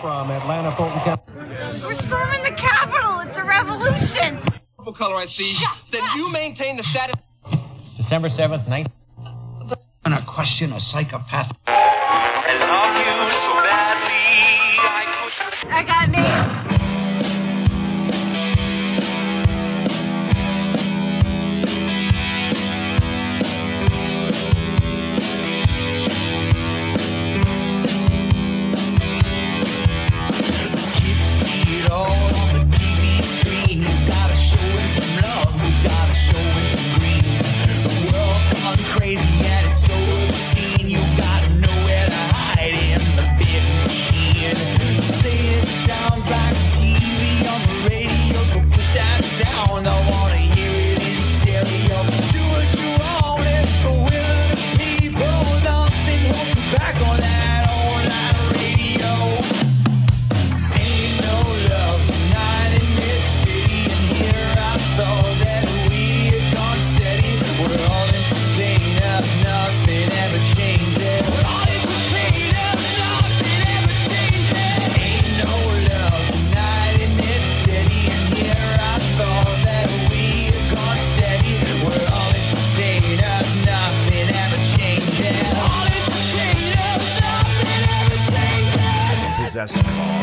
from Atlanta, Fulton County. We're storming the Capitol. It's a revolution. Purple color I see. Shut then up. you maintain the status. December 7th, 19th. gonna question a psychopath. I love you so badly. I could I got named. Kids see it all on the TV screen. We gotta show him some love. We gotta show him some green. The world's gone crazy and it's so obscene. You gotta know where to hide in the big machine. You say it sounds like TV on the radio, so push that down. I wanna hear it in stereo. Do what you want, it's for women and people. Nothing holds you back on that online radio. Ain't no love tonight in this city, and here I thought that we had gone steady. We're all in contain of nothing ever changes. We're all in contain of nothing ever changes. Ain't no love tonight in this city, and here I thought that we had gone steady. We're all in contain of nothing ever changes. All in contain of nothing ever changes.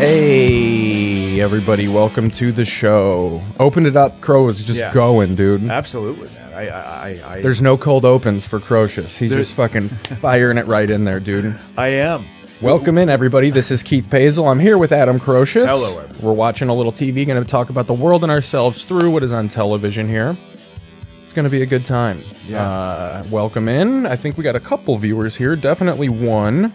Hey, everybody, welcome to the show. Open it up. Crow is just Yeah. going, dude. Absolutely, man. I, I, I, I, There's no cold opens for Crocious. He's There's- just fucking firing it right in there, dude. I am. Welcome in, everybody. This is Keith Pazel. I'm here with Adam Crocious. Hello, Adam. We're watching a little TV, going to talk about the world and ourselves through what is on television here. It's going to be a good time. Yeah. Uh, welcome in. I think we got a couple viewers here. Definitely one.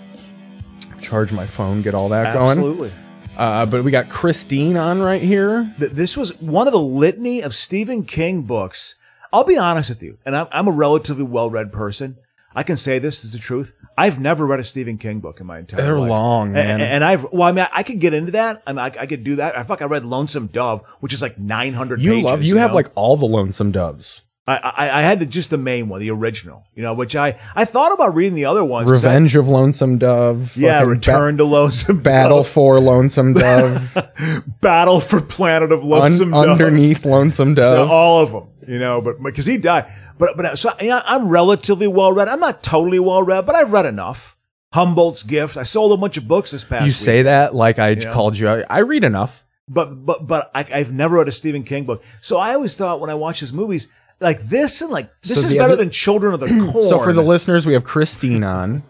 Charge my phone, get all that going. Absolutely. Uh, but we got Christine on right here. Th- This was one of the litany of Stephen King books. I'll be honest with you, and I'm, I'm a relatively well-read person. I can say this is the truth. I've never read a Stephen King book in my entire They're life. long, A- man. a- And, I've well, I mean, I could get into that. I mean, I, I could do that. I fuck, I read Lonesome Dove, which is like 900 You pages. love. You have know? like all the lonesome doves. I, I, I had the, just the main one, the original, you know, which I, I thought about reading the other ones. 'cause I- Revenge of Lonesome Dove. yeah, fucking Return Ba- to Lonesome Battle Dove. for Lonesome Dove. Battle for Planet of un- Lonesome Dove. underneath Lonesome So oh, Dove. all of them, you know, but because he died, but but so you know, I'm relatively well read. I'm not totally well read, but I've read enough. Humboldt's Gift. I sold a bunch of books this past. you week. say that like I j- Yeah. called you. I, I read enough. but but but I, I've never read a Stephen King book, so I always thought when I watched his movies, like this and like this So is the better other- than Children of the Corn. So for the listeners, we have Christine on.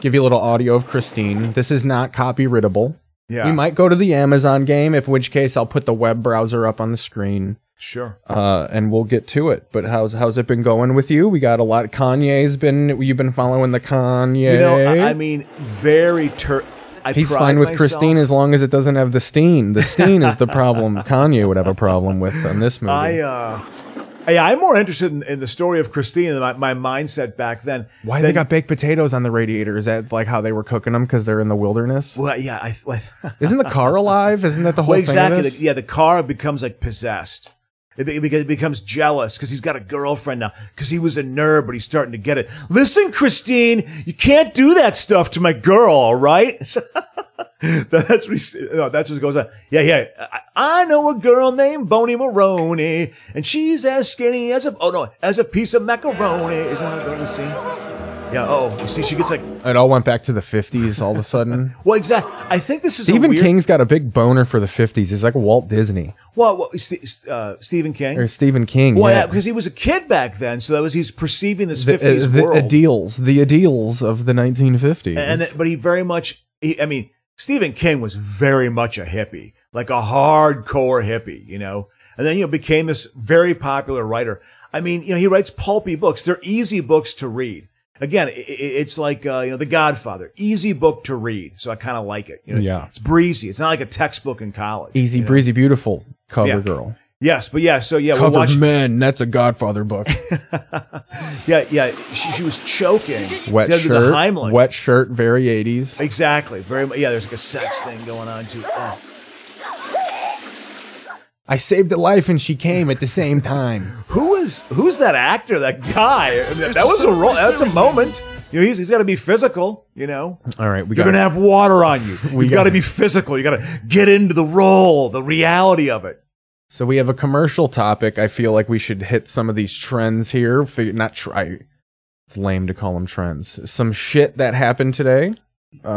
Give you a little audio of Christine. This is not copyrightable. yeah, We might go to the Amazon game, if which case I'll put the web browser up on the screen. sure. uh, and we'll get to it. But how's how's it been going with you? We got a lot. Kanye's been you've been following the Kanye. You know, I, I mean, very tur. I he's pride fine with myself- Christine as long as it doesn't have the steen. The steen is the problem. Kanye would have a problem with on this movie. I uh, yeah, I'm more interested in, in the story of Christine and my, my mindset back then. Why than- they got baked potatoes on the radiator? Is that like how they were cooking them because they're in the wilderness? Well, yeah, I, well, Isn't the car alive? Isn't that the whole well, thing? exactly. of the- this? yeah, the car becomes like possessed. It, be, it becomes jealous because he's got a girlfriend now. Because he was a nerd, but he's starting to get it. Listen, Christine, you can't do that stuff to my girl, all right? that's what he's, no, that's what goes on. Yeah, yeah. I, I know a girl named Boney Maroney, and she's as skinny as a oh no, as a piece of macaroni. Isn't that what we see? Yeah. Oh, you see, she gets like It all went back to the fifties all of a sudden. well, exactly. I think this is a Stephen weird- King's got a big boner for the fifties. He's like Walt Disney Well, well Ste- uh, Stephen King or Stephen King. Well, yeah. yeah, because he was a kid back then, so that was he's perceiving this the, fifties uh, the world. ideals, the ideals of the 1950s. and that- but he very much, he, I mean, Stephen King was very much a hippie, like a hardcore hippie, you know. And then you know became this very popular writer. I mean, you know, he writes pulpy books. They're easy books to read. Again, i i it's like uh, you know, The Godfather, easy book to read. So I kind of like it. you know. Yeah. it's breezy. It's not like a textbook in college. Easy you know? breezy, beautiful cover Yeah. girl. Yes, but yeah. So yeah, Cover we're watching. men. That's a Godfather book. Yeah, yeah. She, she was choking. Wet She had to do the shirt. Heimlich. Wet shirt. Very 80s. Exactly. Very much. Yeah, there's like a sex thing going on too. Oh. I saved a life and she came at the same time. Who is who's that actor? That guy? I mean, that was a role. That's a moment. You know, he's, he's got to be physical. You know, All right, we you're got gonna have water on you. We You've got to got- be physical. You got to get into the role, the reality of it. So we have a commercial topic. I feel like we should hit some of these trends here. Fig- Not try. It's lame to call them trends. Some shit that happened today. Uh,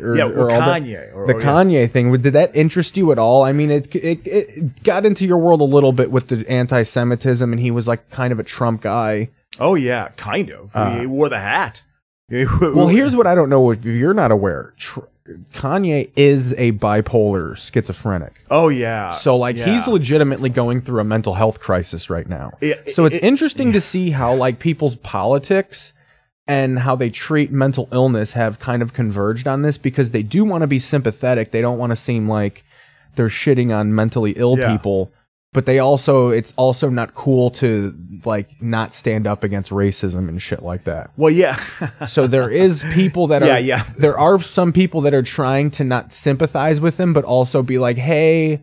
or, Yeah, or all Kanye, The, or- the or, yeah. Kanye thing. Did that interest you at all? I mean, it, it it got into your world a little bit with the anti-Semitism, and he was like kind of a Trump guy. Oh yeah, kind of. I mean, he wore the hat. well, Uh. Well, here's what I don't know if you're not aware. Tr- Kanye is a bipolar schizophrenic. Oh yeah. So like Yeah. he's legitimately going through a mental health crisis right now. Yeah, so it's it- interesting to see how like people's politics and how they treat mental illness have kind of converged on this because they do want to be sympathetic. They don't want to seem like they're shitting on mentally ill Yeah. people, but they also it's also not cool to like not stand up against racism and shit like that. Well, yeah. So there is people that Yeah, are yeah. there are some people that are trying to not sympathize with them, but also be like, hey,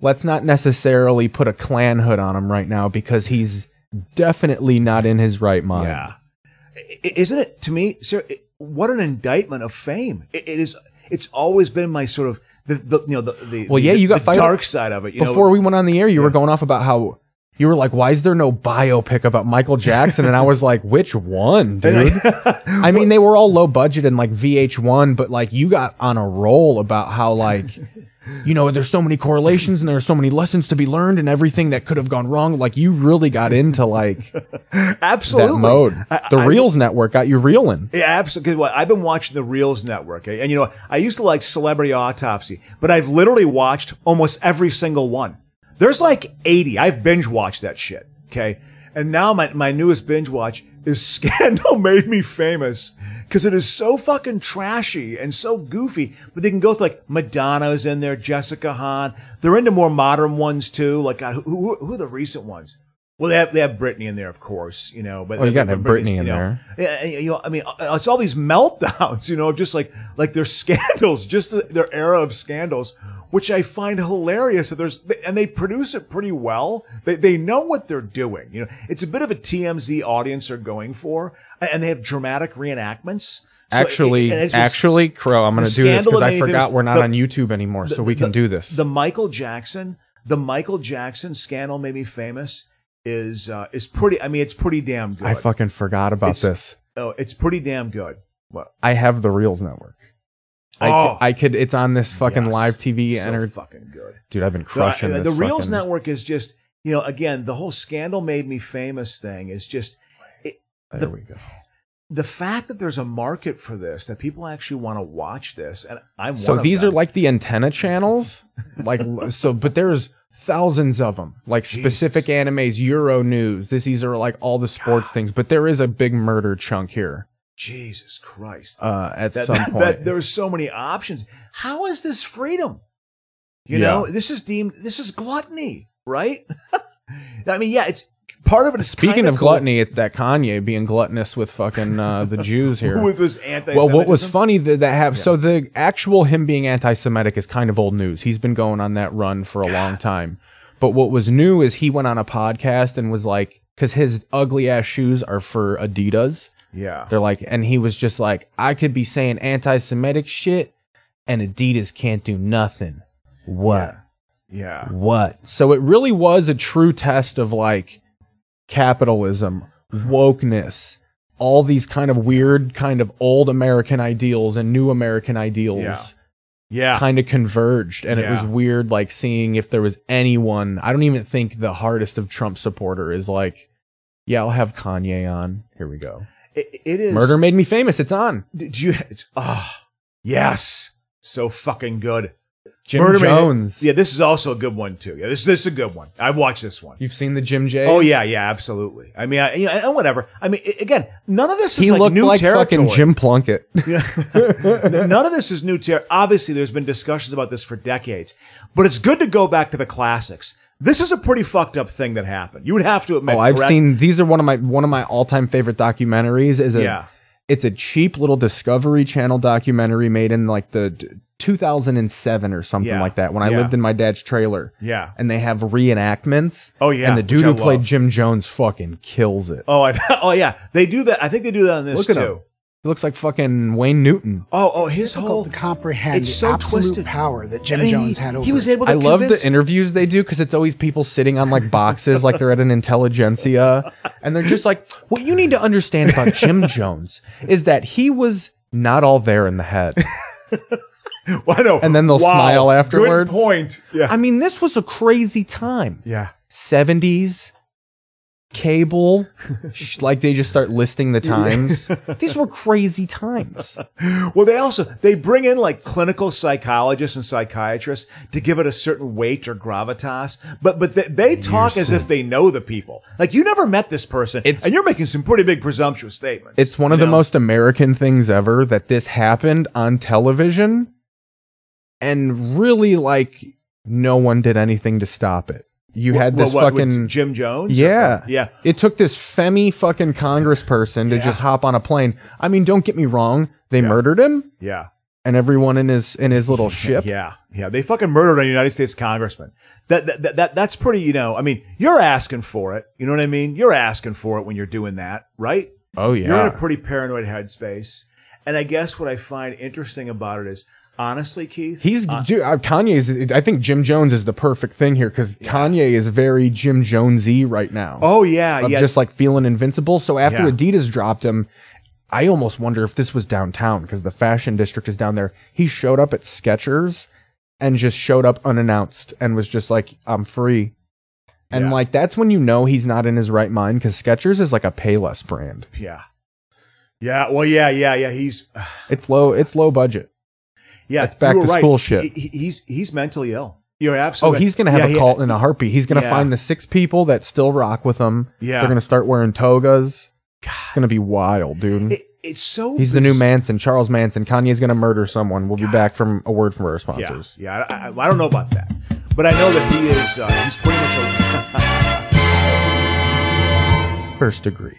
let's not necessarily put a clan hood on him right now because he's definitely not in his right mind. yeah. I- I- Isn't it to me, sir? it- What an indictment of fame. It, it is. It's always been my sort of the, the you know the, the Well, the- yeah, you got the fired- dark side of it. You Before know? we went on the air, you were going off about how you were like, why is there no biopic about Michael Jackson? And I was like, which one, dude? I mean, they were all low budget and like VH1, but like you got on a roll about how like, you know, there's so many correlations and there's so many lessons to be learned and everything that could have gone wrong. Like you really got into like that absolutely mode. I- The I- Reels Network got you reeling. Yeah, absolutely. Well, I've been watching the Reels Network, eh? and you know, I used to like Celebrity Autopsy, but I've literally watched almost every single one. There's like 80. I've binge watched that shit. Okay, and now my my newest binge watch is Scandal Made Me Famous because it is so fucking trashy and so goofy. But they can go with like Madonna's in there, Jessica Hahn. They're into more modern ones too. Like God, who, who, who are the recent ones? Well, they have they have Britney in there, of course. You know, but Oh, you gotta but have Britney Britney's, in you know, there. yeah, and, you know, I mean, uh, it's all these meltdowns, you know, just like like their scandals, just the, their era of scandals, which I find hilarious. That there's and they produce it pretty well. They they know what they're doing. You know, it's a bit of a TMZ audience they're going for, a- and they have dramatic reenactments. So it- actually, and it's been- actually, Crow, I'm going the to do this scandal because of I Mayfair's- forgot we're not the- on YouTube anymore, so we can the- do this. The Michael Jackson, the Michael Jackson scandal made me famous. Is uh, is pretty? I mean, it's pretty damn good. I fucking forgot about It's- this. oh, it's pretty damn good. What? I have the Reels Network. I, Oh. could, I could. It's on this fucking Yes. live TV. so enter- fucking good. dude, I've been So I- uh, crushing the, this. Reels fucking- network is just you know again the whole scandal made me famous thing is just There the- we go. the fact that there's a market for this that people actually want to watch this and I'm So one of these are them. like the antenna channels, like so. But there's thousands of them, like specific animes, Euro news. This these are like all the sports things. But there is a big murder chunk here Jesus Christ uh, at that, some that- point. that there's so many options how is this freedom you Yeah. know this is deemed this is gluttony right I mean yeah it's part of it is Speaking kinda of cool gluttony, it's that Kanye being gluttonous with fucking uh, the Jews here. with this anti Well, what was funny that that have so the actual him being anti-Semitic is kind of old news. He's been going on that run for a long time. But what was new is he went on a podcast and was like, because his ugly ass shoes are for Adidas. yeah They're like, and he was just like, I could be saying anti-Semitic shit, and Adidas can't do nothing. What? yeah What? So it really was a true test of like capitalism, wokeness, all these kind of weird, kind of old American ideals and new American ideals Yeah. yeah kind of converged. And it was Yeah. weird, like seeing if there was anyone. I don't even think the hardest of Trump supporter is like, yeah, I'll have Kanye on. Here we go. It- it is Murder made me famous. It's on. Did you? It's ah, yes, so fucking good. Jim Murder Made- Jones. yeah, this is also a good one too. Yeah, this this is a good one. I've watched this one. You've seen the Jim J. Oh yeah, yeah, absolutely. I mean, I, you know, and whatever. I mean, i- again, none of this is He like looked new like territory. fucking Jim Plunkett. N- none of this is new territory. Obviously, there's been discussions about this for decades, but it's good to go back to the classics. This is a pretty fucked up thing that happened. You would have to admit. Oh, I've correct? seen these are one of my one of my all time favorite documentaries. Is a Yeah. it's a cheap little Discovery Channel documentary made in like the d- 2007 or something Yeah. like that. When I Yeah. lived in my dad's trailer, Yeah. and they have reenactments. Oh, yeah, and the dude which I who played love. Jim Jones fucking kills it. Oh, I, oh yeah, they do that. I think they do that in this Look at too. him. He looks like fucking Wayne Newton. Oh, oh, his whole difficult to comprehend It's the so absolute twisted. power that I Jim mean, Jones he- had over. He was it. able to. I love the convince- interviews they do because it's always people sitting on like boxes like they're at an intelligentsia and they're just like, what you need to understand about Jim Jones is that he was not all there in the head. Well, I know. And then they'll Wow, smile good afterwards. point. Yeah. I mean, this was a crazy time. yeah. 70s cable sh- like they just start listing the times these were crazy times Well, they also they bring in like clinical psychologists and psychiatrists to give it a certain weight or gravitas, but but they, they talk as if they know the people. Like you never met this person, It's- and you're making some pretty big presumptuous statements. it's one of you the know? most american things ever that this happened on television and really like no one did anything to stop it you had Well, this what, with fucking Jim Jones. yeah yeah. it took this femi fucking congressperson to Yeah. just hop on a plane i mean don't get me wrong they murdered him Yeah. and everyone in his in his little ship Yeah, yeah, they fucking murdered a United States congressman. That, that that that that's pretty. You know, I mean, you're asking for it. You know what I mean? You're asking for it when you're doing that, right? oh yeah You're in a pretty paranoid headspace. And I guess what I find interesting about it is, honestly, Keith, He's dude, uh, Kanye's. I think Jim Jones is the perfect thing here because Kanye is very Jim Jonesy right now. oh yeah, of yeah, just like feeling invincible. So after Yeah. Adidas dropped him, I almost wonder if this was downtown because the fashion district is down there. He showed up at Skechers and just showed up unannounced and was just like, "I'm free." And Yeah. like that's when you know he's not in his right mind because Skechers is like a Payless brand. yeah, yeah. Well, yeah, yeah, yeah. He's It's low. It's low budget. yeah. That's back you were to right. school shit. He- he- he's he's mentally ill. You're Oh, absolutely. he's gonna have yeah, a he- cult in a heartbeat. He's gonna Yeah. find the six people that still rock with him. Yeah. they're gonna start wearing togas. It's gonna be wild, dude. It, it's so. he's the new bizarre. Manson, Charles Manson. Kanye's gonna murder someone. We'll be back from a word from our Yeah, sponsors. yeah. I, I, I don't know about that, but I know that he is. Uh, he's pretty much a. First degree.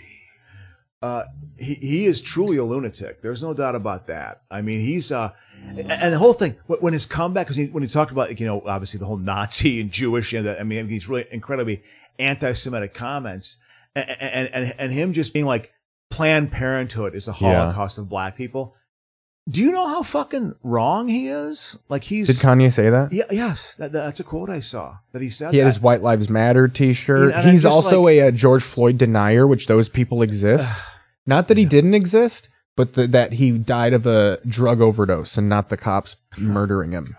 Uh, He, he is truly a lunatic. There's no doubt about that. I mean, he's uh, and the whole thing when when his comeback because when he talked about like, you know obviously the whole Nazi and Jewish and the, I mean these really incredibly anti-Semitic comments and and and, and him just being like Planned Parenthood is the Yeah. Holocaust of black people. Do you know how fucking wrong he is? Like he's Did Kanye say that? yeah, yes, that, that's a quote I saw that he said. He had that. his White Lives Matter T-shirt. And- and I'm He's just also like- a, uh George Floyd denier, which those people exist. not that he didn't exist, but th- that he died of a drug overdose and not the cops murdering him.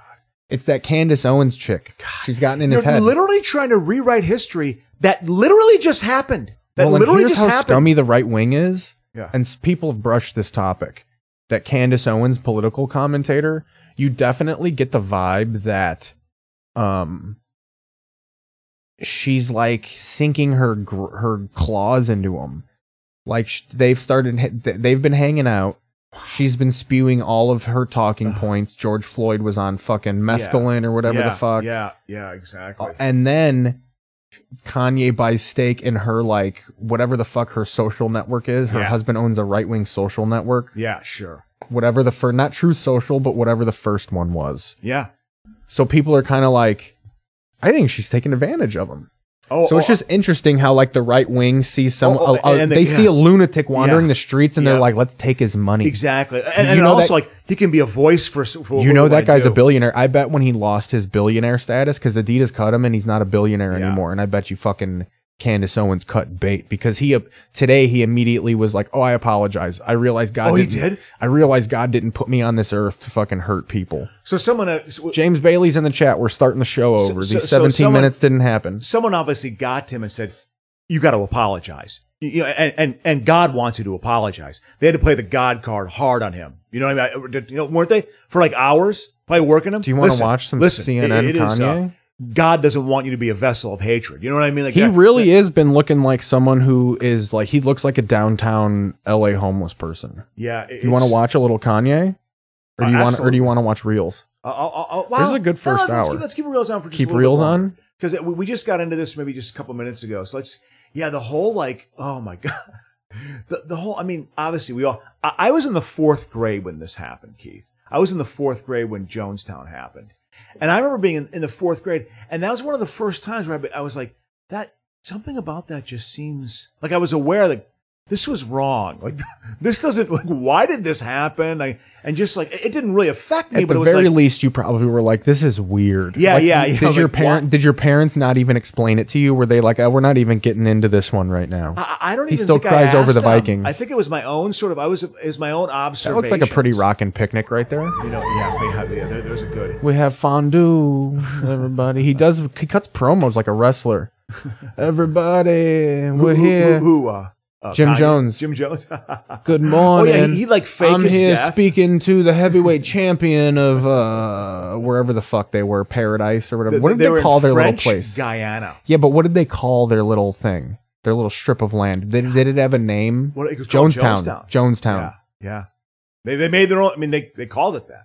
It's that Candace Owens chick. She's gotten in his You're head. literally trying to rewrite history that literally just happened. That well, and literally here's just how happened. scummy the right wing is. Yeah. And s- people have brushed this topic. That Candace Owens, political commentator, you definitely get the vibe that um she's like sinking her gr- her claws into him. Like sh- they've started h- th- they've been hanging out. She's been spewing all of her talking points. George Floyd was on fucking mescaline or whatever yeah, the fuck. Oh, Yeah, yeah, exactly. Uh, And then Kanye buys stake in her like whatever the fuck her social network is. Her Yeah. husband owns a right wing social network. yeah, sure. Whatever the first, not Truth Social, but whatever the first one was. Yeah. So people are kind of like, I think she's taking advantage of him. Oh, So it's oh, just interesting how like the right wing sees some, Oh, oh, a- a- and they the- see yeah. a lunatic wandering Yeah. the streets and Yeah. they're like, let's take his money. exactly. And, You and know also, that- like, he can be a voice for. for You what know we that wanna guy's a do. billionaire. I bet when he lost his billionaire status, because Adidas cut him and he's not a billionaire Yeah. anymore. And I bet you fucking Candace Owens cut bait because he uh, today he immediately was like, "Oh, I apologize. I realized God. Oh, he didn't- did? I realized God didn't put me on this earth to fucking hurt people." So someone, uh, so- James Bailey's in the chat. We're starting the show over. so- These so seventeen someone- minutes didn't happen. someone obviously got to him and said, "You got to apologize." You- you know, and, and and God wants you to apologize. They had to play the God card hard on him. You know what I mean? I- You know, weren't they for like hours? Probably working him. Do you want to Listen, watch some listen, CNN it- it Kanye? is, uh, God doesn't want you to be a vessel of hatred. You know what I mean? Like he that- really has been looking like someone who is like he looks like a downtown LA homeless person. Yeah. it- You want to it's- watch a little Kanye, or Uh, do you want, or do absolutely. you want to watch reels? Uh, uh, uh, wow. This is a good No, no, first let's hour. Keep, let's keep reels on for just Keep a little reels bit on? because we, we just got into this maybe just a couple minutes ago. So let's yeah, the whole like oh my god, the the whole. I mean, obviously we all. I, I was in the fourth grade when this happened, Keith. I was in the fourth grade when Jonestown happened, and I remember being in, in the fourth grade, and that was one of the first times where I, be- I was like that. Something about that just seems like I was aware that this was wrong. Like this doesn't like why did this happen? I and just like it it didn't really affect me, At but the it was very like least, you probably were like, "This is weird." Yeah, Like, yeah, you- yeah, Did your like, parent? why- Did your parents not even explain it to you? Were they like, oh, "We're not even getting into this one right now"? I, I don't He even still think I cries over asked the them. Vikings. I think it was my own sort of I was it was my own that observation. looks like a pretty rockin' picnic right there. You know, yeah, we have yeah, there, there's a good We have fondue, everybody. He does. He cuts promos like a wrestler. Everybody, we're Who- here. Who, who, uh, uh, Jim Kanye- Jones. Jim Jones. Good morning. Oh, he- he, like, fake I'm his here death. speaking to the heavyweight champion of uh wherever the fuck they were, Paradise or whatever. what did they, were in call their French little place? Guyana. Yeah, but what did they call their little thing? Their little strip of land. They, they did have a name. What, it was called Jonestown. Jonestown. Jonestown. Yeah, yeah. They, they made their own. I mean, they, they called it that.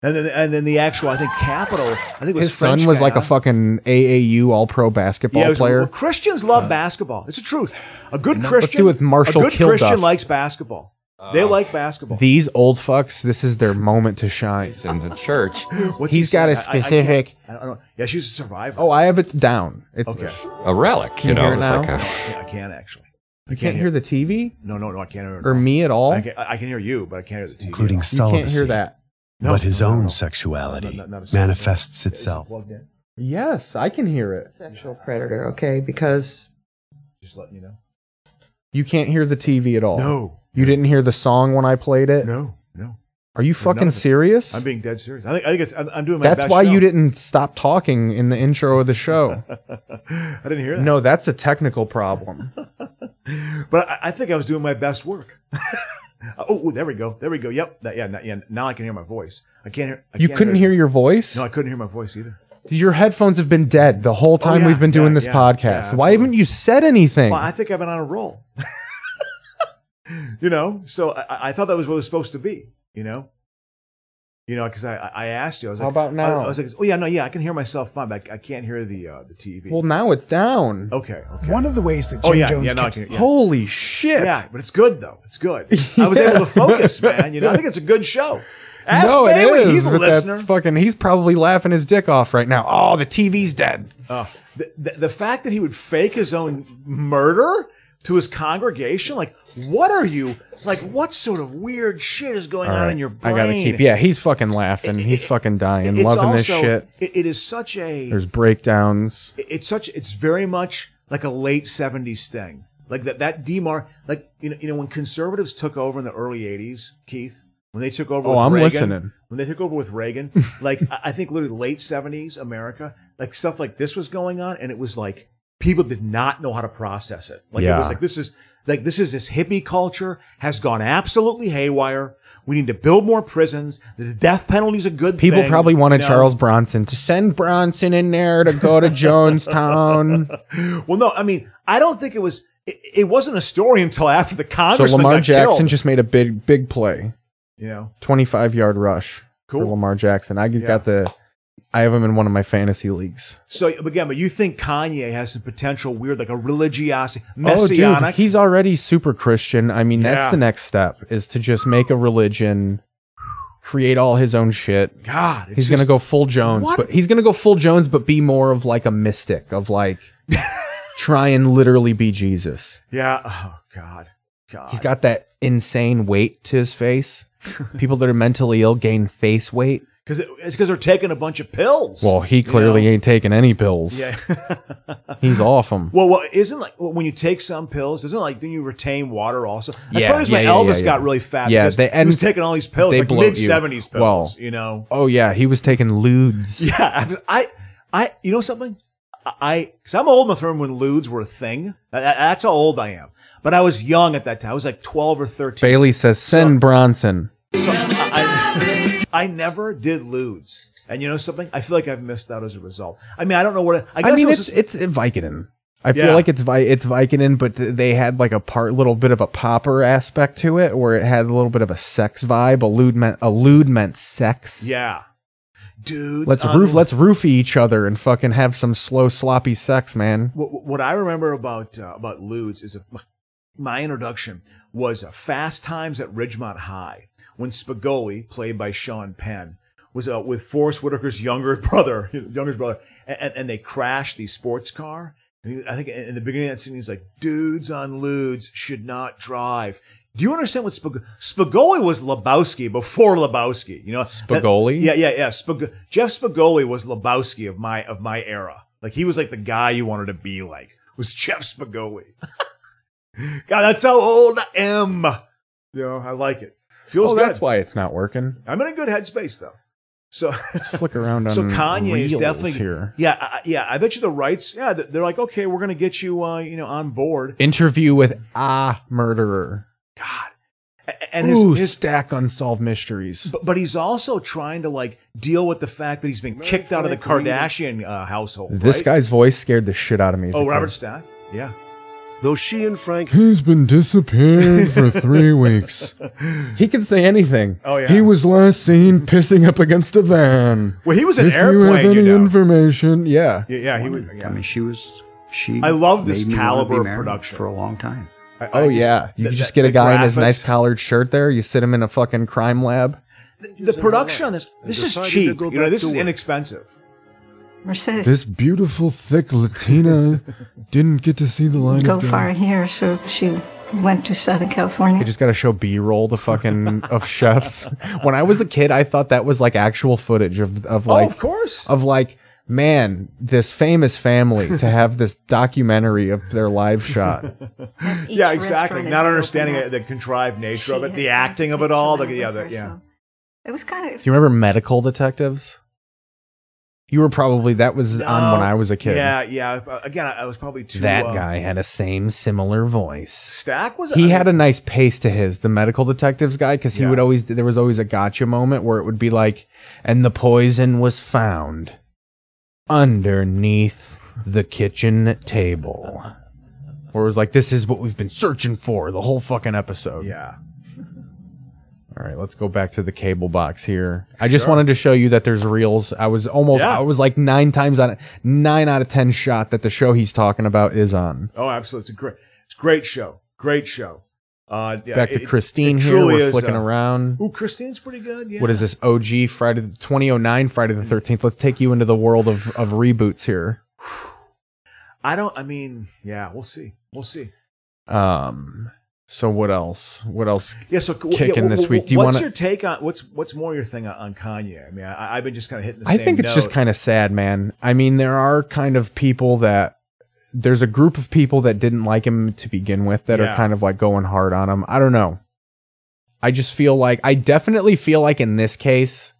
And then and then the actual, I think, capital. I think it was His son French was like a Guyana. fucking AAU All Pro Yeah, basketball it was- player. Uh, well, Christians love basketball. It's the truth. A good Christian. see with Marshall A good Kilduff. Christian likes basketball. they like basketball. These old fucks. This is their moment to shine. in the church. What's he's he got a saying? I- I- I specific- can't- I, don't know. Yeah, she's a survivor. Oh, I have it down. It's okay. A relic, you you know. hear it It's now? like a, Yeah, I can't actually. you can't hear the TV No, no, no. I can't hear. or me at all. I can, I can hear you, but I can't hear the TV. including You celibacy. can't hear that. No, but his no, no, own no. sexuality No, no, not a celibacy. manifests itself. Plugged in. Yes, I can hear it. sexual predator, okay? Because Just letting you know. You can't hear the TV at all. No, You didn't hear the song when I played it? no, no. Are you fucking nothing. serious? I'm being dead serious. I think I think it's. I'm, I'm doing my that's best. why show. you didn't stop talking in the intro of the show. I didn't hear that. no, that's a technical problem. but I, I think I was doing my best work. oh, oh, there we go. There we go. Yep. That, yeah, now- yeah. Now I can hear my voice. I can't hear. I You can't couldn't hear your voice? No, I couldn't hear my voice either. Your headphones have been dead the whole time yeah, we've been Oh, yeah, doing this yeah, podcast. yeah, why haven't you said anything? Well, I think I've been on a roll. you know, so I- I, I thought that was what it was supposed to be. You know, you know, because I, I I asked you. I was How like, about now? I, I was like, oh yeah, no, yeah, I can hear myself fine, but I, I can't hear the uh, the TV. well, now it's down. okay, okay. One of the ways that Jim Oh yeah, Jones yeah, no, I kept- can, Oh, yeah. Holy shit. Yeah, but it's good though. It's good. I was able to focus, man. You know, I think it's a good show. Ask no, it Bailey. is. He's a but listener. That's fucking, he's probably laughing his dick off right now. Oh, the TV's dead. Oh, the, the, the fact that he would fake his own murder to his congregation, like, what are you? Like, what sort of weird shit is going on in your brain? I gotta keep. Yeah, he's fucking laughing. He's fucking dying. It's loving this also- shit. It, it is such a. There's breakdowns. it's such it's very much like a late 70s thing like that that demar like you know, you know when conservatives took over in the early 80s keith when they took over Oh, with I'm reagan, listening. when they took over with reagan like I- i think literally late 70s america like stuff like this was going on and it was like people did not know how to process it like it was Yeah. like this is like this is this hippie culture has gone absolutely haywire we need to build more prisons the death penalty's a good People thing, probably wanted you know? Charles Bronson to send Bronson in there to go to Jonestown. Well, no, I mean, I don't think it was. It, it wasn't a story until after the so Congressman Lamar got Jackson killed, just made a big, big play, you know, twenty-five yard rush for Cool. Lamar Jackson. I got the, I have him in one of my fantasy leagues. so again, but you think Kanye has some potential weird, like a religiosity, Oh, dude, messianic? he's already super Christian. I mean, Yeah. that's the next step is to just make a religion, create all his own shit. God, it's he's just- gonna go full Jones, What? but he's gonna go full Jones, but be more of like a mystic of like try and literally be Jesus. Yeah. Oh God, God. He's got that insane weight to his face. People that are mentally ill gain face weight. because it's because they're taking a bunch of pills. Well, he clearly ain't taking any pills. Yeah. He's off 'em. Well, well, isn't like well, when you take some pills, isn't like then you retain water also? That's Yeah, probably when yeah, yeah, Elvis yeah, got yeah. really fat. Yeah, because they- he and was taking all these pills, they like bloat you. mid seventies pills. Well, you know, Oh yeah, he was taking lewds. Yeah, I, I, you know something? I, because I'm old enough to remember when lewds were a thing. That- that- that's how old I am. But I was young at that time. I was like 12 or 13. Bailey says, "Send Bronson." So I, I, I never did lewds. And you know something? I feel like I've missed out as a result. I mean, I don't know what. I guess I mean, it was it's just- it's Vicodin. I Yeah. feel like it's Vi- it's Vicodin, but th- they had like a part little bit of a popper aspect to it, where it had a little bit of a sex vibe. A lewd meant a lewd meant sex. yeah, dudes. Let's on- roof let's roofie each other and fucking have some slow sloppy sex, man. What, what I remember about uh, about lewds is a, my introduction was uh, Fast Times at Ridgemont High when Spigoli, played by Sean Penn, was uh, with Forrest Whitaker's younger brother, younger brother, and, and, and they crashed the sports car. And he- I think in the beginning of that scene, he's like, dudes on lewds should not drive. Do you understand what Spag- Spagoli was Lebowski before Lebowski? You know, That- Spagoli? yeah, yeah, yeah. Spag- Jeff Spagoli was Lebowski of my of my era. Like he was like the guy you wanted to be like was Jeff Spagoli. God, that's how old I am. You know, I like it. Feels Oh, good. that's why it's not working. I'm in a good headspace though. So Let's flick around on so Kanye is reels definitely here. Yeah, I- I, yeah. I bet you the rights. Yeah, th- they're like, okay, we're gonna get you, uh, you know, on board. Interview with a murderer. A- And his, Ooh, his stack unsolved mysteries. but, but he's also trying to like deal with the fact that he's been kicked out of the Kardashian uh, household. This right? guy's voice scared the shit out of me. as a Oh, kid. Robert Stack. Yeah. Though she and Frank He's been disappeared for three weeks. He can say anything. Oh, yeah. He was last seen pissing up against a van. Well, he was an if you have airplane, any you know. information, Mm, yeah. yeah, yeah, he was. Yeah. I mean, she was she. I love this made me wanna caliber be of married production. for a long time. I- I Oh just- yeah, you the- could just the- get a the guy in his graphics- nice collared shirt there. You sit him in a fucking crime lab. The production on this, this is decided to cheap. go You know, back this to is work. inexpensive. Mercedes, This beautiful, thick Latina didn't get to see the line go far here, so she went to Southern California. You just gotta show B-roll the fucking of chefs. When I was a kid, I thought that was like actual footage of of like oh, of course. of like man, this famous family to have this documentary of their live shot. yeah, exactly. Not understanding it, the contrived nature of it, the acting of it all. The, yeah, the, yeah. It was kind of. Do you remember Medical Detectives? You were probably that was on when No. I was a kid. Yeah, yeah. Uh, Again, I I was probably too. that uh, guy had a same similar voice. Stack was. he had a nice pace to his the medical detectives guy because he Yeah. would always there was always a gotcha moment where it would be like and the poison was found underneath the kitchen table where it was like this is what we've been searching for the whole fucking episode Yeah. all right let's go back to the cable box here i just wanted to show you that there's reels i was almost Yeah. i was like nine times on nine out of ten shot that the show he's talking about is on Oh, absolutely. It's a great. It's a great show. Great show. Uh, yeah, back to it- christine it here truly we're is, flicking uh, around Ooh, Christine's pretty good. Yeah. what is this OG Friday the 2009 Friday the 13th let's take you into the world of, of reboots here I don't. I mean, yeah. We'll see. We'll see. um so what else what else Yeah. So yeah, Kicking wh- this wh- week. Do you what's wanna- your take on what's what's more your thing on, on Kanye? I mean, I, I've been just kind of hitting the I same think it's just note. kind of sad man I mean there are kind of people that there's a group of people that didn't like him to begin with that Yeah. are kind of like going hard on him I don't know I just feel like I definitely feel like in this case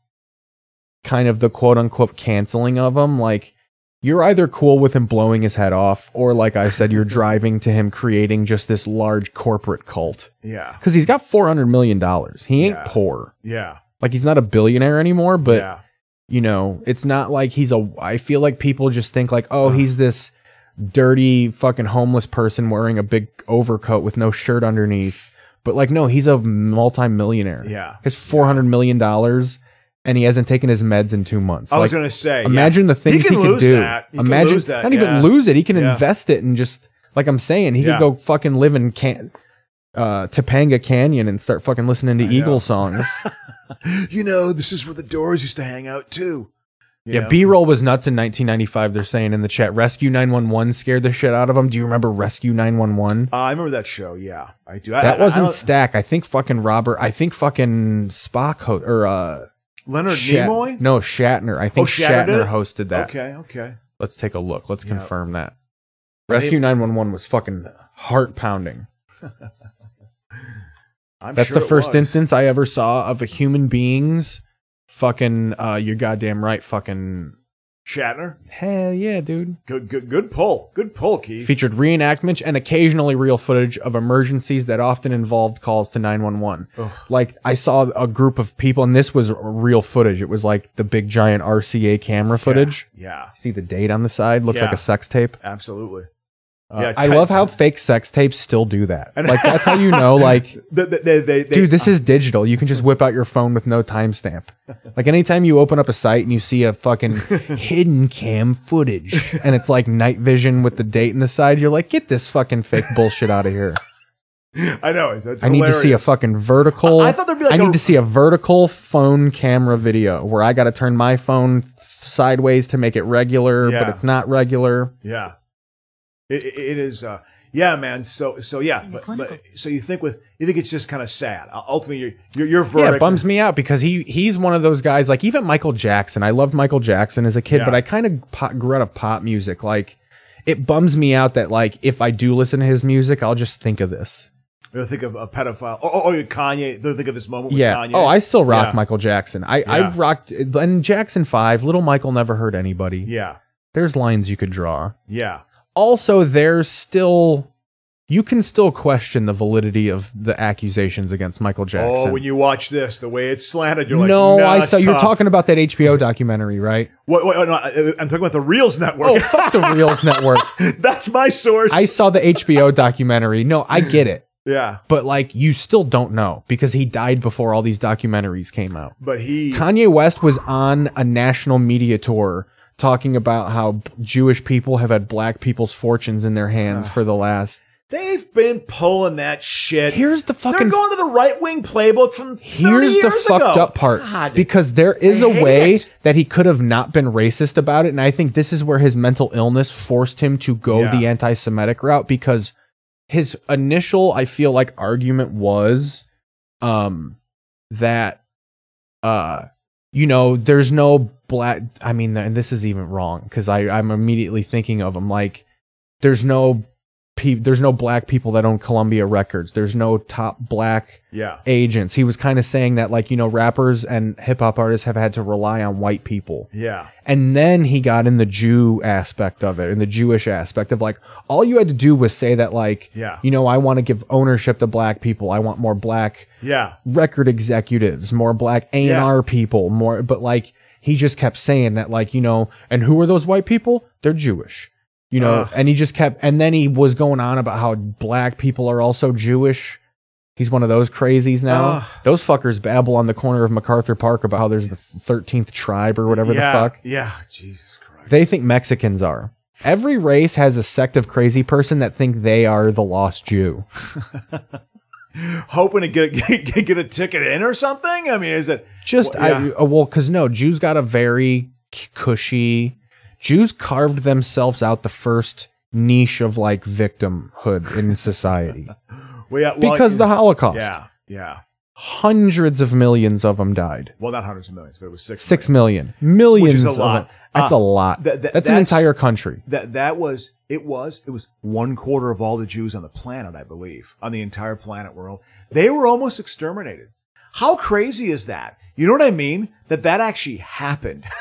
kind of the quote unquote canceling of him like you're either cool with him blowing his head off or like i said you're driving to him creating just this large corporate cult Yeah. because he's got 400 million dollars he ain't Yeah. poor Yeah. like he's not a billionaire anymore but yeah. you know it's not like he's a i feel like people just think like oh he's this dirty fucking homeless person wearing a big overcoat with no shirt underneath but like no he's a multimillionaire Yeah. he has 400 million dollars and he hasn't taken his meds in two months I was Like, gonna say. yeah. Imagine the things he, can could lose do. that. He could Imagine lose that, not yeah. even lose it. He can Yeah. invest it and just like I'm saying, he Yeah. could go fucking live in can uh Topanga Canyon and start fucking listening to Eagle songs. You know, this is where the Doors used to hang out too. You yeah, know? B-roll was nuts in 1995. They're saying in the chat, Rescue 911 scared the shit out of him. Do you remember Rescue 911? Uh, I remember that show. Yeah, I do. I- That I- I wasn't don't- Stack. I think fucking Robert. I think fucking Spock ho- or uh Leonard Shat- Nimoy. Oh, No, Shatner. I think Shatner did Shatner, it? hosted that. Okay. Okay. Let's take a look. Let's Yeah. confirm that. Rescue 911 was fucking heart pounding. I'm That's sure the it first was. instance I ever saw of a human being's fucking uh you're goddamn right fucking Shatner. hell yeah, dude. Good. Good. Good pull. Good pull, Keith. Featured reenactments and occasionally real footage of emergencies that often involved calls to 911. Like I saw a group of people and this was real footage. It was like the big giant RCA camera footage. yeah. See the date on the side? Looks Yeah. like a sex tape. Absolutely. Uh, Yeah, I ti- love how fake sex tapes still do that. Like that's how you know, like, They, they, they, they, dude, this is digital. You can just whip out your phone with no timestamp. Like anytime you open up a site and you see a fucking hidden cam footage, and it's like night vision with the date in the side, you're like, get this fucking fake bullshit out of here. I know. It's, it's I need to see a hilarious. fucking vertical. I- I thought there'd be like I need a- to see a vertical phone camera video where I got to turn my phone sideways to make it regular, Yeah. but it's not regular. Yeah. It, it- it is, uh, yeah, man. So, so yeah, but, but so you think with you think it's just kind of sad. Uh, Ultimately, your your, your verdict. Yeah, it bums me out because he he's one of those guys. Like even Michael Jackson, I loved Michael Jackson as a kid, Yeah. but I kind of pop, grew out of pop music. Like it bums me out that like if I do listen to his music, I'll just think of this. They'll think of a pedophile. Oh, oh, oh, Kanye. They'll think of this moment with yeah. Kanye. Oh, I still rock Yeah. Michael Jackson. I Yeah. I've rocked and Jackson Five. Little Michael never hurt anybody. Yeah. There's lines you could draw. Yeah. Also, there's still. You can still question the validity of the accusations against Michael Jackson. Oh, when you watch this, the way it's slanted, you're like, no, nah, I it's saw you're tough." talking about that HBO documentary, right? Wait, wait, no, I- I'm talking about the Reels Network. Oh, fuck the Reels Network. That's my source. I saw the HBO documentary. No, I get it. yeah, But like you still don't know because he died before all these documentaries came out. but he. Kanye West was on a national media tour talking about how Jewish people have had black people's fortunes in their hands for the last They've been pulling that shit. Here's the fucking- They're going to the right wing playbook from 30 Here's the years fucked ago. up part God. because there is a hate way it. that he could have not been racist about it, and I think this is where his mental illness forced him to go Yeah. the anti-Semitic route because his initial, I feel like, argument was um, that uh, you know, there's no black. I mean, and this is even wrong because I I'm immediately thinking of him like there's no. pe- There's no black people that own Columbia Records. There's no top black yeah, agents. He was kind of saying that, like, you know, rappers and hip hop artists have had to rely on white people. yeah, And then he got in the Jew aspect of it and the Jewish aspect of like, all you had to do was say that, like, Yeah. you know, I want to give ownership to black people. I want more black yeah. record executives, more black A&R people, more, but like, he just kept saying that, like, you know, and who are those white people? They're Jewish. You know, Ugh. and he just kept, and then he was going on about how black people are also Jewish. He's one of those crazies now. Ugh. Those fuckers babble on the corner of MacArthur Park about how there's the 13th tribe or whatever yeah, the fuck. Yeah, Jesus Christ. They think Mexicans are. Every race has a sect of crazy person that think they are the lost Jew. Hoping to get, get get a ticket in or something. I mean, is it? Just, Well, yeah. I, uh, well, because no, Jews got a very c- cushy. Jews carved themselves out the first niche of like victimhood in society Well, yeah, well, because you- the Holocaust. Yeah, yeah. Hundreds of millions of them died. Well, not hundreds of millions, but it was six. Six million. Millions. a of lot. them. That's Uh, a lot. th- th- that's an that's- entire country. That that was it was it was one quarter of all the Jews on the planet, I believe, on the entire planet were al- they were almost exterminated. How crazy is that? You know what I mean? That that actually happened.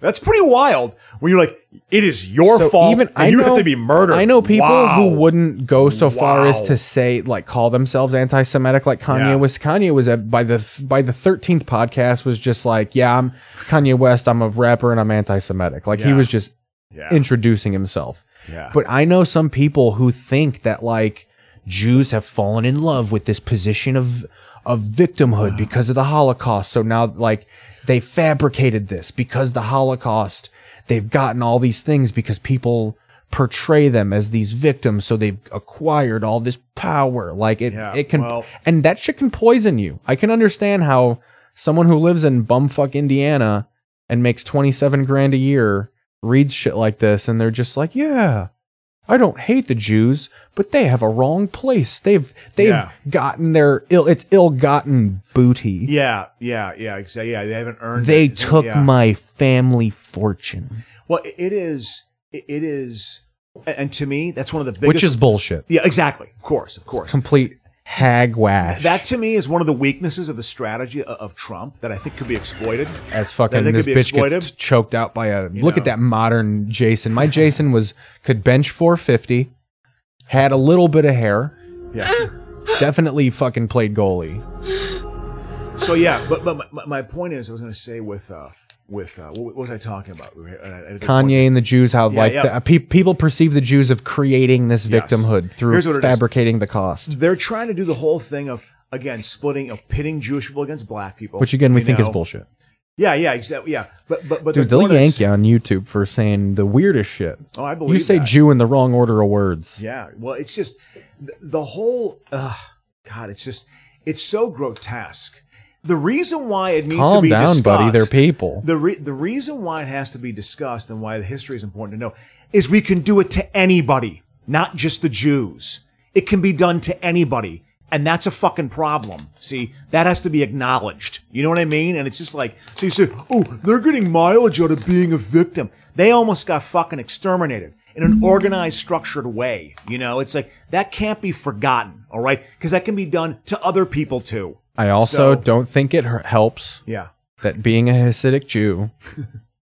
That's pretty wild. When you're like, it is your So fault, and you have to be murdered. I know people Wow. who wouldn't go so far as Wow. to say like call themselves anti-Semitic, like Kanye Yeah. was. Kanye was at, by the by the thirteenth podcast was just like, yeah, I'm Kanye West. I'm a rapper and I'm anti-Semitic. Like he Yeah. was just Yeah. introducing himself. Yeah. But I know some people who think that like Jews have fallen in love with this position of of victimhood because of the Holocaust. So now like they fabricated this because the Holocaust. They've gotten all these things because people portray them as these victims so they've acquired all this power like it Yeah, it can well- and that shit can poison you i can understand how someone who lives in bumfuck indiana and makes 27 grand a year reads shit like this and they're just like yeah i don't hate the jews but they have a wrong place they've they've Yeah. gotten their ill it's ill-gotten booty Yeah, yeah, yeah, exactly. Yeah, they haven't earned. they it. took Yeah. my family fortune Well, it- it is. It it is, and- and to me, that's one of the biggest. which is bullshit yeah, exactly. Of course, of course. complete hagwash That to me is one of the weaknesses of the strategy of, of Trump that I think could be exploited. as fucking That they this could bitch be gets exploited. choked out by a look at know. that modern Jason. My Jason was could bench 450, had a little bit of hair, Yeah. definitely fucking played goalie. So yeah, but, but my, my point is, I was going to say with uh, with uh, what was I talking about? We were- I- I had a good point. Kanye and the Jews, how like yeah. the- uh, pe- people perceive the Jews of creating this Yes. victimhood through Here's what it is. fabricating the cost, They're trying to do the whole thing of again splitting of pitting Jewish people against black people, which again we you think is know? bullshit. Yeah, yeah, exactly. Yeah, but but but Dude, they're they'll doing yank this- you on YouTube for saying the weirdest shit. Oh, I believe You say that. Jew in the wrong order of words. Yeah. Well, it's just th- the whole. Uh, God, it's just it's so grotesque. the reason why it needs to Calm be down, discussed, buddy. They're people. The re- the reason why it has to be discussed and why the history is important to know is we can do it to anybody, not just the Jews. It can be done to anybody, and that's a fucking problem. See, that has to be acknowledged. You know what I mean? And it's just like so you say, oh, they're getting mileage out of being a victim. They almost got fucking exterminated in an organized, structured way. You know, it's like that can't be forgotten. All right, because that can be done to other people too. I also So- don't think it her- helps Yeah. that being a Hasidic Jew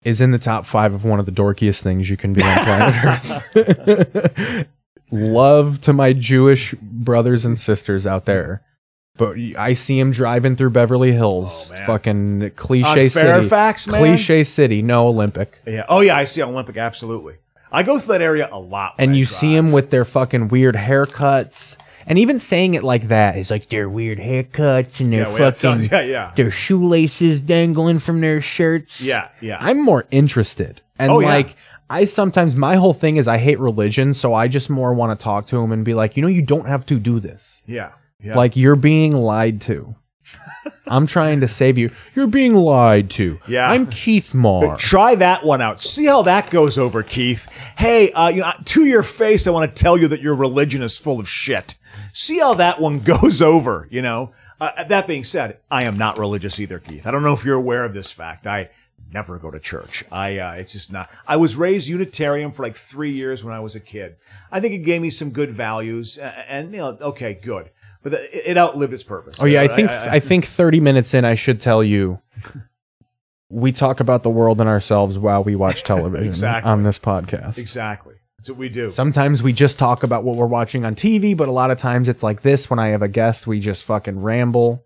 is in the top five of one of the dorkiest things you can be on planet Earth. Love to my Jewish brothers and sisters out there. But y- I see him driving through Beverly Hills, fucking cliche Oh, On city, Fairfax, man? cliche city, no Olympic, Yeah. Oh yeah, I see Olympic. Absolutely. I go through that area a lot. when and I you drive. see him with their fucking weird haircuts, and even saying it like that is like their weird haircuts and their Yeah, well, fucking that sounds- yeah, yeah. their shoelaces dangling from their shirts. Yeah, yeah. I'm more interested. And Oh, yeah. like I sometimes my whole thing is I hate religion, so I just more want to talk to him and be like, "You know you don't have to do this. Yeah. Yeah. Like you're being lied to." I'm trying to save you. You're being lied to. Yeah. I'm Keith Marr. Try that one out. See how that goes over, Keith. Hey, uh, you know, to your face, I want to tell you that your religion is full of shit. See how that one goes over. You know. Uh, that being said, I am not religious either, Keith. I don't know if you're aware of this fact. I never go to church. I uh, it's just not. I was raised Unitarian for like three years when I was a kid. I think it gave me some good values, uh, and you know, okay, good. But it it outlived its purpose. Oh yeah, I think I- I, think 30 minutes in I should tell you we talk about the world and ourselves while we watch television Exactly. on this podcast. Exactly. That's what we do. Sometimes we just talk about what we're watching on TV, but a lot of times it's like this. When I have a guest, we just fucking ramble.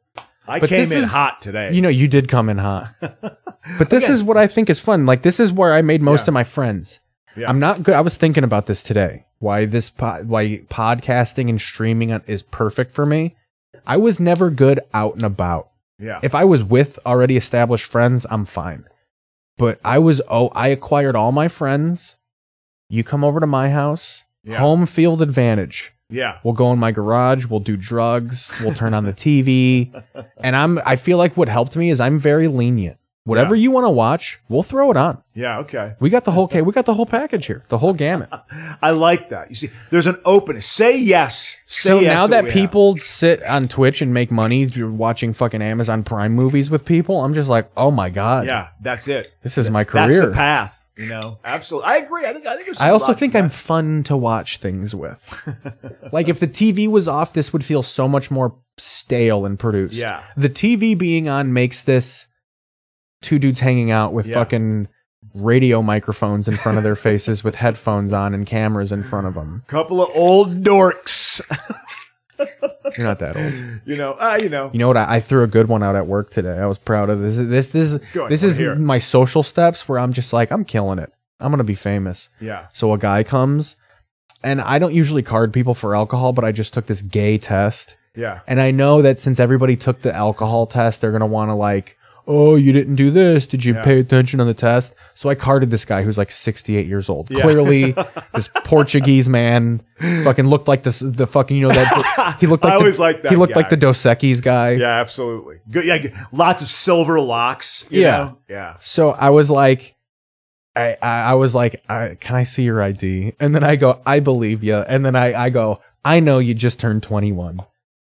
I but came this in is- hot today. You know, you did come in hot. But this is what I think is fun. Like, this is where I made most of my friends. Yeah. I'm not good. I was thinking about this today. Why this, po- why podcasting and streaming on- is perfect for me. I was never good out and about. yeah. If I was with already established friends, I'm fine. But I was oh, I acquired all my friends. You come over to my house, Yeah. home field advantage. yeah. We'll go in my garage, we'll do drugs, we'll turn on the TV. And I'm I feel like what helped me is I'm very lenient. Whatever you want to watch, we'll throw it on. Yeah. Okay. We got the whole okay, we got the whole package here, the whole gamut. I like that. You see, there's an openness. Say yes. Say So yes now to that what we have. people sit on Twitch and make money through watching fucking Amazon Prime movies with people, I'm just like, "Oh my god. Yeah, that's it. This is my career." That's the path. You know. Absolutely. I agree. I think. I think. there's I some also logic think in I'm that. fun to watch things with. like if the TV was off, this would feel so much more stale and produced. Yeah. The TV being on makes this two dudes hanging out with Yeah. fucking radio microphones in front of their faces with headphones on and cameras in front of them. couple of old dorks. You're not that old. You know. Uh, you know. You know what? I, I threw a good one out at work today. I was proud of this. This this Good, this we're is here. my social steps where I'm just like I'm killing it. I'm gonna be famous. Yeah. So a guy comes, and I don't usually card people for alcohol, but I just took this gay test. Yeah. And I know that since everybody took the alcohol test, they're going to want to, like, oh, you didn't do this. Did you Yeah. pay attention on the test? So I carded this guy who's like 68 years old. Yeah. Clearly, this Portuguese man fucking looked like this, the fucking, you know, that he looked like, I the, always liked that he looked guy. like the Dos Equis guy. Yeah. Absolutely. Good. Yeah. good. Lots of silver locks. You Yeah. Know? Yeah. So I was like, I, I, I was like, I, can I see your ID? And then I go, I believe you. And then I, I go, I know you just turned 21.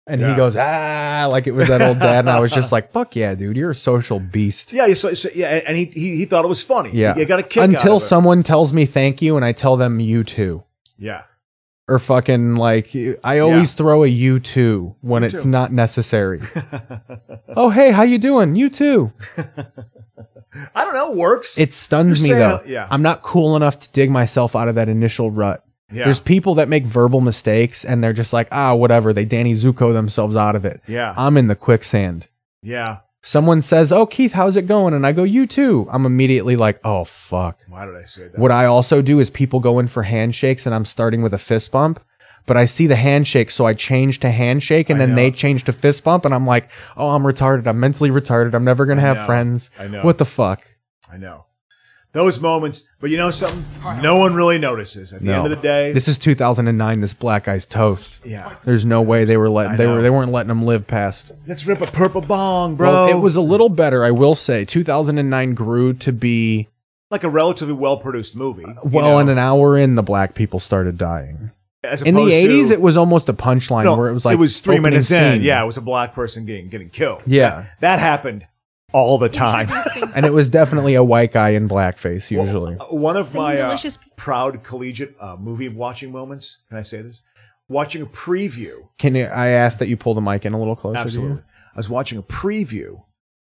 And he Yeah. goes, ah, like it was that old dad. And I was just like, fuck yeah, dude, you're a social beast. Yeah. So, so yeah, and- and he, he he thought it was funny. Yeah. You got a kick out Until of it. someone tells me thank you and I tell them you too. Yeah. Or fucking like, I always throw a you too when it's too. not necessary. oh, hey, how you doing? You too. I don't know. Works. It stuns You're me saying- though. yeah. I'm not cool enough to dig myself out of that initial rut. Yeah. There's people that make verbal mistakes and they're just like, ah, whatever. They Danny Zuko themselves out of it. Yeah. I'm in the quicksand. yeah. Someone says, oh, Keith, how's it going? And I go, you too. I'm immediately like, oh, fuck. Why did I say that? What I also do is people go in for handshakes and I'm starting with a fist bump. But I see the handshake, so I change to handshake, and I then know. they change to fist bump, and I'm like, "Oh, I'm retarded. I'm mentally retarded. I'm never gonna have know. friends. I know. What the fuck? I know. Those moments, but you know something? No one really notices. At the end of the day, this is 2009. This black guy's toast. Yeah. there's no way they were let. I They know. were. They weren't letting him live past. let's rip a purple bong, bro. Well, it was a little better, I will say. 2009 grew to be like a relatively well produced movie. well, and an hour in, the black people started dying. As In the opposed to- 80s, it was almost a punchline No, where it was like it was three opening minutes in. scene. Yeah, it was a black person getting getting killed. yeah, That happened all the time. and it was definitely a white guy in blackface usually. One of my uh, proud collegiate uh, movie watching moments. Can I say this? Watching a preview. Can you, I ask that you pull the mic in a little closer? to you? Absolutely. I was watching a preview.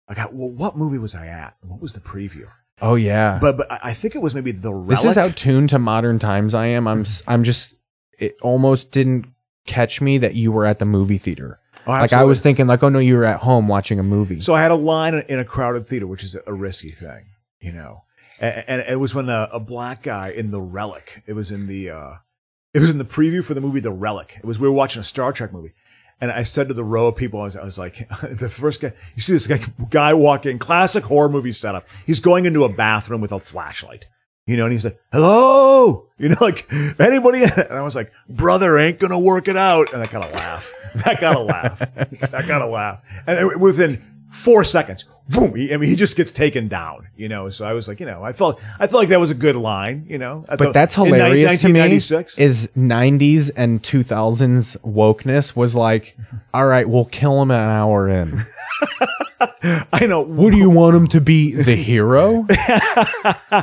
I got well. What movie was I at? What was the preview? Oh yeah. But but I I think it was maybe the. Relic. this is how tuned to modern times I am. I'm s- I'm just it almost didn't catch me that you were at the movie theater. Oh, like I absolutely. was thinking like oh no, you were at home watching a movie. So I had a line in a crowded theater, which is a risky thing, you know. And, and it was when a, a black guy in the Relic. It was in the. Uh, it was in the preview for the movie The Relic. It was we were watching a Star Trek movie, and I said to the row of people, I was, I was like, the first guy. You see this guy, guy walk in, classic horror movie setup. He's going into a bathroom with a flashlight. You know, and he's like, hello, you know, like anybody. And I was like, brother ain't going to work it out. And I got to laugh. That got to laugh. That got to laugh. And it- within four seconds, boom, he, I mean, he just gets taken down, you know? So I was like, you know, I felt, I felt like that was a good line, you know? I But thought- that's in ni- hilarious to me. 1996? Is '90s and 2000s wokeness was like, all right, we'll kill him an hour in. I know. What do you want him to be, the hero? you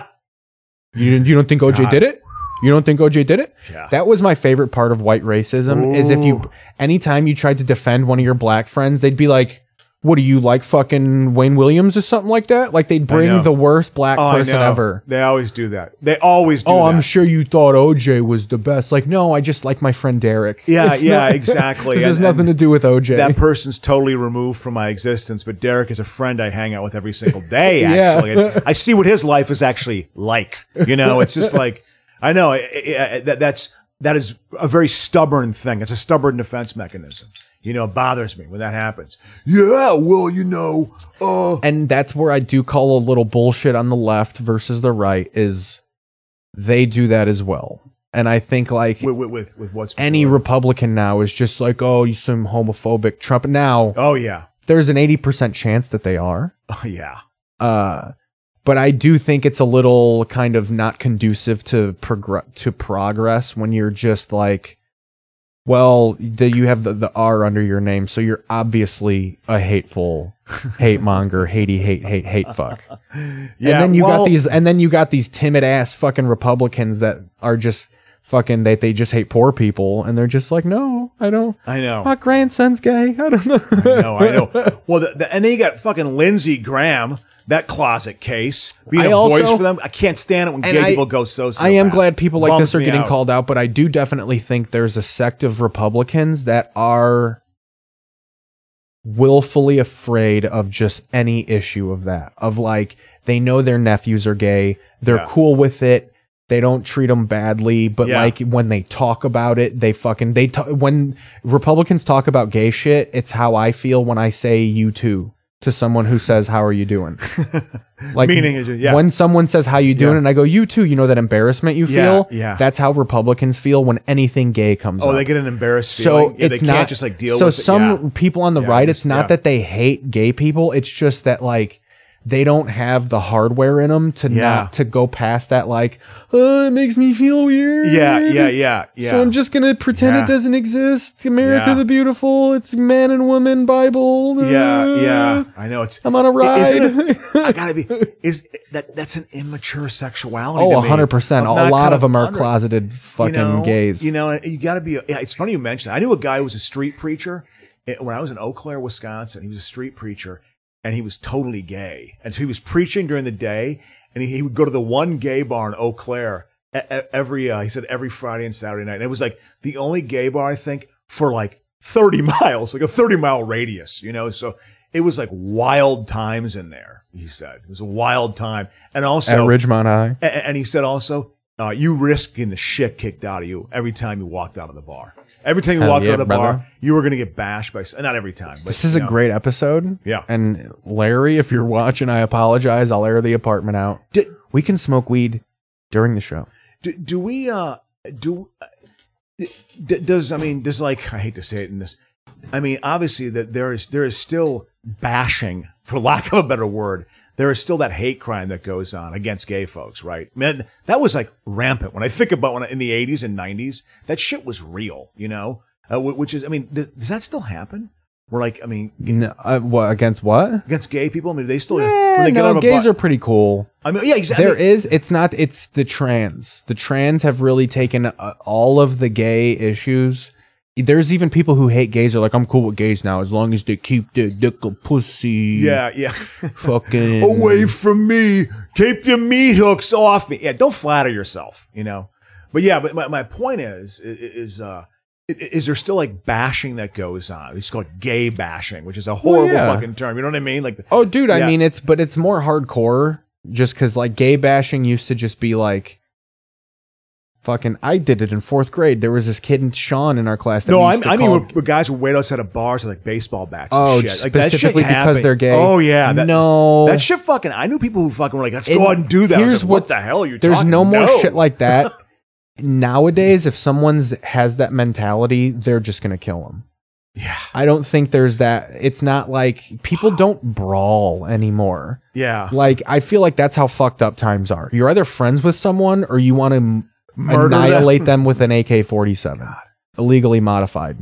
didn't- you don't think OJ did it? You don't think OJ did it? Yeah. That was my favorite part of white racism. Is if you, anytime you tried to defend one of your black friends, they'd be like. What do you like, fucking Wayne Williams or something like that? Like they'd know. bring the worst black Oh, I person know. ever. They always do that. They always do Oh, that. I'm sure you thought OJ was the best. Like, no, I just like my friend Derek. Yeah, It's yeah, exactly. this has And- nothing and to do with OJ. That person's totally removed from my existence, but Derek is a friend I hang out with every single day, Yeah. actually. And I see what his life is actually like. You know, it's just like, I know I, I, I- that, that's, that is a very stubborn thing. It's a stubborn defense mechanism. You know, it bothers me when that happens. Yeah, well, you know, uh, and that's where I do call a little bullshit on the left versus the right is they do that as well. And I think like with, with, with, with what's any Republican now is just like, oh, you some homophobic Trump. Now Oh, yeah. there's an 80% chance that they are. Oh, yeah. Uh, but I do think it's a little kind of not conducive to progr- to progress when you're just like, well, the, you have the, the R under your name, so you're obviously a hateful, hate monger, hatey, hate, hate, hate fuck. Yeah. and then you well- got these, and then you got these timid ass fucking Republicans that are just fucking that they, just hate poor people, and they're just like, no, I don't. I know. My grandson's gay. I don't know. No, I know. Well, the, the, and then you got fucking Lindsey Graham, that closet case, being I a voice also- for them. I can't stand it when And gay I- people go so. I am glad people like Bums this are me getting out. called out, but I do definitely think there's a sect of Republicans that are willfully afraid of just any issue of that. Of like they know their nephews are gay, they're Yeah. cool with it. They don't treat them badly, but Yeah. like when they talk about it, they fucking they ta- when Republicans talk about gay shit, it's how I feel when I say you too to someone who says how are you doing. like Meaning, yeah. when someone says how you doing Yeah. and I go you too, you know that embarrassment you Yeah, feel? yeah. That's how Republicans feel when anything gay comes Oh, up. they get an embarrassed so feeling. Yeah, it's they not can't just like deal so with it. some Yeah. people on the Yeah, right, just- it's not yeah. that they hate gay people. It's just that like they don't have the hardware in them to Yeah. not to go past that. Like, oh, it makes me feel weird. Yeah, yeah, yeah, yeah. So I'm just gonna pretend Yeah. it doesn't exist. America Yeah. the Beautiful. It's man and woman Bible. Yeah, yeah. I know it's. I'm on a I- ride. isn't it- I gotta be. Is that that's an immature sexuality? Oh, to me. 100%. Of A not lot kind of them are under- closeted fucking you know, gays. You know, you got to be. Yeah, it's funny you mentioned. That. I knew a guy who was a street preacher eh, when I was in Eau Claire, Wisconsin. He was a street preacher, and he was totally gay. And so he was preaching during the day, and he, he would go to the one gay bar in Eau Claire e- e- every. Uh, he said every Friday and Saturday night, and it was like the only gay bar I think for like thirty miles, like a thirty mile radius. You know, so. It was like wild times in there, he said. It was a wild time. And At also, Ridgemont High. a- And, he said also, uh, you risk getting the shit kicked out of you every time you walked out of the bar. Every time you Hell walked yeah, out of the brother. bar, you were going to get bashed by, s- not every time. But, This is you a know. great episode. Yeah. And Larry, if you're watching, I apologize. I'll air the apartment out. Did- We can smoke weed during the show. Do, do we? Uh, do d- does I mean does like I hate to say it in this. I mean, obviously that there is there is still bashing, for lack of a better word, there is still that hate crime that goes on against gay folks, right? Man, that was like rampant. When I think about when I, in the '80s and '90s, that shit was real, you know. Uh, wh- which is, I mean, th- does that still happen? We're like, I mean, No, uh, what against what? against gay people. I mean, they still Eh, when they get out no, of gays a are pretty cool. I mean, yeah, exactly. There is. It's not. It's the trans. The trans have really taken uh, all of the gay issues. There's even people who hate gays are like, I'm cool with gays now as long as they keep their dick a pussy. yeah, yeah. Fucking Away Mm-hmm. from me. Keep your meat hooks off me. Yeah, don't flatter yourself, you know. But yeah, but my, my point is i- i- is uh i- is there still like bashing that goes on? It's called gay bashing, which is a horrible yeah. fucking term. You know what I mean? Like Oh, dude. I Yeah. mean, it's but it's more hardcore just because like gay bashing used to just be like. Fucking, I did it in fourth grade. There was this kid in Sean in our class. That no, we I'm, used to I mean, call- where, where guys would wait outside of bars with like baseball bats. Oh, and shit. Like, that shit specifically because happened. they're gay. Oh yeah, that, no, that shit fucking. I knew people who fucking were like, let's And go out and do that. I was here's like, what what's- the hell are you? there's talking? no more shit like that nowadays if someone's has that mentality they're just gonna kill them yeah i don't think there's that it's not like people don't brawl anymore yeah, like i feel like that's how fucked up times are you're either friends with someone or you want to Murder them. annihilate them. with an ak-47 illegally modified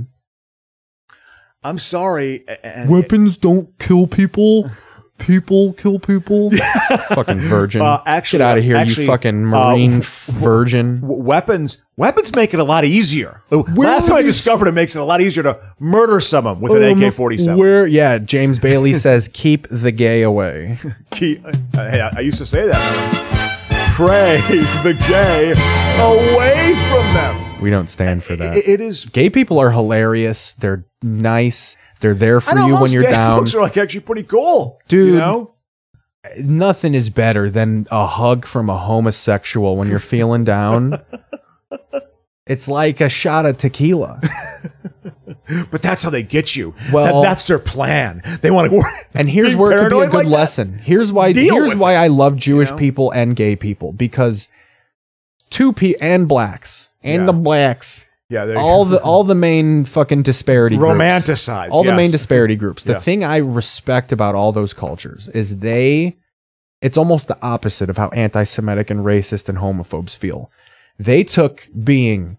I'm sorry. a- and- weapons don't kill people people kill people fucking virgin Uh, actually- get out of here actually, you fucking uh, marine w- virgin w- weapons weapons make it a lot easier. Last time I discovered it makes it a lot easier to murder someone with an Um, AK forty seven. Where, yeah, James Bailey says, "Keep the gay away." uh, Hey, I, I used to say that. Pray the gay away from them. We don't stand for that. I- it is. gay people are hilarious. They're nice. They're there I for know you most when you're gay down. folks are like actually pretty cool, You Dude. know? Nothing is better than a hug from a homosexual when you're feeling down. It's like a shot of tequila. But that's how they get you. That- Well- that's their plan. They want to work. And here's Being where it could be a paranoid good like that? lesson. Here's why. Deal here's with why it, I love Jewish know? people and gay people because two p and blacks and Yeah. the blacks Yeah, there you all go. the all the main fucking disparity groups. Romanticized, all the main yes. disparity groups the Yeah. thing i respect about all those cultures is they it's almost the opposite of how anti-semitic and racist and homophobes feel they took being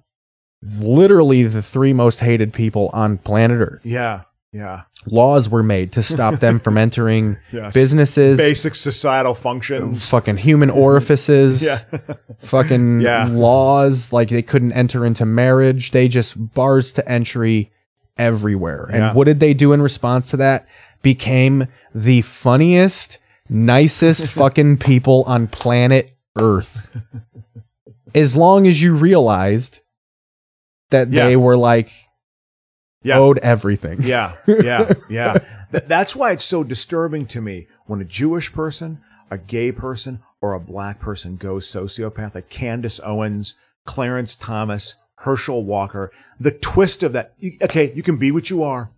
literally the three most hated people on planet earth Yeah, yeah. laws were made to stop them from entering Yes. businesses Basic societal functions. fucking human orifices, Yeah. fucking Yeah. laws. Like they couldn't enter into marriage. They just bars to entry everywhere. And Yeah. what did they do in response to that? Became the funniest, nicest fucking people on planet Earth. As long as you realized that Yeah. they were like Yeah. owed everything. Yeah, yeah, yeah. Th- that's why it's so disturbing to me when a Jewish person, a gay person, or a black person goes sociopath, like Candace Owens, Clarence Thomas, Herschel Walker. The twist of that. You, okay, you can be what you are.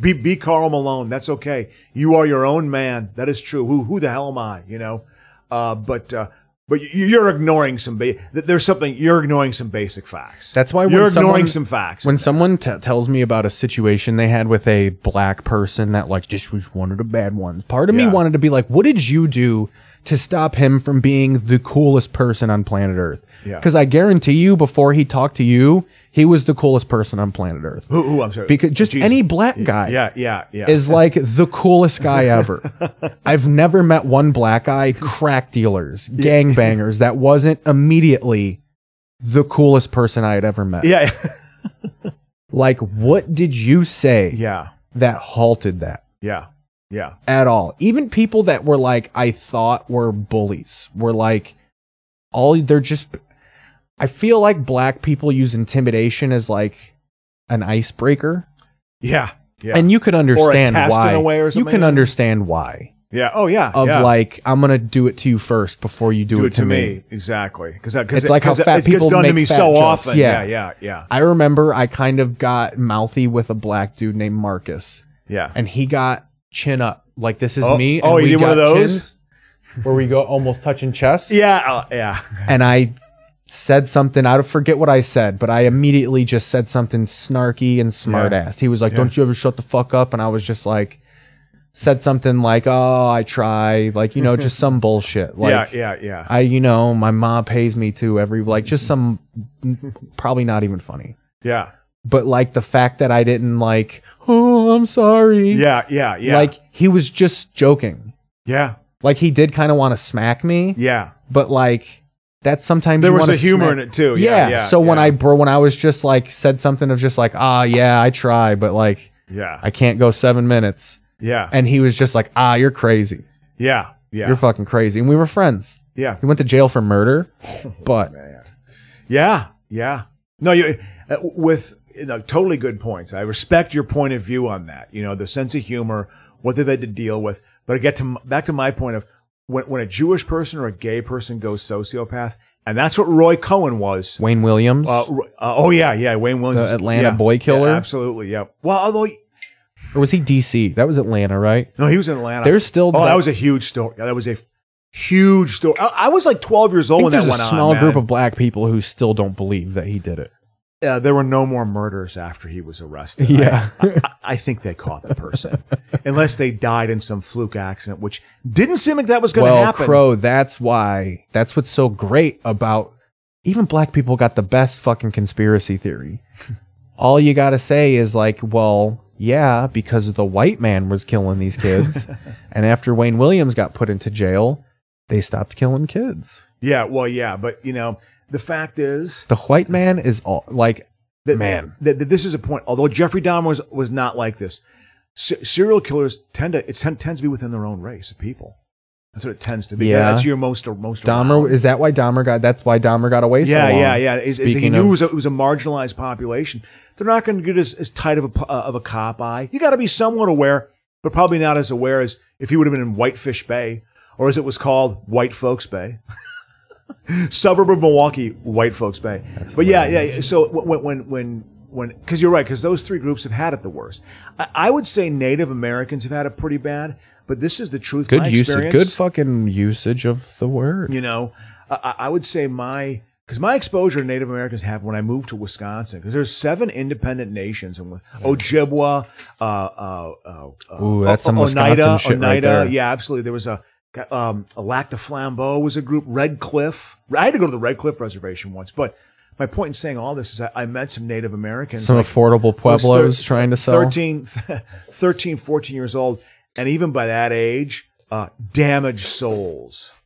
Be be Carl Malone. That's okay. You are your own man. That is true. Who who the hell am I? You know. Uh, but uh, but you- you're ignoring some. Ba- th- there's something you're ignoring some basic facts. That's why when you're ignoring someone- some facts. When someone t- tells me about a situation they had with a black person that like this was one of the bad ones, part of Yeah. me wanted to be like, "What did you do to stop him from being the coolest person on planet Earth?" Yeah. Because I guarantee you, before he talked to you, he was the coolest person on planet Earth. who, who I'm sorry. Because just Jesus. any black guy Yeah, yeah, yeah. is like the coolest guy ever. I've never met one black guy crack dealers, gangbangers that wasn't immediately the coolest person I had ever met. yeah, Like, what did you say yeah, that halted that yeah, yeah, at all? Even people that were like, I thought were bullies were like, all they're just. I feel like black people use intimidation as like an icebreaker, yeah, yeah, and you could understand test in why. a way or you something can like that. understand why yeah. Oh yeah, of yeah. like I'm gonna do it to you first before you do, do it to me, exactly. Because It's like how fat it people gets done to make me fat so jokes. often. Yeah, Yeah. yeah, yeah, I remember I kind of got mouthy with a black dude named Marcus. yeah. and he got chin up like this is Oh, me. oh, and he we did one of got those? chins. where we go almost touching chest. Yeah, uh, yeah. And I said something. I forget what I said, but I immediately just said something snarky and smart ass. He was like, "Don't you ever shut the fuck up?" And I was just like, said something like, "Oh, I try," like you know, just some bullshit. Like, yeah, yeah, yeah. I, you know, my mom pays me to every like just some probably not even funny, yeah. but like the fact that I didn't like, oh, I'm sorry. Yeah, yeah, yeah. Like he was just joking. yeah, Like he did kind of want to smack me, yeah. but like that's sometimes There you was wanna a humor smack- in it, too. Yeah, yeah, so when yeah. I bro, when I was just like said something of just like, ah, yeah, I try, but like Yeah. I can't go seven minutes, yeah. and he was just like, ah, you're crazy, yeah. Yeah. you're fucking crazy, and we were friends. yeah. He went to jail for murder, but Yeah. Yeah. No, you uh, with you know, totally good points. I respect your point of view on that. You know, the sense of humor, what they've had to deal with. But I get to m- back to my point of when when a Jewish person or a gay person goes sociopath, and that's what Roy Cohen was. Wayne Williams, Uh, Ro- uh, oh yeah, yeah. Wayne Williams, The was- Atlanta yeah, boy yeah, killer? absolutely, yeah. Well, although or was he DC? That was Atlanta, right? no, he was in Atlanta. There's still oh, that, that- was a huge story. Yeah, that was a f- huge story. I, I was like 12 years I old think when there's that a went small on. group man. of black people who still don't believe that he did it. uh, there were no more murders after he was arrested. Yeah. I, I, I think they caught the person, unless they died in some fluke accident, which didn't seem like that was going to Well, happen. Crow, that's why. That's what's so great about even black people got the best fucking conspiracy theory. All you got to say is like, well, yeah, because the white man was killing these kids. and after Wayne Williams got put into jail, they stopped killing kids. yeah, well, yeah, but you know, the fact is The white man is all like, that Man. that, that this is a point. Although Jeffrey Dahmer was was not like this, se- serial killers tend to it tend, tends to be within their own race of people. That's what it tends to be. Yeah. that's your most most Dahmer, around. is that why Dahmer got, that's why Dahmer got away so Yeah, long? yeah, yeah. Is, is he uh, Speaking knew of- it, was a, it was a marginalized population. They're not going to get as, as tight of a po- uh, of a cop eye. You got to be somewhat aware, but probably not as aware as if he would have been in Whitefish Bay, or as it was called, White Folks Bay, suburb of Milwaukee, White Folks Bay. but yeah, yeah, yeah. So when when when when because you're right, because those three groups have had it the worst. I, I would say Native Americans have had it pretty bad, but this is the truth. Good My usage, experience- good fucking usage of the word. you know, I, I I would say my because my exposure to Native Americans happened when I moved to Wisconsin because there's seven independent nations and Ojibwa, uh, uh, uh, uh, Ooh, that's some Wisconsin shit right there. Yeah, absolutely. There was a um, a Lac de Flambeau was a group. Red Cliff. I had to go to the Red Cliff Reservation once, but. My point in saying all this is I, I met some Native Americans. Some affordable I was thir- Pueblos trying to sell. 13, 13, 14 years old. And even by that age, uh, damaged souls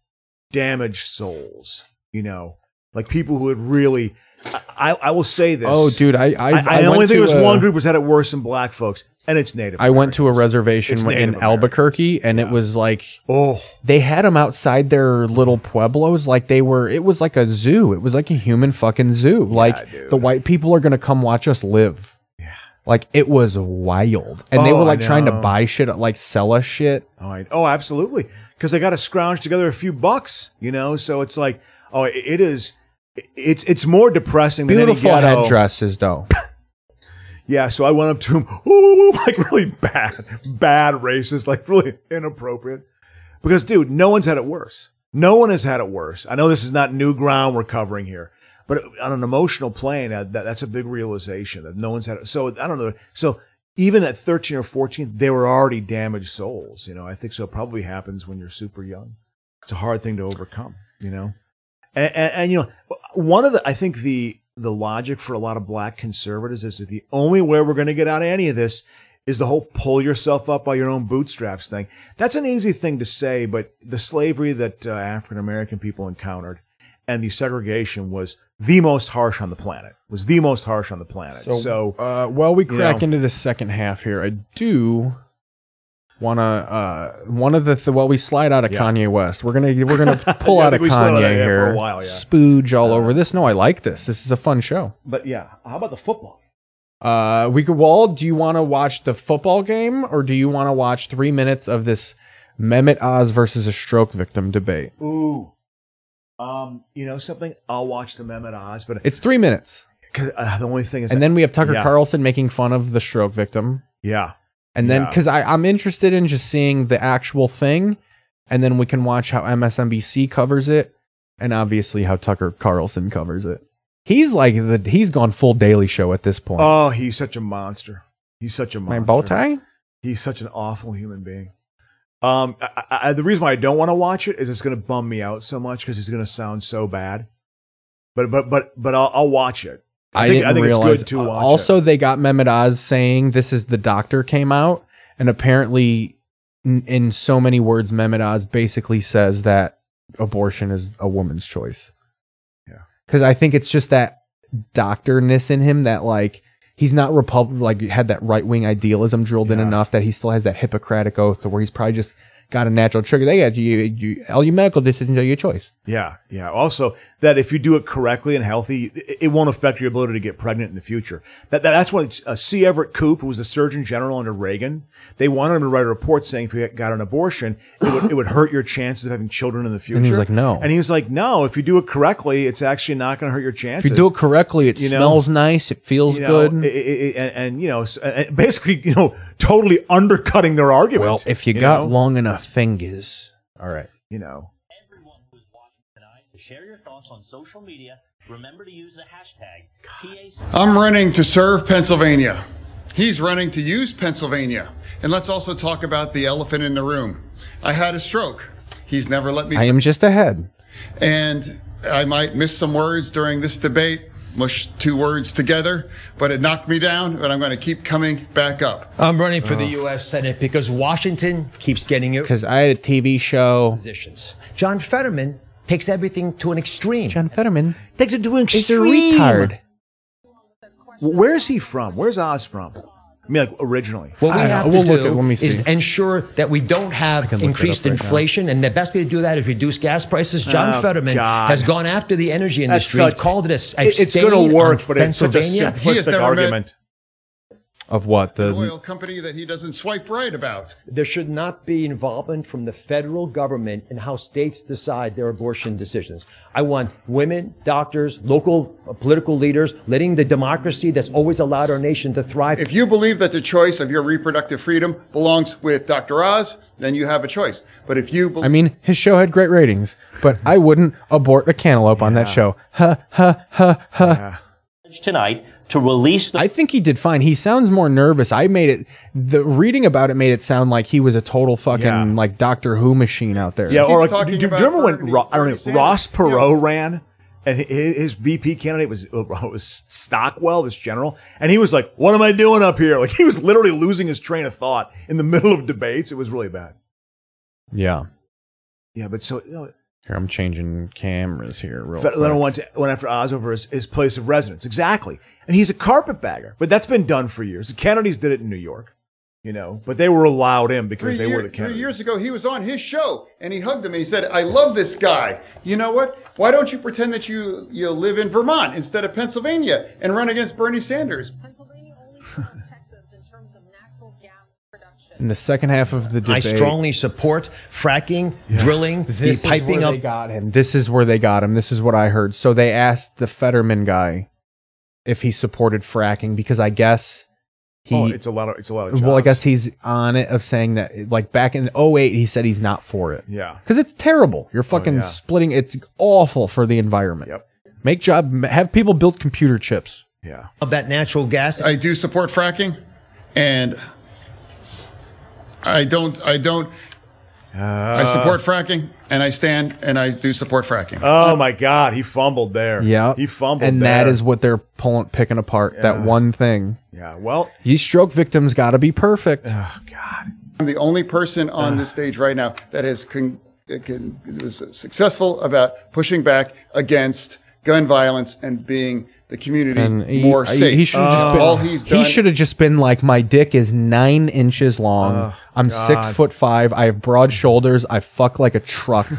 damaged souls. You know, like people who had really. I, I will say this. Oh, dude, I I, I, I, went only think to there was a- one group was had it worse than black folks, and it's Native. I went to a Americans. reservation It's in Native Albuquerque, and it was like Oh, they had them outside their little pueblos, like they were. It was like a zoo. It was like a human fucking zoo. like the white people are gonna come watch us live. Like it was wild, and they Oh, were I like trying to know. buy shit, like sell us shit. all right. Oh, absolutely. Because I got to scrounge together a few bucks, you know. So it's like, oh, it, it is. It's it's more depressing than Beautiful any ghetto. headdresses, though. Yeah, so I went up to him, "Ooh," like really bad, bad racist, like really inappropriate. Because, dude, no one's had it worse. No one has had it worse. I know this is not new ground we're covering here, but on an emotional plane, uh, that, that's a big realization that no one's had it. So I don't know. So even at 13 or 14, they were already damaged souls. You know, I think so. It probably happens when you're super young. It's a hard thing to overcome, you know? And, and, and you know, one of the I think the the logic for a lot of black conservatives is that the only way we're going to get out of any of this is the whole pull yourself up by your own bootstraps thing. That's an easy thing to say, but the slavery that uh, African American people encountered and the segregation was the most harsh on the planet. Was the most harsh on the planet. So, uh, while we you crack know. into the second half here, I do want to uh, one of the th- while we slide out of Yeah. Kanye West, we're gonna we're gonna pull Yeah, I out of think we slid out Kanye of there here for a while, yeah. Uh, spooge all over this. No, I like this. This is a fun show. but yeah, how about the football? Uh, we could. Well, do you want to watch the football game or do you want to watch three minutes of this Mehmet Oz versus a stroke victim debate? Ooh. Um, you know something? I'll watch the Mehmet Oz, but uh, It's three minutes, 'cause, uh, the only thing is, and then we have Tucker Yeah. Carlson making fun of the stroke victim. yeah, And then, Yeah. because I'm interested in just seeing the actual thing, and then we can watch how MSNBC covers it, and obviously how Tucker Carlson covers it. He's like the he's gone full Daily Show at this point. Oh, he's such a monster. He's such a My monster. bow tie. He's such an awful human being. Um, I, I, I- the reason why I don't want to watch it is it's going to bum me out so much because he's going to sound so bad. But but but but I'll, I'll watch it. I, didn't realize. it's good to uh, watch. it. also, they got Mehmet Oz saying "This is the doctor" came out, and apparently, in, in so many words, Mehmet Oz basically says that abortion is a woman's choice. Yeah. because I think it's just that doctorness in him that like he's not republic like had that right wing idealism drilled in Yeah. enough that he still has that Hippocratic oath to where he's probably just got a natural trigger. They got you, you all your medical decisions are your choice. Yeah, yeah. Also, that if you do it correctly and healthy, it, it won't affect your ability to get pregnant in the future. That, that that's what uh, C. Everett Koop, who was the Surgeon General under Reagan, they wanted him to write a report saying if you got an abortion, it would, it would hurt your chances of having children in the future. he was like, "No." and he was like, "No, if you do it correctly, it's actually not going to hurt your chances." If you do it correctly, it You know, smells nice, it feels you know, good. i- i- i- and, and you know, s- and- and basically, you know, totally undercutting their argument. Well, if you, got know? long enough fingers. All right. you know, everyone who's watching tonight to share your thoughts on social media. Remember to use the hashtag PAC. I'm running to serve Pennsylvania. He's running to use Pennsylvania. And let's also talk about the elephant in the room. I had a stroke. He's never let me. I am just ahead. and I might miss some words during this debate, mush two words together, but it knocked me down, but I'm going to keep coming back up. I'm running for the U.S. Senate because Washington keeps getting it. Because I had a TV show. Positions. John Fetterman takes everything to an extreme. John Fetterman takes it to an It's a extreme. retard. where is he from? Where's Oz from? I mean, like originally. What we I don't have know. to We'll look do at- let me see. is ensure that we don't have look that increased up right now. inflation, and the best way to do that is reduce gas prices. John Oh, Fetterman God. has gone after the energy That's industry, such- called it a, a it- it's stain gonna work, on but it's such a Pennsylvania. simple- He has never met- argument. Of what? An oil company that he doesn't swipe right about. There should not be involvement from the federal government in how states decide their abortion decisions. I want women, doctors, local uh, political leaders, letting the democracy that's always allowed our nation to thrive. If you believe that the choice of your reproductive freedom belongs with Dr. Oz, then you have a choice. But if you believe I mean, his show had great ratings, but I wouldn't abort a cantaloupe on that show. Ha ha ha ha. Tonight to release the. I think he did fine. He sounds more nervous. I made it the reading about it made it sound like he was a total fucking like Doctor Who machine out there. Yeah, or like, do, do you remember when Ro- I don't know, Ross Perot ran, and hi- hi- his VP candidate was uh, was Stockwell, this general, and he was like, "What am I doing up here?" Like he was literally losing his train of thought in the middle of debates. It was really bad. Yeah. Yeah, but so you know, Here I'm changing cameras here real quick. Fetterman went, to, went after Oz over his, his place of residence exactly, and he's a carpetbagger, but that's been done for years. The Kennedys did it in New York, you know, but they were allowed in because Three, they year- were the three Kennedys. years ago, he was on his show and he hugged him and he said, I love this guy. You know what? Why don't you pretend that you, you live in Vermont instead of Pennsylvania and run against Bernie Sanders? In the second half of the I debate, strongly support fracking, drilling, This the is piping where up. they got him. This is where they got him. This is what I heard. So they asked the Fetterman guy if he supported fracking because I guess he. oh, it's a lot of it's a lot of well, I jobs. guess he's on it of saying that like back in 08, he said he's not for it. Yeah. Oh, Because it's terrible. You're fucking yeah. splitting. It's awful for the environment. Yep. Make job have people build computer chips. Yeah. Of that natural gas. I do support fracking and I don't, I don't, Uh, I support fracking and I stand and I do support fracking. Oh my God, he fumbled there. Yeah. he fumbled. And that there. is what they're pulling, picking apart. That one thing. Yeah. Well, These stroke victims got to be perfect. I'm the only person on this stage right now that has con- con- was successful about pushing back against gun violence and being the community and he, more I- safe. He should have Oh, Uh, just been. all he's done. he should have just been like, my dick is nine inches long. Oh, I'm six God. foot five. I have broad shoulders. I fuck like a truck.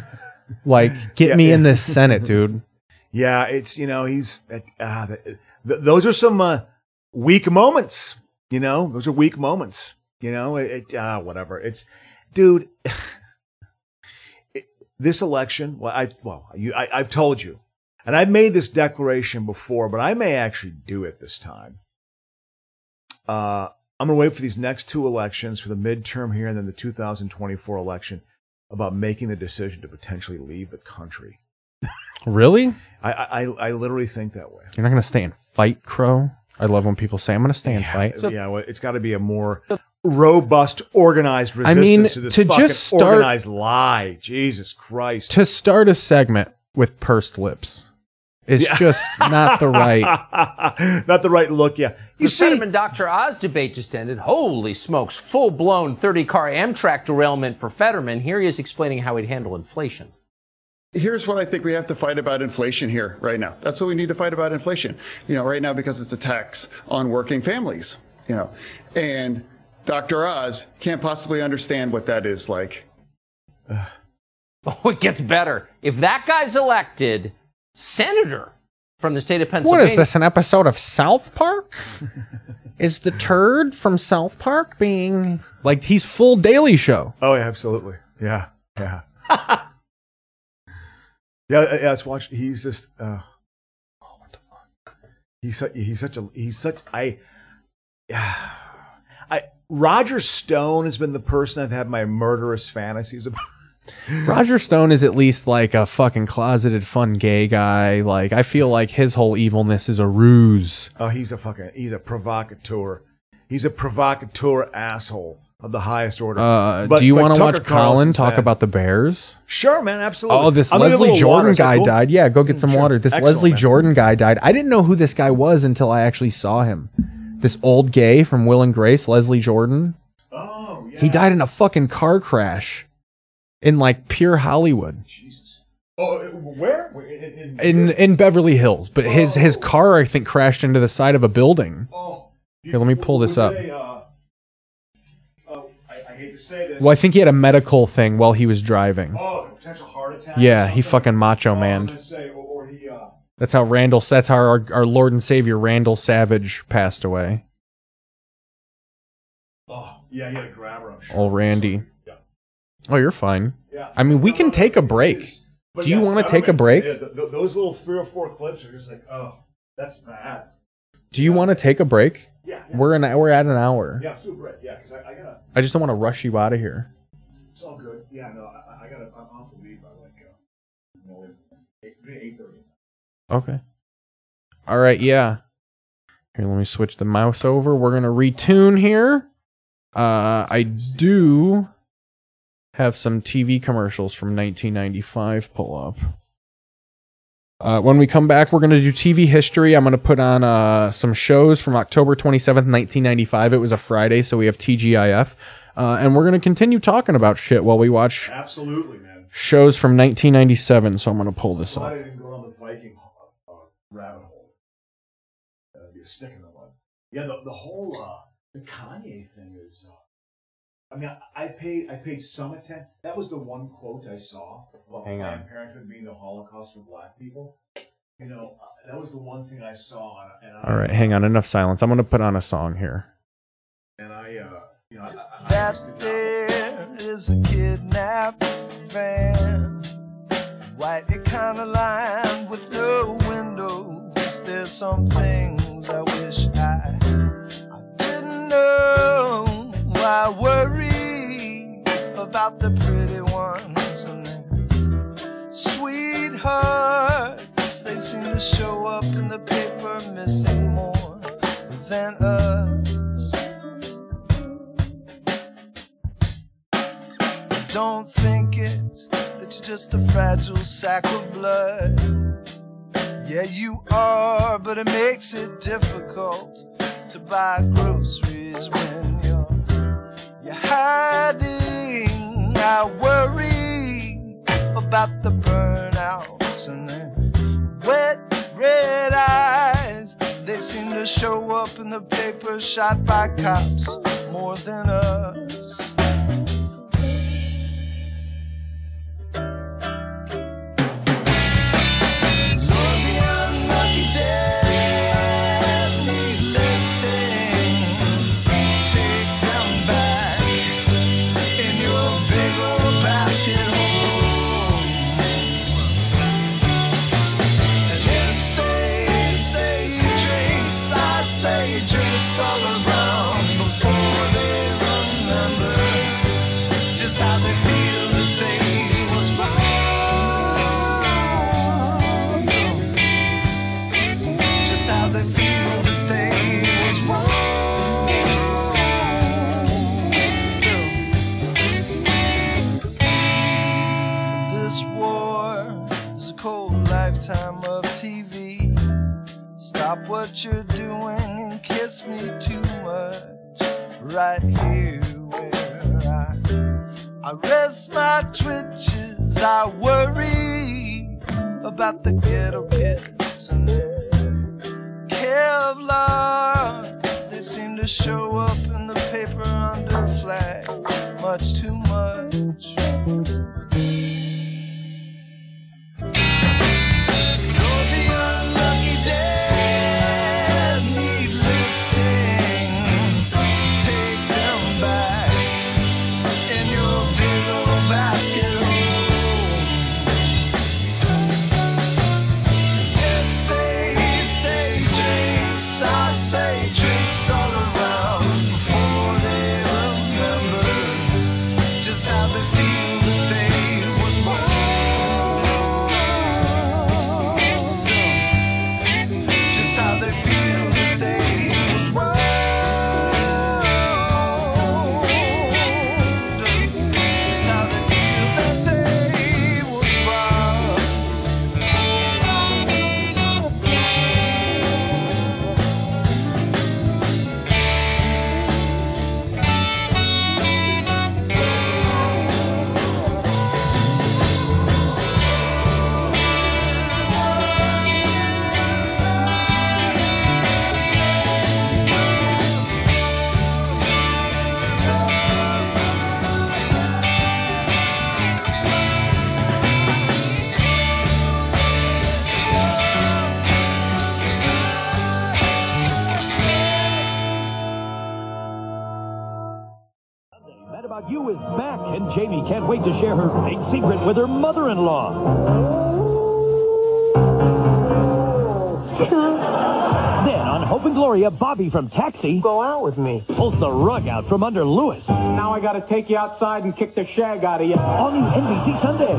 like, get Yeah. me in the Senate, dude. yeah, it's you know he's uh, th- th- those are some uh, weak moments. You know, those are weak moments. You know, it, it uh, whatever. It's dude. it, this election, well, I well, you, I, I've told you, and I've made this declaration before, but I may actually do it this time. Uh, I'm going to wait for these next two elections, for the midterm here, and then the 2024 election. about making the decision to potentially leave the country. Really? I, I, I- I literally think that way. You're not going to stay and fight, Crow? I love when people say, I'm going to stay and fight. yeah, well, it's got to be a more robust, organized I resistance mean, to this to fucking just start- organized lie. Jesus Christ. to start a segment with pursed lips is Yeah. just not the right. not the right look, yeah. the Fetterman Dr. Oz debate just ended. Holy smokes, full blown 30 car Amtrak derailment for Fetterman. Here he is explaining how he'd handle inflation. Here's what I think we have to fight about inflation here right now. That's what we need to fight about inflation. You know, right now because it's a tax on working families, you know. And Dr. Oz can't possibly understand what that is like. Oh, it gets better. If that guy's elected senator from the state of Pennsylvania. What is this, an episode of South Park? is the turd from South Park being like he's full Daily Show? Oh, yeah, absolutely. Yeah, yeah. yeah, yeah, yeah, it's watch. He's just. Uh, oh, what the fuck? He's such. He's such a. He's such. I. I. Roger Stone has been the person I've had my murderous fantasies about. Roger Stone is at least like a fucking closeted, fun gay guy. Like, I feel like his whole evilness is a ruse. Oh, he's a fucking. He's a provocateur. He's a provocateur asshole of the highest order. Uh, But- do you but want to Tucker watch Colin Carlson's talk bad. about the Bears? Sure, man, absolutely. Oh, this I'm gonna get a Leslie little Jordan water. Is that guy cool? died. Yeah, go get some water. This Excellent, Leslie man. Jordan guy died. I didn't know who this guy was until I actually saw him. This old gay from Will and Grace, Leslie Jordan. Oh, yeah. He died in a fucking car crash in like pure Hollywood. Oh, where? Where- in- in- in in Beverly Hills, but his his car I think crashed into the side of a building. Oh, Here, let me pull this up. uh, oh, I hate to say this. Well, I think he had a medical thing while he was driving. Oh, potential heart attack. Oh, Yeah, he fucking macho man. uh, That's how Randall. That's how our, our Lord and Savior Randall Savage passed away. oh, Yeah, he had a grabber. I'm Old Randy. Oh, you're fine. I mean, we can take a break. Do you want to take a break? those little three or four clips are just like, oh, that's bad. Do you want to take a break? We're an we're at an hour. Yeah, super break. Yeah, because I, I gotta. I just don't want to rush you out of here. It's all good. Yeah, no, I, I- I gotta. I'm off the lead by like, uh, you know, eight eight thirty. Okay. All right, yeah. Here, let me switch the mouse over. We're going to retune here. Uh, I do have some TV commercials from 1995 pull up. Uh, when we come back, we're going to do TV history. I'm going to put on uh, some shows from October 27th, 1995. It was a Friday, so we have TGIF. Uh, and we're going to continue talking about shit while we watch Absolutely, man. shows from 1997. So I'm going to pull this Glad up. I didn't go on the Viking uh, uh, rabbit hole. Uh, you're sick in the mud. Yeah, the, the whole uh, the Kanye thing is. Uh, I mean, I, I paid I paid some attention. That was the one quote I saw about Hang on. Planned Parenthood being the Holocaust for black people. You know, uh, that was the one thing I saw. And, and I, All right, hang on. Enough silence. I'm going to put on a song here. And I, uh, you know, I, I, I That there is a kidnapped van. White econoline with no windows. There's some things I wish I, I didn't know. I worry about the pretty ones and their sweethearts. They seem to show up in the paper missing more than us. Don't think it that you're just a fragile sack of blood. Yeah, you are, but it makes it difficult to buy groceries when you're, you're hiding. I worry about the burnouts and their wet red eyes. They seem to show up in the papers shot by cops more than us. All around before they remember time of TV. Stop what you're doing and kiss me too much right here where I, I rest my twitches. I worry about the ghetto kids and their Kevlar. They seem to show up in the paper under flag much too much. Just how they feel that they was wrong. Just how they feel that they was wrong. Just how they feel that they was wrong. Mad About You is back, and Jamie can't wait to share her big secret with her mother-in-law. then on Hope and Gloria, Bobby from Taxi... Go out with me. ...pulls the rug out from under Lewis. Now I gotta take you outside and kick the shag out of you. On the NBC Sunday.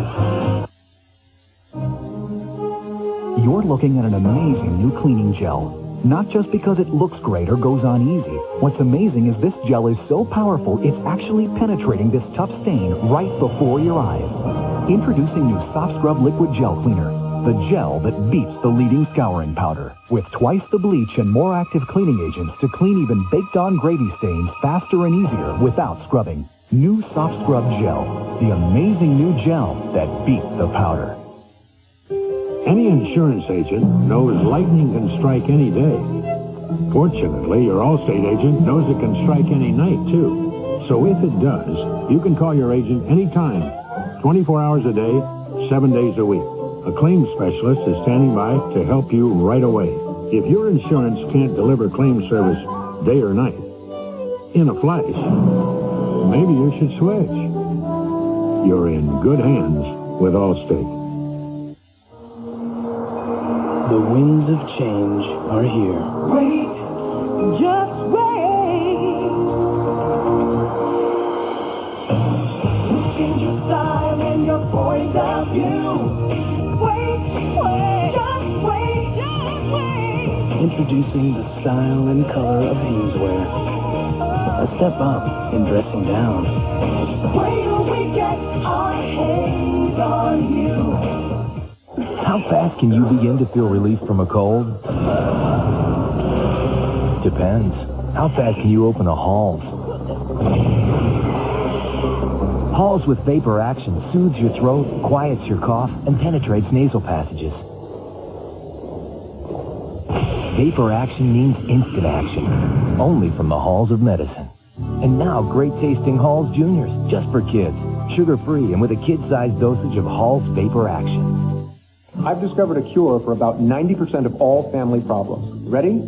You're looking at an amazing new cleaning gel. Not just because it looks great or goes on easy. What's amazing is this gel is so powerful, it's actually penetrating this tough stain right before your eyes. Introducing new Soft Scrub Liquid Gel Cleaner, the gel that beats the leading scouring powder. With twice the bleach and more active cleaning agents to clean even baked on gravy stains faster and easier without scrubbing. New Soft Scrub Gel, the amazing new gel that beats the powder. Any insurance agent knows lightning can strike any day. Fortunately, your Allstate agent knows it can strike any night, too. So if it does, you can call your agent anytime, 24 hours a day, 7 days a week. A claims specialist is standing by to help you right away. If your insurance can't deliver claim service day or night, in a flash, maybe you should switch. You're in good hands with Allstate. The winds of change are here. Wait, just wait. Change your style and your point of view. Wait, wait, just wait, just wait. Introducing the style and color of Haineswear. A step up in dressing down. Wait till we get our hands on you. How fast can you begin to feel relief from a cold? Depends. How fast can you open a Halls? Halls with vapor action soothes your throat, quiets your cough, and penetrates nasal passages. Vapor action means instant action, only from the halls of medicine. And now, great tasting Halls Juniors, just for kids, sugar free and with a kid sized dosage of Halls Vapor Action. I've discovered a cure for about 90% of all family problems. Ready?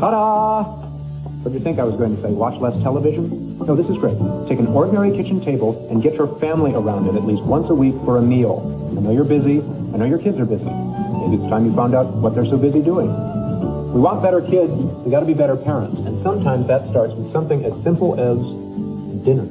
Ta-da! What'd you think I was going to say? Watch less television? No, this is great. Take an ordinary kitchen table and get your family around it at least once a week for a meal. I know you're busy. I know your kids are busy. Maybe it's time you found out what they're so busy doing. We want better kids. We got to be better parents. And sometimes that starts with something as simple as dinner.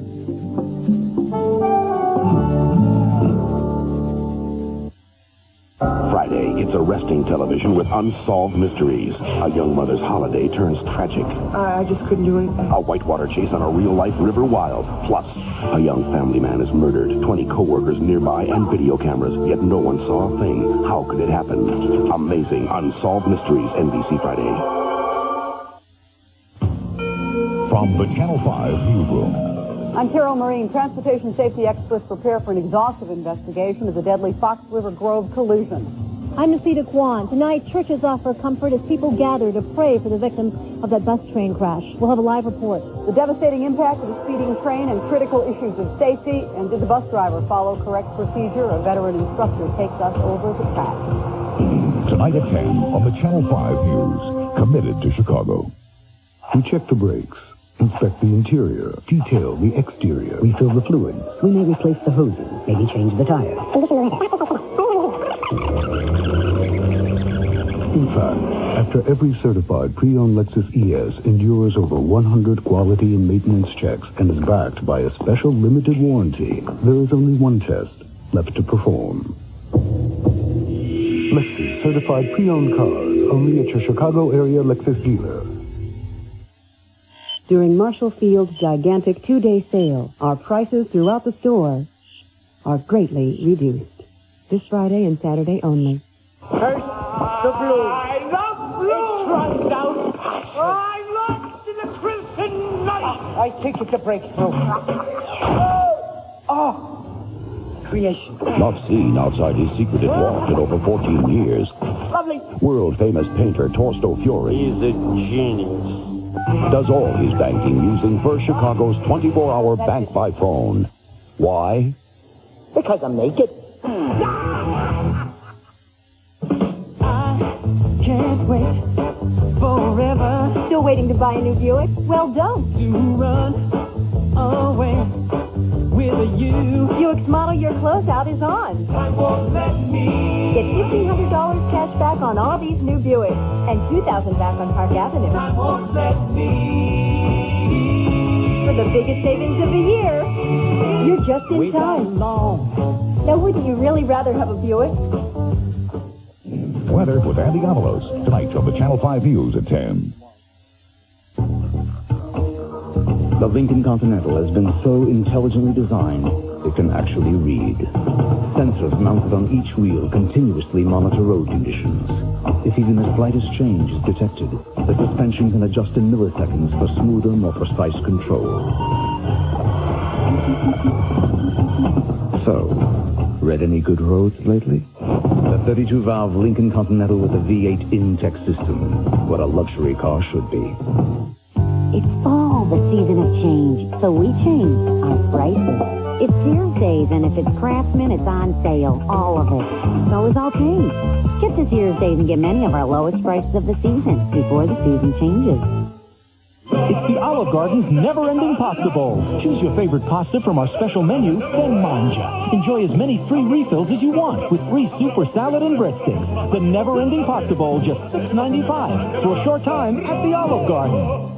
Friday, It's arresting television with unsolved mysteries. A young mother's holiday turns tragic. I, I just couldn't do it. A whitewater chase on a real-life river wild. Plus, a young family man is murdered, 20 co-workers nearby, and video cameras. Yet no one saw a thing. How could it happen? Amazing Unsolved Mysteries, NBC Friday. From the Channel 5 newsroom. Ontario Marine transportation safety experts prepare for an exhaustive investigation of the deadly Fox River Grove collision. I'm Nasita Kwan. Tonight, churches offer comfort as people gather to pray for the victims of that bus train crash. We'll have a live report. The devastating impact of the speeding train and critical issues of safety, and did the bus driver follow correct procedure? A veteran instructor takes us over the facts. Tonight at 10 on the Channel 5 News, committed to Chicago. We check the brakes, inspect the interior, detail the exterior, refill the fluids. We may replace the hoses, maybe change the tires. In fact, After every certified pre-owned Lexus ES endures over 100 quality and maintenance checks and is backed by a special limited warranty, there is only one test left to perform. Lexus certified pre-owned cars only at your Chicago area Lexus dealer. During Marshall Field's gigantic two-day sale, our prices throughout the store are greatly reduced. This Friday and Saturday only. Curse the blue. I love blue. It's run down to passion. I lost in the crimson night. I think it's a breakthrough. Oh, creation. Not seen outside his secreted loft in over 14 years, Lovely. world-famous painter Torsto Fiore... He's a genius. ...does all his banking using First Chicago's 24-hour bank by phone. Why? Because I'm naked. Can't wait forever. Still waiting to buy a new Buick? Well, don't. To run away with you. Buick's model year closeout is on. Time won't let me. Get $1,500 cash back on all these new Buicks and 2000 back on Park Avenue. Time won't let me. For the biggest savings of the year, you're just in time. Now, wouldn't you really rather have a Buick? Weather with Andy Avalos, tonight on the Channel 5 News at 10. The Lincoln Continental has been so intelligently designed, it can actually read. Sensors mounted on each wheel continuously monitor road conditions. If even the slightest change is detected, the suspension can adjust in milliseconds for smoother, more precise control. So, read any good roads lately? The 32-valve Lincoln Continental with a V8 Intech system. What a luxury car should be. It's fall, the season of change, so we changed our prices. It's Sears Days, and if it's Craftsman, it's on sale, all of it. So is all paint. Get to Sears Days and get many of our lowest prices of the season before the season changes. It's the Olive Garden's never-ending pasta bowl. Choose your favorite pasta from our special menu, then mangia. Enjoy as many free refills as you want with free super salad and breadsticks. The never-ending pasta bowl, just $6.95 for a short time at the Olive Garden.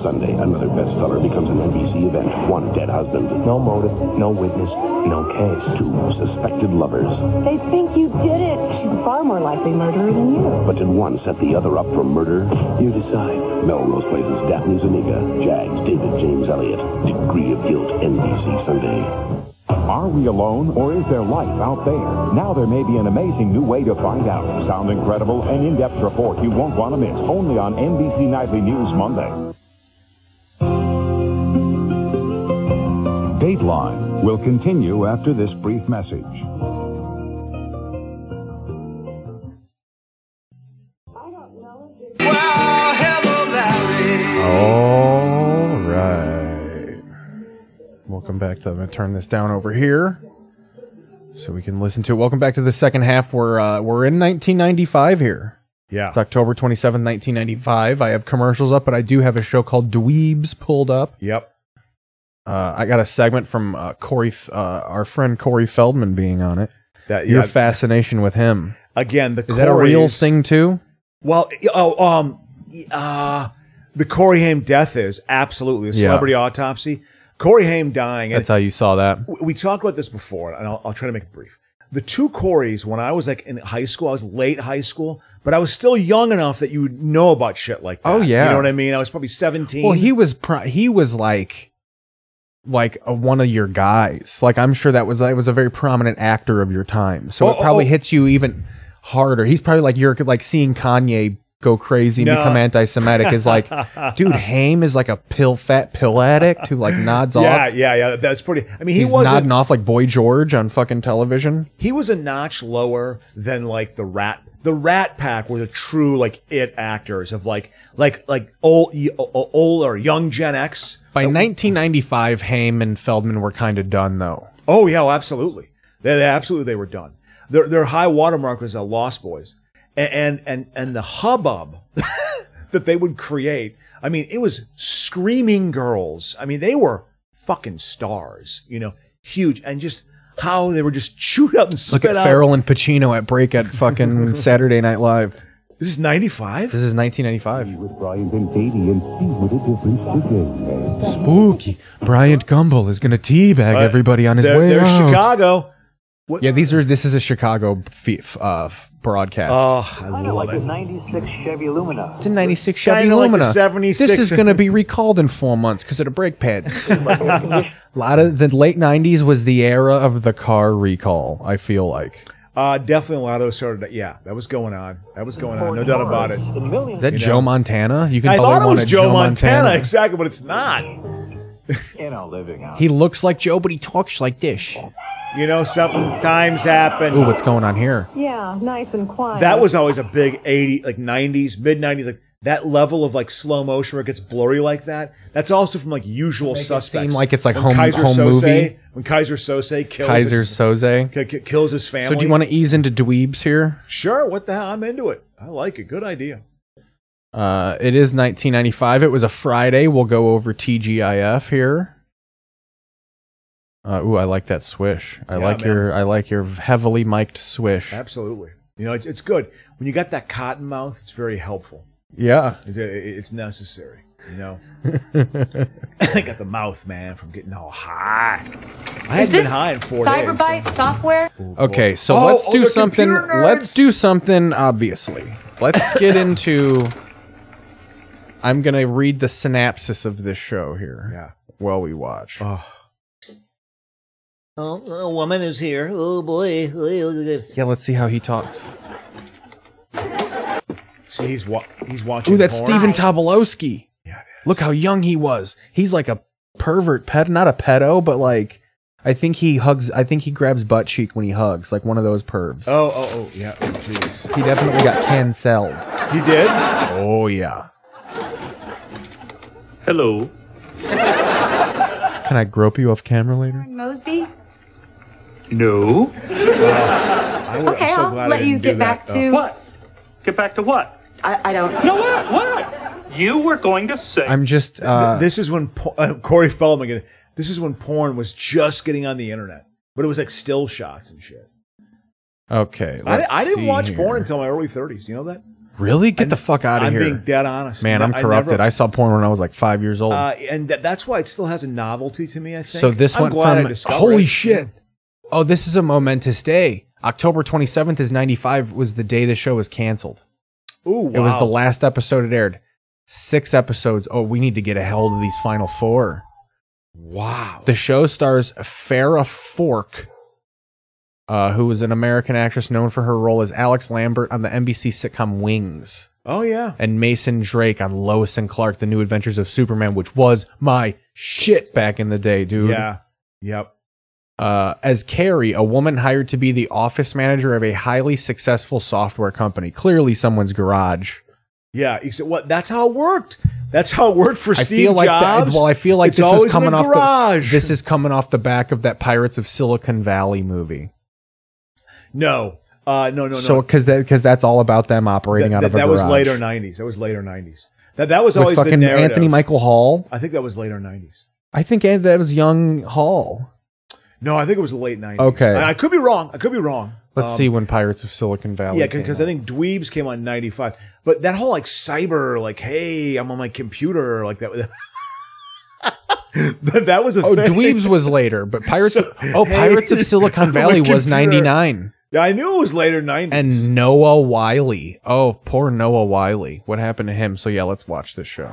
Sunday, another bestseller becomes an NBC event. One dead husband. No motive, no witness, no case. Two suspected lovers. They think you did it. She's far more likely murderer than you. But did one set the other up for murder? You decide. Melrose Place's Daphne Zuniga, Jags David James Elliott, Degree of Guilt, NBC Sunday. Are we alone or is there life out there? Now there may be an amazing new way to find out. Sound incredible, an in-depth report you won't want to miss. Only on NBC Nightly News Monday. Dateline will continue after this brief message. All right. Welcome back to. I'm gonna turn this down over here, so we can listen to it. Welcome back to the second half. We're uh, we're in 1995 here. Yeah. It's October 27, 1995. I have commercials up, but I do have a show called Dweebs pulled up. Yep. Uh, I got a segment from uh, Corey, F- uh, our friend Corey Feldman, being on it. That- Your yeah. fascination with him. Again, the Is that a real Corys- thing too? Well, y- oh, um, y- uh, the Corey Haim death is absolutely a Yeah. celebrity autopsy. Corey Haim dying. and That's how you saw that. we- we talked about this before, and I'll, I'll try to make it brief. the two Coreys, when I was like in high school, I was late high school, but I was still young enough that you would know about shit like that. Oh, yeah. You know what I mean? I was probably 17. Well, he was pri- he was like like a, one of your guys. Like I'm sure that was that was a very prominent actor of your time. So Oh, it probably oh, oh. hits you even harder. He's probably like you're like seeing Kanye go crazy and No. become anti-Semitic is like, dude, Haim is like a pill fat pill addict who like nods yeah, off. yeah, yeah. That's pretty. I mean, he He's wasn't. nodding off like Boy George on fucking television. he was a notch lower than like the rat the rat pack were the true like it actors of like like like old y- o- o- old or young gen x By 1995, Haim and Feldman were kind of done though. oh yeah well, absolutely they, they- absolutely they were done their their high watermark was the lost boys and and and, and the hubbub that they would create i mean it was screaming girls i mean they were fucking stars you know huge and just how they were just chewed up and Look spit at out Farrell and Pacino at break at fucking Saturday Night Live. This is 95? This is 1995. With Bryant and Beatty and see what a difference the game made. Spooky. Bryant Gumbel is going to teabag Uh, everybody on his they're- way they're out. Chicago. Yeah, these are. This is a Chicago fe- f- uh, f- broadcast. Oh, I love it. 96 Chevy Lumina. it's a '96 Chevy Kinda like the Lumina. 76 This is going to be recalled in four months because of the brake pads. a lot of the late '90s was the era of the car recall. I feel like Uh, definitely a lot of those started. Yeah, that was going on. That was going on. No doubt about it. is that You know? Joe Montana. You can I tell thought they it was wanted Joe, Montana. exactly, but it's not. In a living He looks like Joe, but he talks like this. You know, something times happen. Ooh, what's going on here? Yeah, nice and quiet. That was always a big 80, like 90s, mid 90s, like that level of like slow motion where it gets blurry like that. That's also from like usual suspects. seem like it's like When home- home Sose, movie. When Kaiser Sose kills Kaiser his, Soze. ki- ki- kills his family. So do you want to ease into dweebs here? Sure, what the hell? I'm into it. I like it. Good idea. Uh, it is 1995. It was a Friday. We'll go over TGIF here. Uh, ooh, I like that swish. I Yeah, like man. your I like your heavily mic'd swish. Absolutely. You know, it's, it's good. When you got that cotton mouth, it's very helpful. Yeah. It- it- It's necessary, you know. I got the mouth, man, from getting all high. I hadn't been high in four days. so- Cyberbyte software? Okay, so Oh, let's oh, do they're something. computer nerds! Let's do something. Obviously, let's get into. I'm gonna read the synopsis of this show here. Yeah. While we watch. Oh, a woman is here. Oh boy. Yeah. Let's see how he talks. See, he's wa- he's watching. Ooh, that's porn. Stephen Tobolowsky. Look how young he was. He's like a pervert ped, not a pedo, but like I think he hugs. I think he grabs butt cheek when he hugs, like one of those pervs. Oh, oh, oh, yeah. Oh, jeez. He definitely got canceled. He did. Oh yeah. Hello. Can I grope you off camera later? Mosby? No. I would- Okay, I'm so I'll glad I let didn't you do get back that, to- though. What? Get back to what? I, I don't. No, what? What? You were going to say. I'm just. Th- this is when por- uh, Corey Feldman. Again, this is when porn was just getting on the internet, but it was like still shots and shit. Okay. I, di- let's I didn't see watch here. porn until my early 30s. You know that? Really? Get the fuck out of I'm here. being dead honest. Man, No, I'm I never- corrupted. I, saw porn when I was like five years old. Uh, and th- that's why it still has a novelty to me. I think. So this I'm went glad I from discovered holy it. shit. Oh, this is a momentous day. October 27th is 95 was the day the show was canceled. Ooh, It was the wow. last episode it aired. Six episodes. Oh, we need to get a hell of these final four. Wow. The show stars Farrah Fork, uh, who is an American actress known for her role as Alex Lambert on the NBC sitcom Wings, Oh yeah. and Mason Drake on Lois and Clark: The New Adventures of Superman, which was my shit back in the day, dude. Yeah. Yep. Uh, as Carrie, a woman hired to be the office manager of a highly successful software company, clearly someone's garage. Yeah. Except what? That's how it worked. That's how it worked for I Steve feel like that. Jobs. Well, I feel like It's this was always in a coming off garage. the. This is coming off the back of that Pirates of Silicon Valley movie. No. Uh, no, no, no. so because that because that's all about them operating that, out that- of a that was garage. later 90s. That was later 90s. That that was With always the fucking narrative. Anthony Michael Hall. I think that was later 90s. I think An- that was young Hall. No, I think it was the late 90s. Okay. I, I could be wrong. I could be wrong. Let's Um, see when Pirates of Silicon Valley. Yeah, came because out. I think Dweebs came on 95. But that whole like cyber, like, hey, I'm on my computer, like that. That, that was a Oh, thing. Dweebs was later, but Pirates. So- oh, Pirates of Hey, Silicon my Valley was computer. ninety nine. Yeah, I knew it was later 90s. And Noah Wiley. Oh, poor Noah Wiley. What happened to him? So yeah, let's watch this show.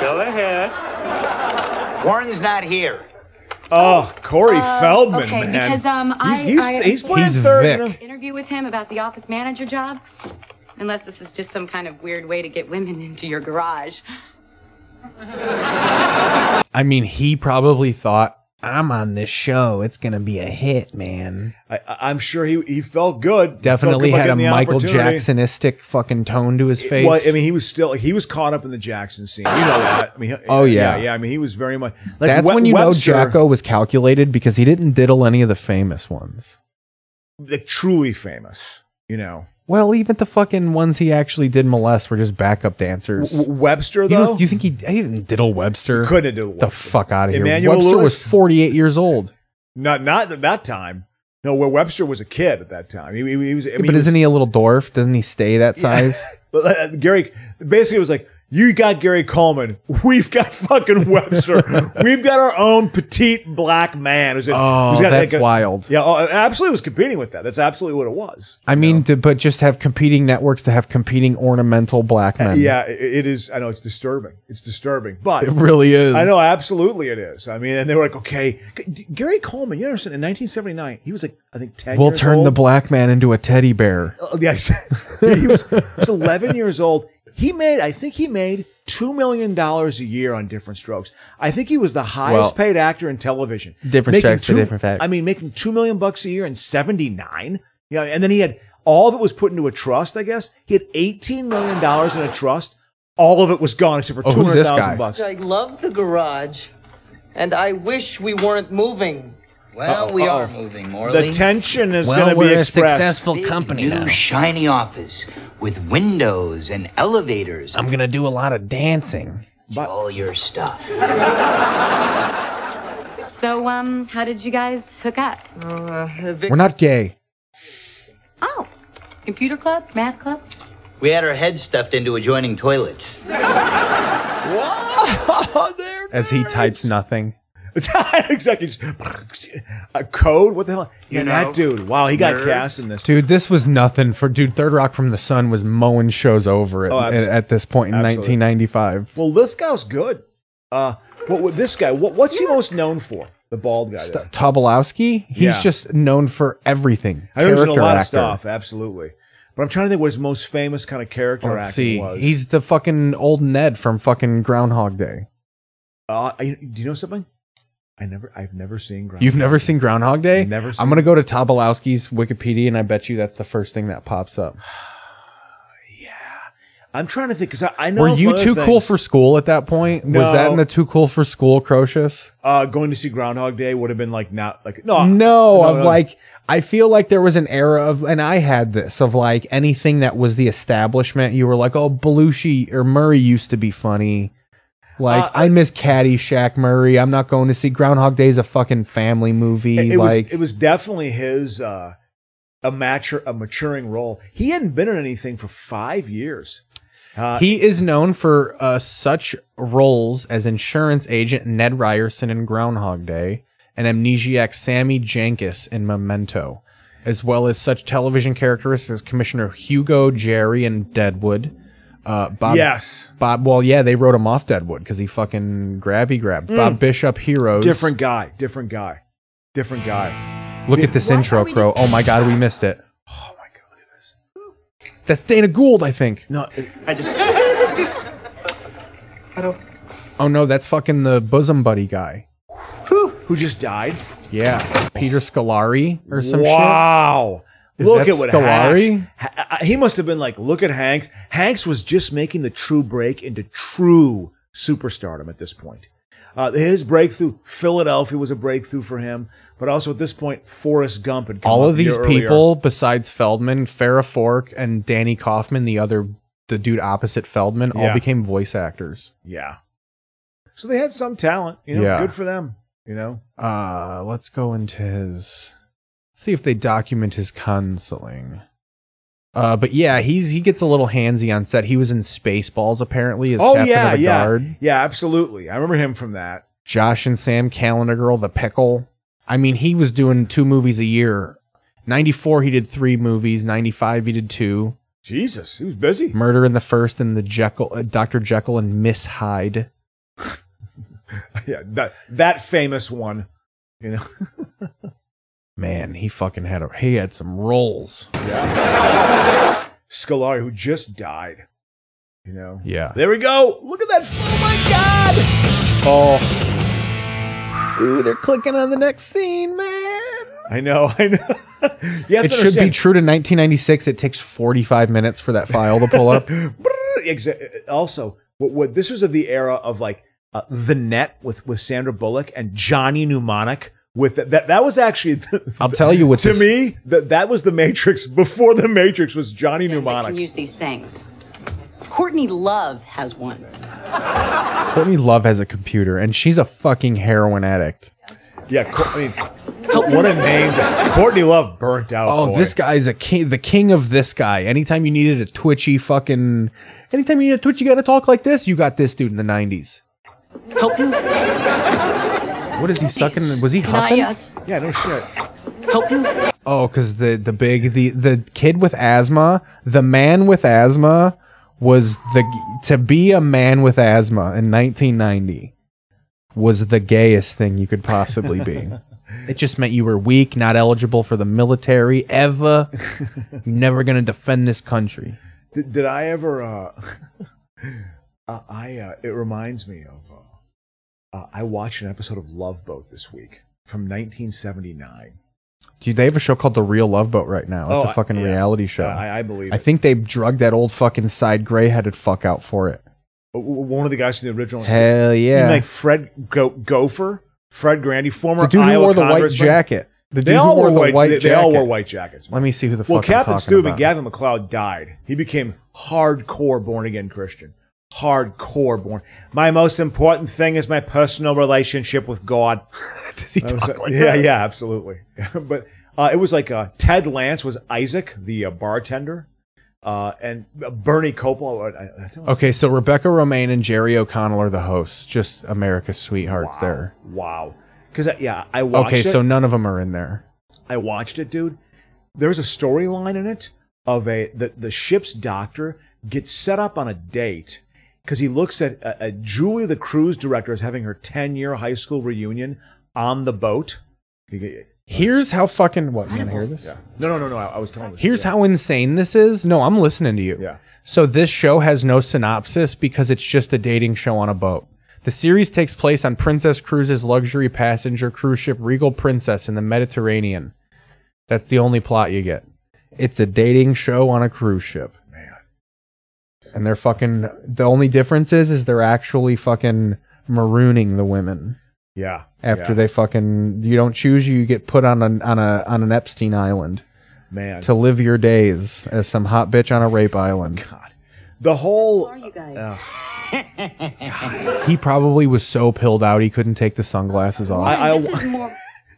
Go ahead. Warren's not here. Oh, Corey Uh, Feldman, okay, man. because um, I, he's, he's, I- he's playing third. in a- Interview with him about the office manager job, unless this is just some kind of weird way to get women into your garage. I mean, he probably thought, I'm on this show. It's going to be a hit, man. I, I- I'm sure he, he felt good. He felt Definitely good by had a getting the Michael opportunity. Jacksonistic fucking tone to his face. Well, I mean, he was still he was caught up in the Jackson scene. You know that. I mean, Oh, yeah. yeah. I mean, he was very much. Like That's We- when you Webster, know Jacko was calculated because he didn't diddle any of the famous ones. like, truly famous. You know, Well, even the fucking ones he actually did molest were just backup dancers. W- w- Webster You don't- though. you think he, he didn't diddle Webster? Couldn't have diddled the fuck out of here. Emmanuel Webster Lewis? was forty-eight years old, not not at that time. No, where Webster was a kid at that time. He, he- he was. I mean, but he was- isn't he a little dwarf? Doesn't he stay that size? But, uh, Gary basically it was like, "You got Gary Coleman. We've got fucking Webster. We've got our own petite black man." Who's, Oh, who's got that's like a- wild. Yeah, oh, it absolutely was competing with that. That's absolutely what it was. I mean, to, but just have competing networks to have competing ornamental black men. Uh, Yeah, i- it is. I know it's disturbing. It's disturbing, but It really is. I know, absolutely, it is. I mean, and they were like, "Okay, G- Gary Coleman. You understand? In 1979, he was like, I think 10. We'll years turn the old. black man into a teddy bear. Oh, yeah, he was, he was 11 years old. He made, I think he made $2 million a year on Different Strokes. I think he was the highest Well, paid actor in television. Different Making Strokes for two- Different Folks. I mean, making 2 million bucks a year in 79. Yeah. And then he had all of it was put into a trust, I guess. He had $18 million in a trust. All of it was gone except for Oh, who's this 200,000 guy? bucks. I love the garage, and I wish we weren't moving. Well, Uh-oh, we uh-oh. are moving, Morley. The tension is Well, going to we're be a expressed. Big new shiny office with windows and elevators. I'm gonna do a lot of dancing. all your stuff. So, um, how did you guys hook up? We're not gay. Oh, computer club, math club. We had our heads stuffed into adjoining toilets. As he types nothing. exactly. Just- A code? What the hell? Yeah, You know, that dude. Wow, he got nerd. cast in this. Dude, this was nothing for dude. Third Rock from the Sun was mowing shows over it Oh, abso- at, at this point in absolutely. 1995. Well, Lithgow's good. Uh, what, what this guy? What, what's he most known for? The bald guy. there. Tobolowski, he's Yeah. just known for everything. I know he's in a Character lot actor. of stuff. Absolutely. But I'm trying to think what his most famous kind of character Let's acting see. was. He's the fucking old Ned from fucking Groundhog Day. Uh, I, do you know something? I never. I've never seen. Groundhog You've never seen Groundhog Day? Never seen I'm gonna go to Tobolowski's Wikipedia, and I bet you that's the first thing that pops up. I'm trying to think because I, I know. Were of you other too cool things. for school at that point? Was that No. in the too cool for school Crocious? uh, going to see Groundhog Day? Would have been like not like Uh, no no, of no. like I feel like there was an era of, and I had this of like anything that was the establishment. You were like, oh, Belushi or Murray used to be funny. Like Uh, I miss Caddyshack Murray. I'm not going to see Groundhog Day is a fucking family movie. It, it like was it was definitely his uh, a mature a maturing role. He hadn't been in anything for five years. Uh, he is known for uh, such roles as insurance agent Ned Ryerson in Groundhog Day and amnesiac Sammy Jankis in Memento, as well as such television characters as Commissioner Hugo Jerry in Deadwood. Uh, Bob, Yes. Bob. Well, yeah, they wrote him off Deadwood because he fucking grabby grabbed Mm. Bob Bishop Heroes. different guy, different guy, different guy. Look at this intro, Crow. Oh my god, we missed it. Oh my god, look at this. That's Dana Gould, I think. No, uh, I just. Oh no, that's fucking the bosom buddy guy. Who just died? Yeah, Peter Scolari or some shit. wow. Is Look that at what Scolari? Hanks. Ha- I- He must have been like, look at Hanks. Hanks was just making the true break into true superstardom at this point. Uh, his breakthrough, Philadelphia, was a breakthrough for him. But also at this point, Forrest Gump had come All up of a year these earlier. people besides Feldman, Farrah Fork, and Danny Kaufman, the other the dude opposite Feldman, all Yeah. became voice actors. Yeah. So they had some talent, you know. Yeah. Good for them, you know. Uh let's go into his see if they document his counseling. Uh, but yeah, he's he gets a little handsy on set. He was in Spaceballs apparently as oh captain yeah, of the yeah, guard. yeah, absolutely. I remember him from that. Josh and Sam Calendar Girl, The Pickle. I mean, he was doing two movies a year. 94, he did three movies. 95, he did two. Jesus, he was busy. Murder in the First and the Jekyll, uh, Dr. Jekyll and Miss Hyde. yeah, that that famous one. You know, Man, he fucking had a, he had some roles. Scolari, who just died. You know. Yeah. There we go. Look at that. Oh my God. Oh, Ooh, they're clicking on the next scene, man. I know. I know. you have It to should be understand- true to 1996. It takes 45 minutes for that file to pull up. Exa- Also, what, what this was of the era of like uh, the net with with Sandra Bullock and Johnny Mnemonic. With that, that, that was actually. The, I'll tell you what To this- me, that that was the Matrix before the Matrix was Johnny can Mnemonic. use these things. Courtney Love has one. Courtney Love has a computer, and she's a fucking heroin addict. Yeah, Co- I mean, what a name! that- Courtney Love burnt out. Oh, boy. this guy's a king, the king of this guy. Anytime you needed a twitchy fucking, anytime you need a twitchy guy to talk like this, you got this dude in the 90s. Help you? What is he sucking? Was he huffing? yeah, no shit. Help you? Oh, because the the big the the kid with asthma, the man with asthma was the to be a man with asthma in 1990 was the gayest thing you could possibly be. it just meant you were weak, not eligible for the military ever. Never gonna defend this country. Did, did I ever? Uh, uh, I uh, it reminds me of. Uh, uh, I watched an episode of Love Boat this week from 1979. Dude, they have a show called The Real Love Boat right now. It's Oh, a fucking I- yeah. reality show. Yeah, I- I believe I it. think they drugged that old fucking side gray headed fuck out for it. Uh, w- One of the guys from the original. Hell yeah. Like Fred Go- Gopher, Fred Grandy, former The dude who Iowa wore the white congressman. jacket. The they dude all who wore the white. white they, they all jacket. wore white jackets. Let me see who the well, fuck I'm Captain talking Steuben about. Gavin McLeod died. He became hardcore born again Christian. Hardcore born. My most important thing is my personal relationship with God. Does he talk like yeah, that? yeah, absolutely. but uh, it was like uh, Ted Lance was Isaac, the uh, bartender, uh, and Bernie Coppola. I, I don't- Okay, so Rebecca Romaine and Jerry O'Connell are the hosts. Just America's sweethearts there. wow. Because yeah, I watched. Okay, it. so none of them are in there. I watched it, dude. There's a storyline in it of a the, the ship's doctor gets set up on a date because he looks at uh, uh, Julie, the cruise director, is having her 10 year high school reunion on the boat. You get- Here's how fucking what you want to hear this? No, no, no, no. I, I was telling you. Here's how insane this is. No, I'm listening to you. Yeah. So this show has no synopsis because it's just a dating show on a boat. The series takes place on Princess Cruises luxury passenger cruise ship Regal Princess in the Mediterranean. That's the only plot you get. It's a dating show on a cruise ship. Man. And they're fucking the only difference is is they're actually fucking marooning the women. Yeah. After yeah. they fucking you don't choose you, you get put on an on a on an Epstein island Man. to live your days as some hot bitch on a rape island. the whole. uh, He probably was so pilled out he couldn't take the sunglasses off. I, I,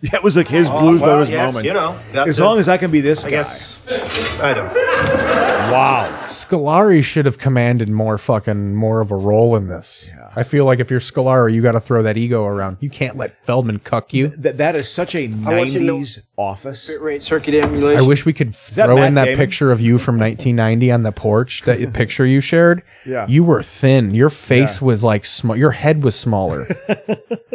yeah, it was like his Oh, Blues well, Brothers yes, moment. you know, that's as it. long as I can be this I guy. guess. I don't. Wow. Scolari should have commanded more fucking more of a role in this. I feel like if you're Scolari, you got to throw that ego around. You can't let Feldman cuck you. That that is such a want you to know- 90s office. Rate circuit emulation. I wish we could that throw in Matt that Damon? picture of you from 1990 on the porch. That picture you shared. Yeah. you were thin. Your face was like small. Your head was smaller.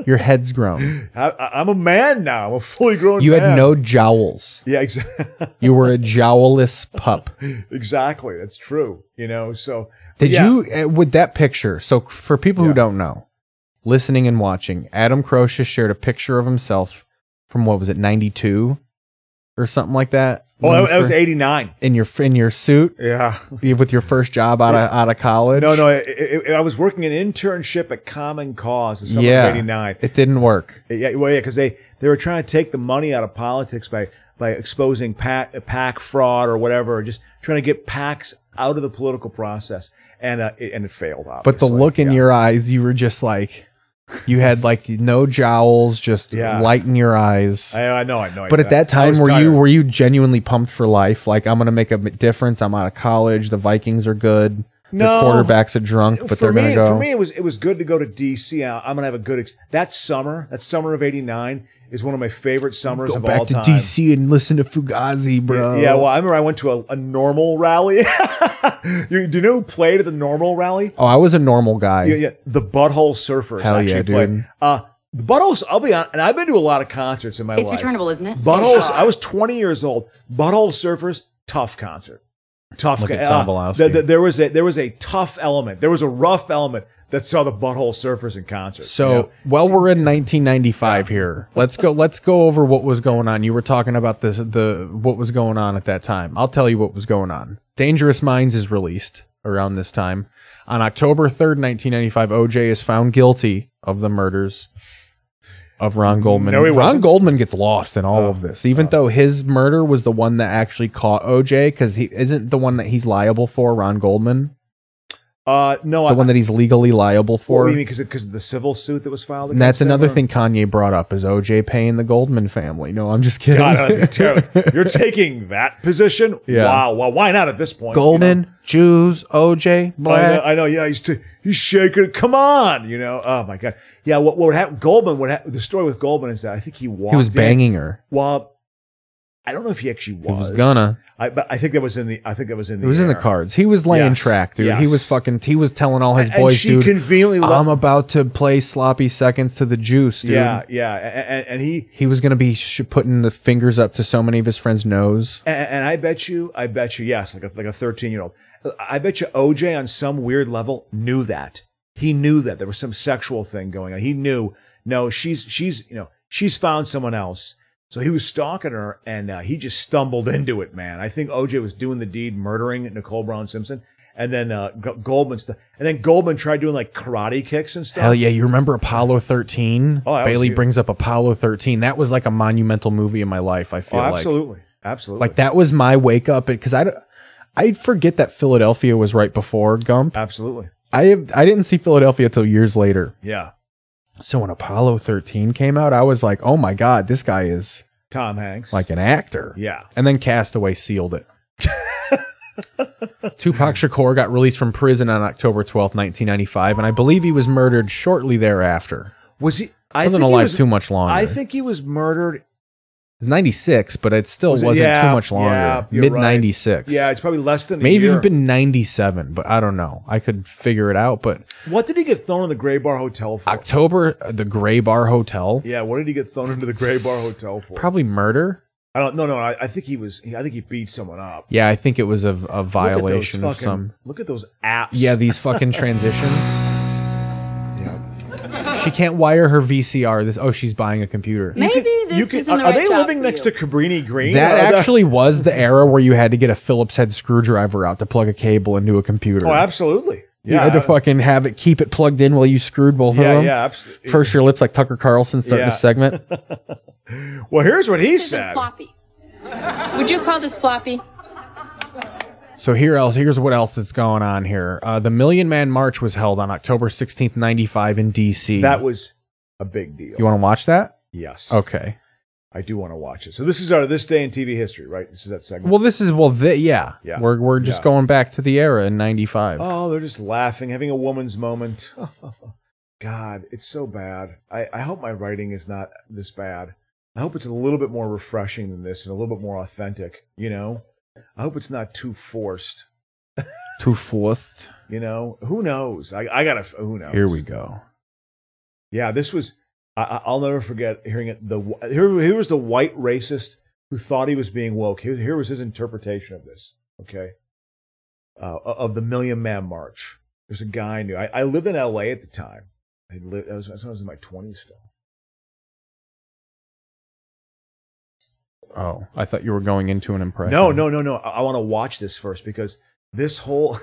your head's grown. I, I, I'm a man now. I'm a fully grown You man. had no jowls. Yeah, exactly. You were a jowlless pup. exactly. That's true. You know, so Did yeah. you uh, with that picture? So for people who don't know, listening and watching, Adam Croce shared a picture of himself from what was it, ninety two, or something like that. Oh, When that, you that was fir- '89. in your in your suit. Yeah, with your first job out of out of college. No, no, I, I, I was working an internship at Common Cause in summer yeah, of '89. it didn't work. Yeah, well, yeah, because they they were trying to take the money out of politics by by exposing PAC, PAC fraud or whatever, or just trying to get PACs out of the political process, and uh, it, and it failed. Obviously. But the look in your eyes, you were just like, you had like no jowls, just Yeah. light in your eyes. I, I know, I know. I but know. at that I time was were you tired. were you genuinely pumped for life like i'm gonna make a m- difference i'm out of college the vikings are good the quarterback's a drunk, but for they're me, gonna go. For me, it was it was good to go to DC. I- I'm gonna have a good ex- that summer. That summer of '89 is one of my favorite summers go of back all to time. DC and listen to Fugazi, bro. Yeah, well, I remember I went to a, a normal rally. you, do you know who played at the normal rally? oh, I was a normal guy. Yeah, yeah. The Butthole Surfers Hell actually yeah, played. dude. Uh, the Buttholes, I'll be honest, and I've been to a lot of concerts in my It's life. returnable, isn't it? Buttholes, I was 20 years old. Butthole Surfers, tough concert. Tough. Look co- at Tom uh, Belowski. th- th- there was a there was a tough element. There was a rough element that saw the Butthole Surfers in concert. So, well, we're in 1995 here. Let's go. Let's go over what was going on. You were talking about this, the what was going on at that time. I'll tell you what was going on. Dangerous Minds is released around this time. On October 3rd, 1995, OJ is found guilty of the murders of Ron Goldman. No, he Ron wasn't. Oh. Goldman gets lost in all of this, even though his murder was the one that actually caught OJ because he isn't the one that he's liable for. Ron Goldman, Uh, no, I, the one that he's legally liable for. what do you mean because because of the civil suit that was filed? And that's against him, another or- thing Kanye brought up is OJ paying the Goldman family. No, I'm just kidding. God, that'd be terrible. You're taking that position? Yeah. Wow. Well, why not at this point? Goldman, Jews, OJ, I know, black. I know, yeah, he's t- he's shaking. Come on, you know. Oh my god, yeah. What what happened? Goldman? What hap- the story with Goldman is that I think he walked. He was in- banging her. Well, I don't know if he actually was. was gonna. I, but I think that was in the. I think that was in It the. was in the air. cards. He was laying Yes, track, dude. He yes. was fucking. He was telling all his And- and boys, she dude. conveniently let- I'm about to play sloppy seconds to the juice, dude. Yeah, yeah, and, and he He was gonna be sh- putting the fingers up to so many of his friends' nose. And, and I bet you, I bet you, yes, like a, like a 13 year old. I bet you OJ on some weird level knew that. He knew that there was some sexual thing going on. He knew, no, she's, she's, you know, she's found someone else. So he was stalking her and uh, he just stumbled into it, man. I think OJ was doing the deed, murdering Nicole Brown Simpson. And then uh, G- Goldman, st- and then Goldman tried doing like karate kicks and stuff. Hell Oh, yeah! You remember Apollo 13? Oh, that was Bailey huge. brings up Apollo 13. That was like a monumental movie in my life. I feel Oh, like absolutely. absolutely. Like that was my wake up because I, I forget that Philadelphia was right before Gump. Absolutely. I I didn't see Philadelphia till years later. Yeah. So when Apollo 13 came out, I was like, oh my god, this guy is Tom Hanks. like an actor. Yeah. And then Castaway sealed it. Tupac Shakur got released from prison on October 12th, 1995, and I believe he was murdered shortly thereafter. Was he? I wasn't think he alive was- too much longer. I think he was murdered it's 96, but it still Was it- wasn't yeah, too much longer. yeah, you're Mid right. 96. Yeah, it's probably less than a Maybe year. even been 97, but I don't know. I could figure it out. But What did he get thrown in the Gray Bar Hotel for? October, uh, the Gray Bar Hotel, yeah, what did he get thrown into the Gray Bar Hotel for? probably murder. I don't. No, no. I, I think he was. I think he beat someone up. Yeah, I think it was a, a Look at those violation of fucking- some. Look at those apps. Yeah, these fucking transitions. She can't wire her VCR. This oh, she's buying a computer. Maybe this you can, isn't the Are right they job living next to Cabrini Green? That Are they- actually was the era where you had to get a Phillips head screwdriver out to plug a cable into a computer. Oh, absolutely. You Yeah. had to fucking have it keep it plugged in while you screwed both Yeah, of them. yeah, absolutely. First, your lips like Tucker Carlson starting Yeah. a segment. well, here's what he This is said. floppy. Would you call this floppy? So here else here's what else is going on here. Uh, the Million Man March was held on October 16th, 95 in DC. That was a big deal. You want to watch that? Yes. Okay. I do want to watch it. So this is our this day in TV history, right? This is that segment. Well, this is well the, yeah. Yeah. We're we're just Yeah. going back to the era in 95. Oh, they're just laughing, having a woman's moment. God, it's so bad. I, I hope my writing is not this bad. I hope it's a little bit more refreshing than this and a little bit more authentic, you know? I hope it's not too forced, Too forced. you know? Who knows? I, I gotta, who knows? Here we go. Yeah, this was. I- I, I'll never forget hearing it. The wh- here, here was the white racist who thought he was being woke. Here, here was his interpretation of this. Okay, uh, of the Million Man March. There's a guy I knew. I, I lived in L.A. at the time. I lived. I was, I was in my twenties still. Oh, I thought you were going into an impression. No, no, no, no. I, I want to watch this first because this whole,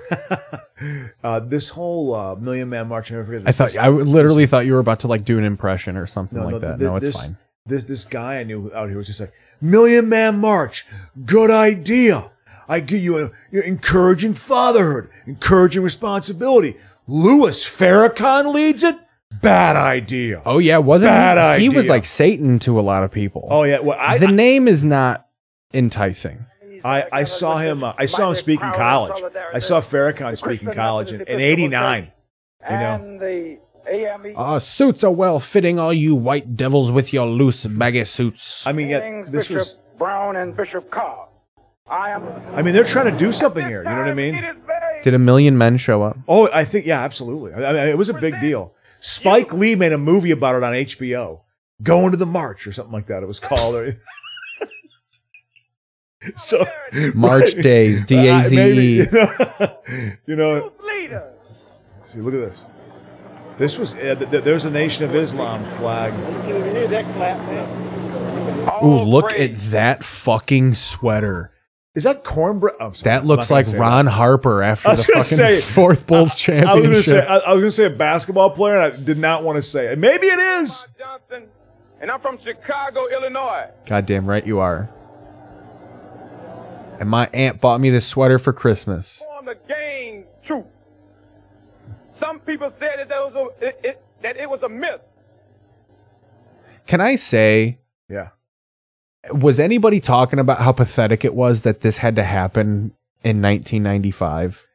uh, this whole uh, Million Man March. I never forget. This, I thought I literally thought you were about to like do an impression or something like that. th- no, it's this, fine. This this guy I knew out here was just like Million Man March, good idea. I give you a, you're encouraging fatherhood, encouraging responsibility. Louis Farrakhan leads it. Bad idea. Oh yeah, wasn't Bad he? He was idea. like Satan to a lot of people. Oh yeah, well I the name is not enticing. I, I saw him. Uh, I saw him speak in college. I saw Farrakhan speak in college in, in '89. You know, Oh, And the E AME Our suits are well fitting, all you white devils with your loose baggy suits. I mean, things, Bishop Brown and Bishop Carr. I am I mean, they're trying to do something here. You know what I mean? Did a million men show up? Oh, I think yeah, absolutely. I I mean, it was a big deal. Spike Lee made a movie about it on HBO, "Going to the March" or something like that. It was called. Or- so March days, D A Z E. Uh, Maybe, You know, you know see, look at this. This was uh, th- th- there's a Nation of Islam flag. Ooh, Oh, look at that fucking sweater. Is that cornbread? I'm sorry, That I'm looks not gonna like say Ron that. Harper after the I was gonna fucking say, fourth Bulls I was championship. going to say uh, I, I was going to say a basketball player, and I did not want to say it. Maybe it is. and I'm from Chicago, Illinois. Goddamn right you are. And my aunt bought me this sweater for Christmas. Formed a gang troop. Some people said that there was a it, it, that it was a myth. Can I say? Yeah. Was anybody talking about how pathetic it was that this had to happen in 1995?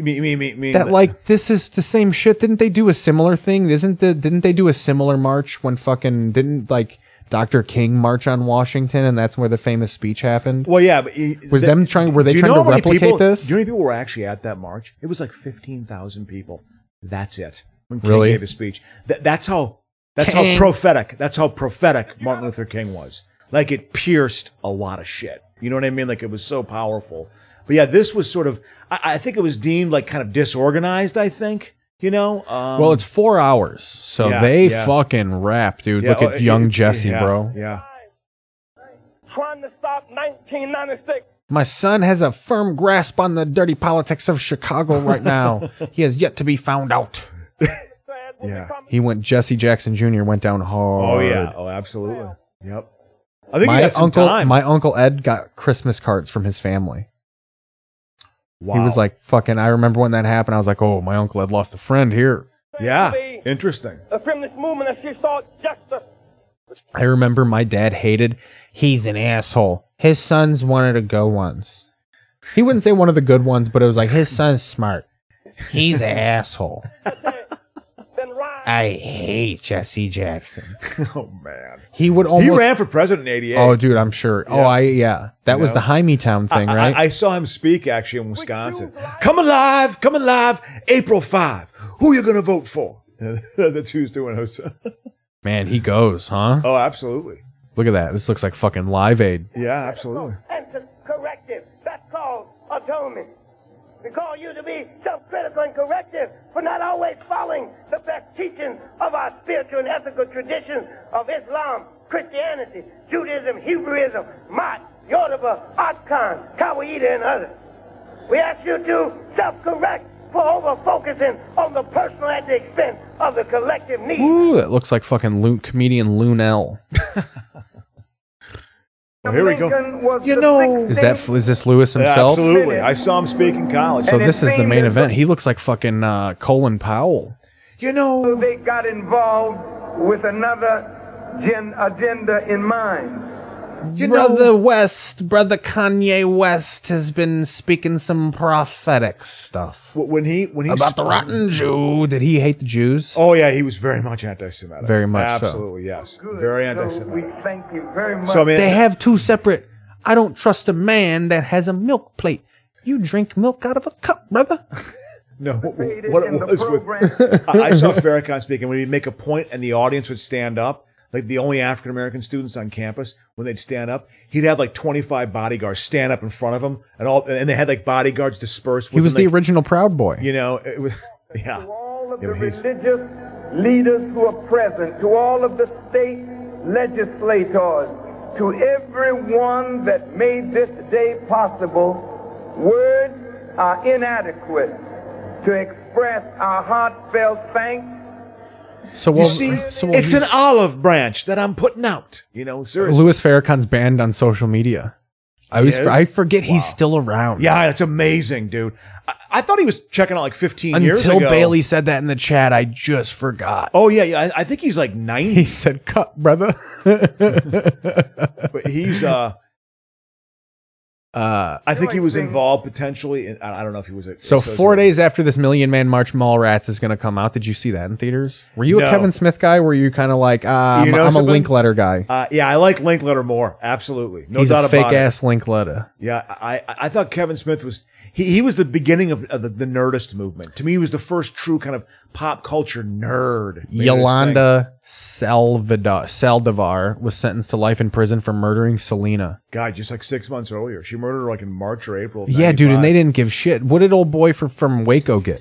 Me, me, me, me. That like this is the same shit. Didn't they do a similar thing? Isn't the didn't they do a similar march when fucking didn't like Dr. King march on Washington and that's where the famous speech happened? Well, yeah, but it- Was them trying- were they do you trying know to how many replicate people- this? Do you know how many people were actually at that march? It was like fifteen thousand people. That's it. When King Really? gave his speech, Th- that's how. That's King. how prophetic. That's how prophetic Martin Luther King was. Like it pierced a lot of shit. You know what I mean? Like it was so powerful. But yeah, this was sort of. I, I think it was deemed like kind of disorganized. I think you know. Um, well, it's four hours, so yeah, they yeah. fucking rap, dude. Yeah, Look oh, at it- young it- Jesse, yeah, bro. Yeah. Trying to stop 1996. My son has a firm grasp on the dirty politics of Chicago right now. he has yet to be found out. Yeah. He went Jesse Jackson Jr. went down hard. Oh yeah. Oh absolutely. Yep. I think my he got some uncle, time. my uncle Ed got Christmas cards from his family. He was Wow. like, "Fucking!" I remember when that happened. I was like, "Oh, my uncle Ed lost a friend here." yeah. Interesting. The feminist movement that she sought justice. I remember my dad hated. He's an asshole. His sons wanted to go ones. He wouldn't say one of the good ones, but it was like his son's smart. He's an asshole. I hate Jesse Jackson. Oh man. He would almost. He ran for president in '88. Oh, dude, I'm sure. Oh, Yeah. I yeah. That You was know? the Jaime Town thing, I- right? I, I saw him speak actually in Wisconsin. Come alive, come alive, April 5. Who you going to vote for? That's who's doing it. Man, he goes, huh? Oh, absolutely. Look at that. This looks like fucking Live Aid. Yeah, absolutely. and to corrective. That's called atonement. We call you to be self-critical and corrective for not always following the best teachings of our spiritual and ethical traditions of Islam, Christianity, Judaism, Hebrewism, Mott, Yoruba, Otkan, Tawaita, and others. We ask you to self-correct for over-focusing on the personal at the expense of the collective need. Ooh, that looks like fucking Loon, comedian Lunel. here we go. You know, Is that is this Lewis himself? absolutely. I saw him speak in college. So this is the main event. He looks like fucking uh, Colin Powell. You know, they got involved with another gen- agenda in mind. brother West, brother Kanye West has been speaking some prophetic stuff When he when he about the spoke- rotten Jew. Did he hate the Jews? Oh yeah, he was very much anti-Semitic. Very much so. Absolutely, yes. Very anti-Semitic. Thank you very much. So, I mean- they have two separate. I don't trust a man that has a milk plate. You drink milk out of a cup, brother. No, what it was with I, I saw Farrakhan speak, and when he'd make a point, and the audience would stand up, like the only African American students on campus, when they'd stand up, he'd have like twenty five bodyguards stand up in front of him, and all, and they had like bodyguards dispersed. He With was him, the like, original Proud Boy. you know, it was, yeah. the religious leaders who are present, to all of the state legislators, to everyone that made this day possible, words are inadequate to express our heartfelt thanks. So you while- see, so while it's an he's- olive branch that I'm putting out. You know, seriously. Louis Farrakhan's banned on social media. I He always, is? I forget he's still around. Yeah, that's amazing, dude. I, I thought he was checking out like fifteen years Until ago. Bailey said that in the chat, I just forgot. Oh yeah, yeah. I, I think he's like ninety. He said, "Cut, brother." but he's uh, Uh, I think he was involved potentially. In, I I don't know if he was. So associated four days after this Million Man March Mallrats is going to come out, did you see that in theaters? Were you No. a Kevin Smith guy? Were you kind of like uh, I'm, You know I'm a something? link letter guy? Uh, yeah, I like Linkletter more. Absolutely, no He's doubt a fake about it. ass link letter. Yeah, I I- I thought Kevin Smith was he, he was the beginning of, of the, the nerdist movement. To me, he was the first true kind of pop culture nerd. Made it his Yolanda Salvador Saldivar was sentenced to life in prison for murdering Selena. thing. God, just like six months earlier, she murdered her like in March or April. of Yeah, dude, 95. and they didn't give shit. What did old boy for, from Waco get?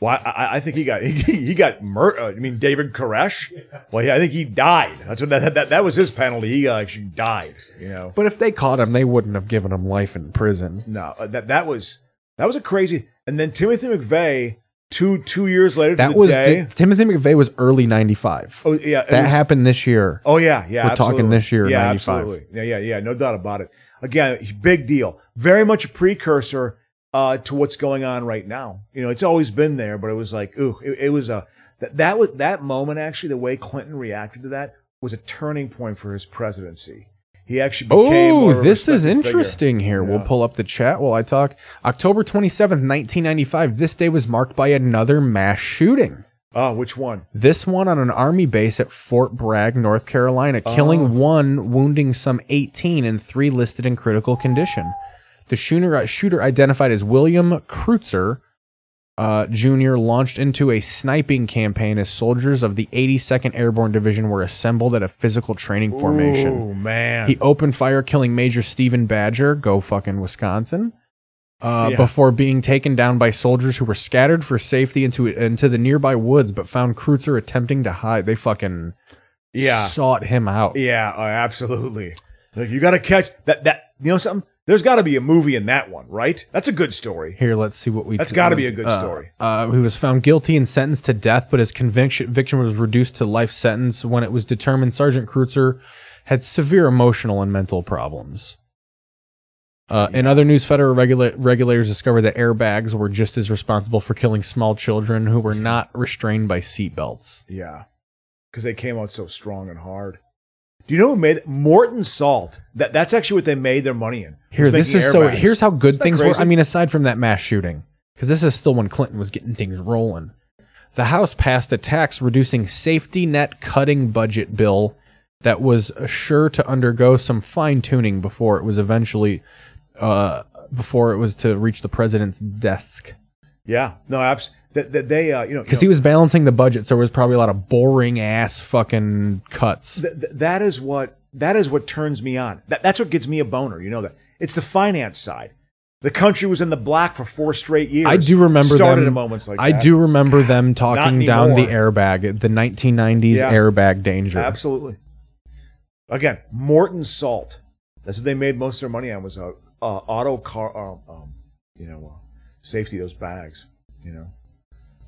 Well, I- I, I think he got he, he got mur- uh, I mean, David Koresh. Well, yeah, I think he died. That's what that that, that was his penalty. He actually died. You know, But if they caught him, they wouldn't have given him life in prison. no, uh, that that was that was a crazy. And then Timothy McVeigh, two two years later, to That the was day. the, Timothy McVeigh was early '95. Oh, yeah, it that was- happened this year. Oh yeah, yeah. We're talking absolutely. this year, Yeah, '95. absolutely. Yeah, yeah, yeah. No doubt about it. Again, big deal. Very much a precursor uh, to what's going on right now. You know, it's always been there, but it was like, ooh, it, it was a that, that was that moment actually. The way Clinton reacted to that was a turning point for his presidency. He actually became. more Oh, of a this is respected figure. interesting here. We'll pull up the chat while I talk. October 27th, 1995. This day was marked by another mass shooting. Oh, which one? This one on an army base at Fort Bragg, North Carolina, killing one, wounding some 18, and three listed in critical condition. The shooter, uh, shooter identified as William Kreutzer uh, Jr. launched into a sniping campaign as soldiers of the 82nd Airborne Division were assembled at a physical training formation. Ooh, man. He opened fire, killing Major Stephen Badger, go fucking Wisconsin, uh, Yeah. before being taken down by soldiers who were scattered for safety into into the nearby woods, but found Kreutzer attempting to hide. They fucking Yeah. sought him out. Yeah, oh, absolutely. Like you got to catch that. That you know something. There's got to be a movie in that one, right? That's a good story. Here, let's see what we. That's gotta be found. a good Uh, story. Uh, he was found guilty and sentenced to death, but his conviction victim was reduced to life sentence when it was determined Sergeant Kreutzer had severe emotional and mental problems. Uh, In other news, federal regula- regulators discovered that airbags were just as responsible for killing small children who were not restrained by seatbelts. Yeah, because they came out so strong and hard. Do you know who made Morton Salt? That that's actually what they made their money in. Here, was this making is so. airbags. Here's how good Isn't that things were. crazy? I mean, uh, aside from that mass shooting, because this is still when Clinton was getting things rolling. The House passed a tax reducing safety net cutting budget bill that was sure to undergo some fine tuning before it was eventually, uh, before it was to reach the president's desk. yeah, no, abs. That, that they, uh, you know, Because he was balancing the budget, so there was probably a lot of boring ass fucking cuts. th- th- that is what that is what turns me on. That, that's what gets me a boner. You know that it's the finance side. The country was in the black for four straight years. I do remember started them, at moments like I that. do remember them talking Not down the anymore. airbag, the 1990s Yeah. airbag danger. Absolutely. Again, Morton Salt. That's what they made most of their money on was uh, uh, auto car, um, um, you know, uh, safety those bags. You know,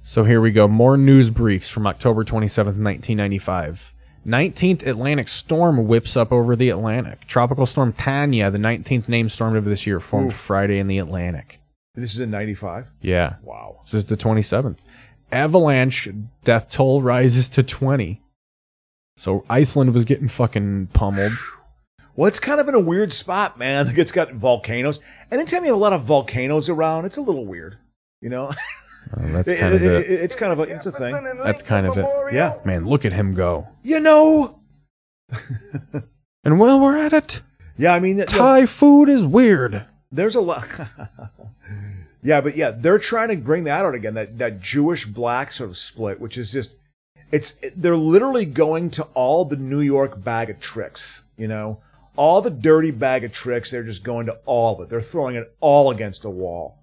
So here we go. More news briefs from October 27th, 1995. 19th Atlantic storm whips up over the Atlantic. Tropical storm Tanya, the 19th named storm of this year, formed Oof. Friday in the Atlantic. this is in '95. Yeah. Wow. This is the 27th. Avalanche death toll rises to 20. So Iceland was getting fucking pummeled. Well, it's kind of in a weird spot, man. Like it's got volcanoes. Anytime you have a lot of volcanoes around, it's a little weird. You know, that's It- kind of it- it. it- it's kind of a, it's a thing. That's kind of it. Yeah. Man, look at him go. You know. And while we're at it, Yeah, I mean, that- you know, Thai food is weird. there's a lot. yeah, but yeah, they're trying to bring that out again. That that Jewish black sort of split, which is just, it's they're literally going to all the New York bag of tricks. You know, all the dirty bag of tricks. They're just going to all of it. They're throwing it all against the wall,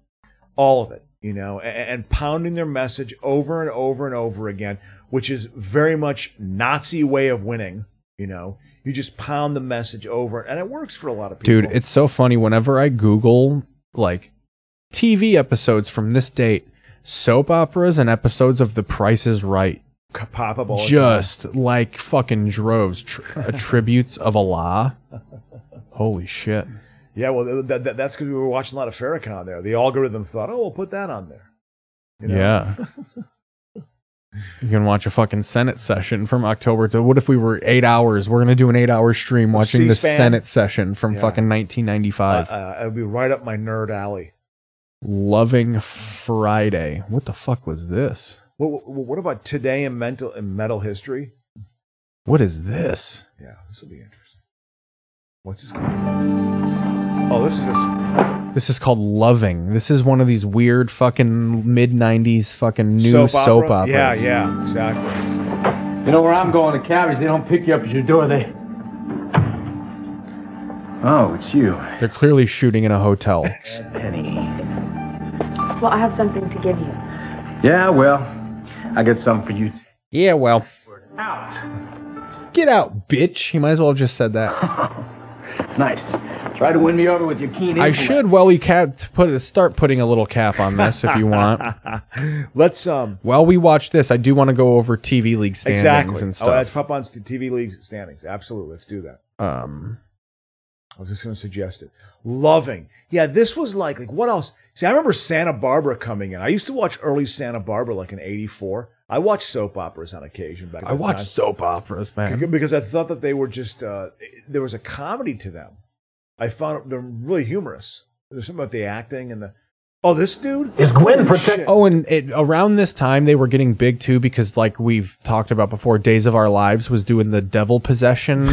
all of it. You know, and, and pounding their message over and over and over again, which is very much Nazi way of winning. You know, you just pound the message over, and it works for a lot of people. Dude, it's so funny. Whenever I Google like TV episodes from this date, soap operas and episodes of The Price is Right, c- pop up all the time. just like fucking droves, tr- uh, tributes of Allah. Holy shit. Yeah, well, th- th- th- that's because we were watching a lot of Farrakhan there. The algorithm thought, oh, we'll put that on there. Yeah. You can watch a fucking Senate session from October to what if we were eight hours? We're gonna do an eight hour stream watching the C-SPAN? Senate session from Yeah. fucking 1995. Uh, it'd be right up my nerd alley. Loving Friday. What the fuck was this? What, what, what about today in mental in metal history? What is this? Yeah, this will be interesting. What's this called? Oh, this is just This is called Loving. This is one of these weird fucking mid 90s fucking new soap, soap, operas. Yeah, yeah, exactly. You know where I'm going to cabbage, they don't pick you up at your door, they Oh, it's you. They're clearly shooting in a hotel. penny. Well, I have something to give you. Yeah, well, I got something for you. Yeah, well. Get out, bitch. He might as well have just said that. Nice. Try to win me over with your keen I intellect. should. Well, we cap to put a, start putting a little cap on this if you want. Let's um. While we watch this, I do want to go over TV league standings Exactly. and Oh, that's stuff. pop on TV league standings. Absolutely, let's do that. um, I was just going to suggest it. Loving. Yeah, this was like, like what else? See, I remember Santa Barbara coming in. I used to watch early Santa Barbara, like in '84. I watched soap operas on occasion. Back I watched soap operas, man. Beca- because I thought that they were just uh, there was a comedy to them. I found they're really humorous. There's something about the acting and the oh, this dude is Gwen protect? Oh, and it, around this time they were getting big too because, like we've talked about before, Days of Our Lives was doing the devil possession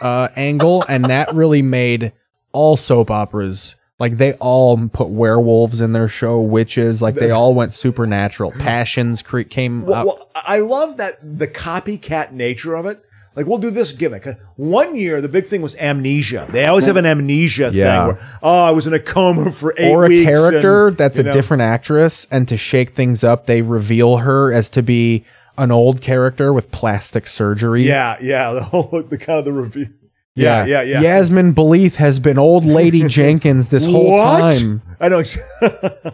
uh, angle, and that really made all soap operas like they all put werewolves in their show, witches, like they all went supernatural. Passions cre- came Well, up. well, I love that the copycat nature of it. Like we'll do this gimmick. Uh, One year, the big thing was amnesia. They always have an amnesia Yeah. thing. Where, oh, I was in a coma for eight or a weeks. character and, that's you a know. different actress and to shake things up they reveal her as to be an old character with plastic surgery Yeah, yeah. The whole the kind of the review. Yeah, yeah yeah, yeah. yasmin belief has been old lady jenkins this whole What? time I know, ex-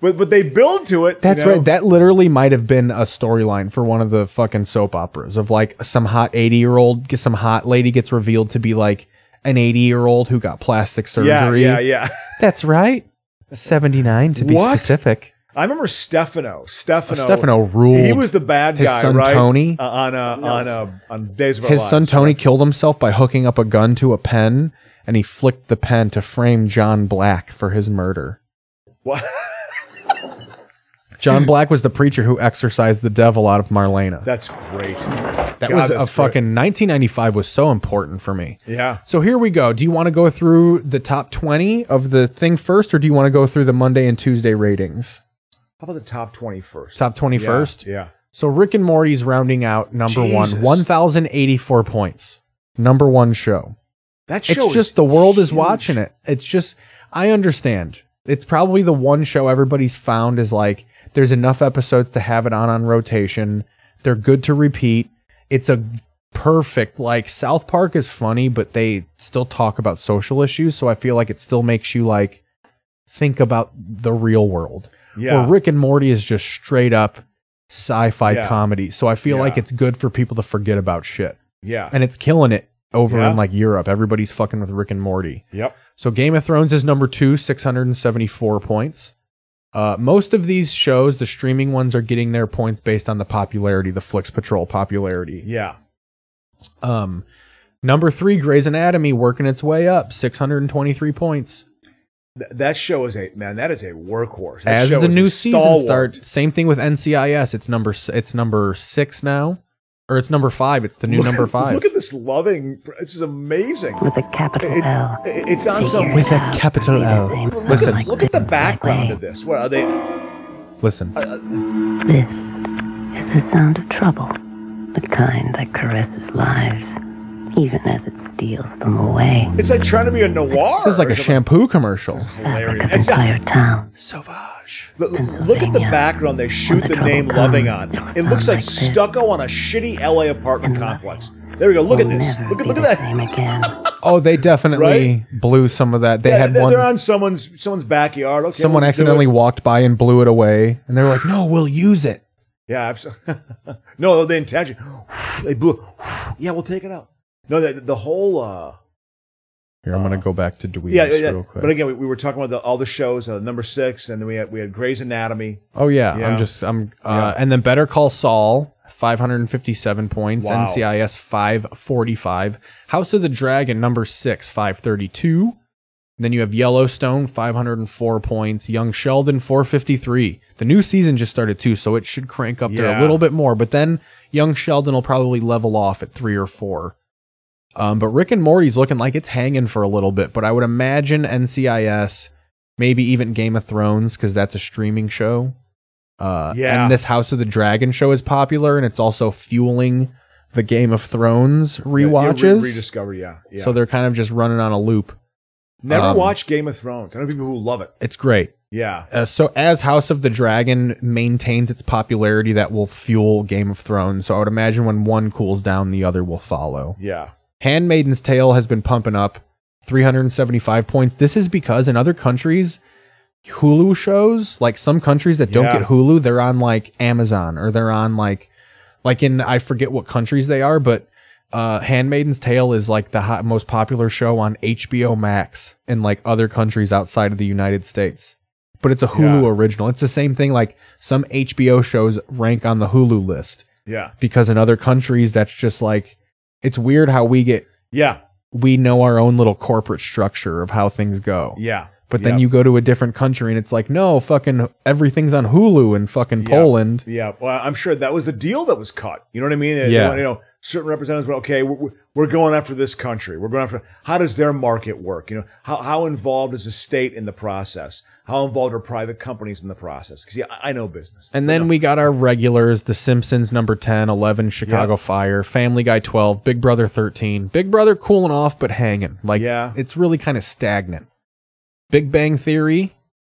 but but they build to it. you that's know? right that literally might have been a storyline for one of the fucking soap operas of like some hot 80 year old get some hot lady gets revealed to be like an 80 year old who got plastic surgery Yeah, yeah, yeah. that's right 79 to be What? specific I remember Stefano. Stefano. Oh, Stefano ruled. He was the bad His guy, son right? Tony. Uh, on uh, on uh, on Days of Our His Lives. son Tony killed himself by hooking up a gun to a pen, and he flicked the pen to frame John Black for his murder. What? John Black was the preacher who exorcised the devil out of Marlena. That's great. That was a fucking 1995 was so important for me. Yeah. So here we go. Do you want to go through the top 20 of the thing first, or do you want to go through the Monday and Tuesday ratings? How about the top twenty first? Top 21st? Yeah. yeah. So Rick and Morty's rounding out number Jesus. one, 1,084 points. Number one show. That show It's just is the world is watching it. It's just, I understand. It's probably the one show everybody's found is like, there's enough episodes to have it on on rotation. They're good to repeat. It's a perfect, like, South Park is funny, but they still talk about social issues. So I feel like it still makes you, like, think about the real world. Yeah. Where Rick and Morty is just straight up sci fi Yeah. comedy. So I feel Yeah. like it's good for people to forget about shit. Yeah. And it's killing it over Yeah. in like Europe. Everybody's fucking with Rick and Morty. Yep. So Game of Thrones is number two, 674 points. Uh, most of these shows, the streaming ones, are getting their points based on the popularity, the Flix Patrol popularity. Yeah. Um, number three, Grey's Anatomy, working its way up, 623 points. Th- that show is a man. That is a workhorse. That As show the is a new season stalwart. starts, same thing with NCIS. It's number s- it's number six now, or it's number five. It's the new Look- number five. Look at this loving. This is amazing. With a capital L. It's on some. with a capital L. Listen, Look at the background of this. What are they? listen. This is the sound of trouble, the kind that caresses lives, even as it steals them away. It's like trying to be a noir. This is like a shampoo commercial. Hilarious. Exactly. town. Look, look at the background they shoot the name Loving on. It looks like stucco on a shitty LA apartment complex. There we go. Look at this. Look at look at that. Oh, they definitely blew some of that. They had They're one. they're on someone's someone's backyard. Okay, someone we'll just do it. accidentally walked by and blew it away, and they were like, "No, we'll use it." Yeah, absolutely. no, they intention. They blew. Yeah, we'll take it out. No, the, the whole. uh Here, I'm going to go back to Dweebs yeah, yeah, yeah. real quick. But again, we, we were talking about the, all the shows, uh, number six, and then we had we had Grey's Anatomy. oh yeah, Yeah. I'm just I'm uh, and then Better Call Saul, 557 points, Wow. NCIS 545, House of the Dragon number six, 532. Then you have Yellowstone, 504 points, Young Sheldon 453. The new season just started too, so it should crank up there a Yeah. little bit more. But then Young Sheldon will probably level off at three or four. Um, but Rick and Morty's looking like it's hanging for a little bit, but I would imagine NCIS, maybe even Game of Thrones, because that's a streaming show. Uh, Yeah. And this House of the Dragon show is popular, and it's also fueling the Game of Thrones rewatches. Yeah, re- rediscovery, yeah, yeah. So they're kind of just running on a loop. Never Um, watched Game of Thrones. I know people who love it. It's great. Yeah. Uh, so as House of the Dragon maintains its popularity, that will fuel Game of Thrones. So I would imagine when one cools down, the other will follow. Yeah. Handmaiden's Tale has been pumping up 375 points. This is because in other countries, Hulu shows, like some countries that don't Yeah. get Hulu, they're on like Amazon or they're on like, like in, I forget what countries they are, but uh, Handmaiden's Tale is like the hot, most popular show on HBO Max in like other countries outside of the United States. But it's a Hulu original. It's the same thing like some HBO shows rank on the Hulu list Yeah. because in other countries that's just like it's weird how we get yeah we know our own little corporate structure of how things go Yeah. but then Yep. you go to a different country and it's like no fucking everything's on hulu in fucking poland Yeah, well, I'm sure that was the deal that was cut. You know what I mean? They- they Yeah. want, you know, certain representatives were okay. We're, we're going after this country. We're going after how does their market work? You know, how how involved is the state in the process? How involved are private companies in the process? Because yeah, I I know business. and then we got our regulars the simpsons number 10 11 chicago fire family guy 12 big brother 13 big brother cooling off but hanging like yeah it's really kind of stagnant big bang theory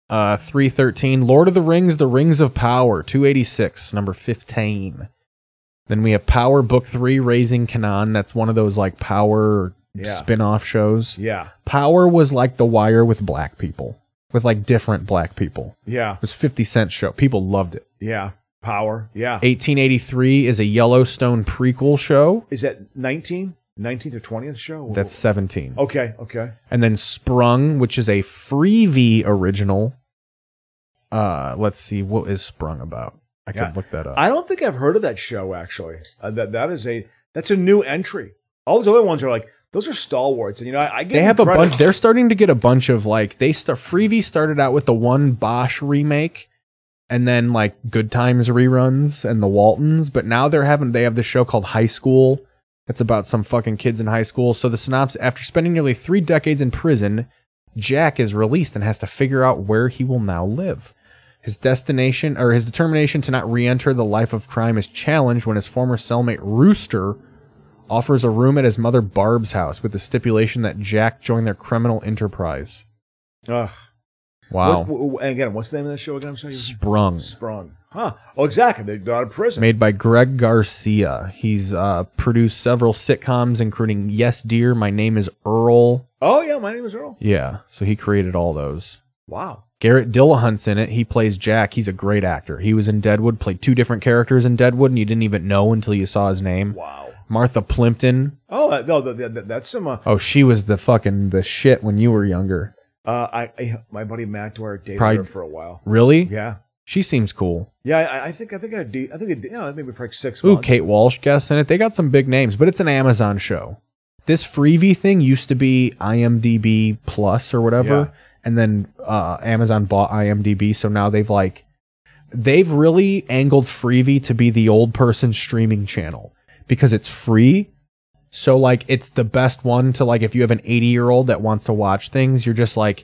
uh 313 lord of the rings the rings of power 286 number 15 Then we have Power Book 3 Raising Kanan. That's one of those like power Yeah. spin off shows. Yeah. Power was like The Wire with black people, with like different black people. Yeah. It was 50 Cent show. People loved it. Yeah, power. Yeah, 1883 is a Yellowstone prequel show. is that 19, 19th or 20th show? That's 17. okay. Okay. And then Sprung, which is a Freebie original. Uh, let's see what is Sprung about. I Yeah. could look that up. I don't think I've heard of that show actually. Uh, that that is a that's a new entry. All those other ones are like those are stalwarts, and you know I, I get they have a credit- bunch. They're starting to get a bunch of like they start. Freebie started out with the one Bosch remake, and then like Good Times reruns and the Waltons. But now they're having they have this show called High School. That's about some fucking kids in high school. So the synopsis: After spending nearly three decades in prison, Jack is released and has to figure out where he will now live. His destination or his determination to not re-enter the life of crime is challenged when his former cellmate Rooster offers a room at his mother Barb's house with the stipulation that Jack join their criminal enterprise. Ugh. Wow. What- what- and again, what's the name of that show again? I'm sorry. Sprung. Sprung. Huh. Oh, exactly. They got out of prison. Made by Greg Garcia. He's uh, produced several sitcoms, including Yes Dear, My Name is Earl. oh yeah, my name is Earl. Yeah, so he created all those. Wow. Garrett Dillahunt's in it. He plays Jack. He's a great actor. He was in Deadwood, played two different characters in Deadwood, and you didn't even know until you saw his name. Wow. Martha Plimpton. Oh uh, no, that, that, that's some. Uh, Oh, she was the fucking the shit when you were younger. uh, I, I my buddy Matt Dwyer dated Probably- her for a while. Really? Yeah. She seems cool. Yeah, I, I think I think I, de- I think it, yeah, maybe for like six Ooh, months. Kate Walsh guests in it. They got some big names, but it's an Amazon show. This freebie thing used to be IMDb Plus or whatever, Yeah. and then uh, Amazon bought IMDb, so now they've like they've really angled freebie to be the old person streaming channel because it's free. So like it's the best one to like if you have an 80 year old that wants to watch things, you're just like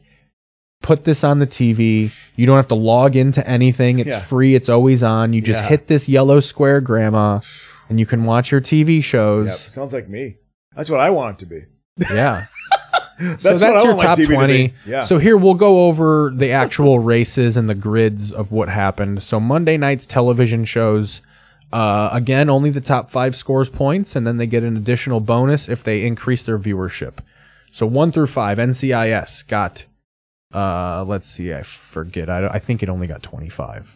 put this on the TV. You don't have to log into anything. It's Yeah. free. It's always on. You just Yeah. hit this yellow square, grandma, and you can watch your TV Yeah, shows. sounds like me. That's what I want it to be. Yeah. That's so that's, what I your want my top TV to be. 20. Yeah. So here we'll go over the actual races and the grids of what happened. So Monday night's television shows. Uh, again, only the top five scores points, and then they get an additional bonus if they increase their viewership. So one through five, NCIS got. Uh, let's see, I forget. I, I think it only got twenty five.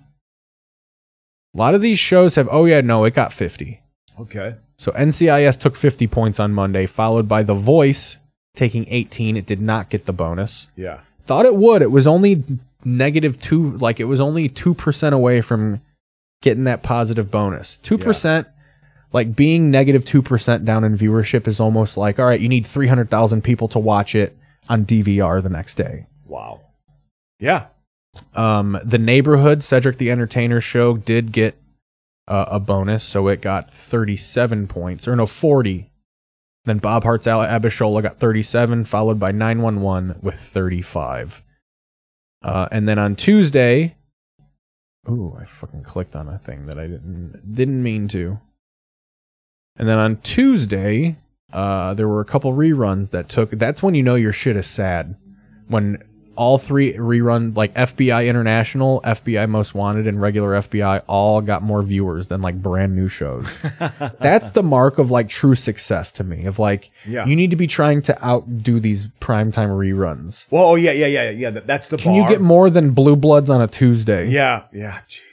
A lot of these shows have. Oh yeah, no, it got fifty. Okay. So NCIS took 50 points on Monday, followed by The Voice, taking 18. It did not get the bonus. Yeah. Thought it would. It was only negative two, like it was only 2% away from getting that positive bonus. 2%, like being negative 2% down in viewership is almost like, all right, you need 300,000 people to watch it on DVR the next day. Wow. Yeah. Um, the neighborhood Cedric the Entertainer show did get uh, a bonus, so it got 37 points or no 40. Then Bob Hart's Al Abishola got 37, followed by 911 with 35. Uh, and then on Tuesday, ooh, I fucking clicked on a thing that I didn't didn't mean to. And then on Tuesday, uh, there were a couple reruns that took. That's when you know your shit is sad. When all three rerun, like FBI International, FBI Most Wanted, and regular FBI, all got more viewers than like brand new shows. that's the mark of like true success to me. Of like, Yeah. you need to be trying to outdo these primetime reruns. Well, oh yeah, yeah, yeah, yeah. that- That's the Can bar. you get more than Blue Bloods on a Tuesday? Yeah, yeah. Jesus.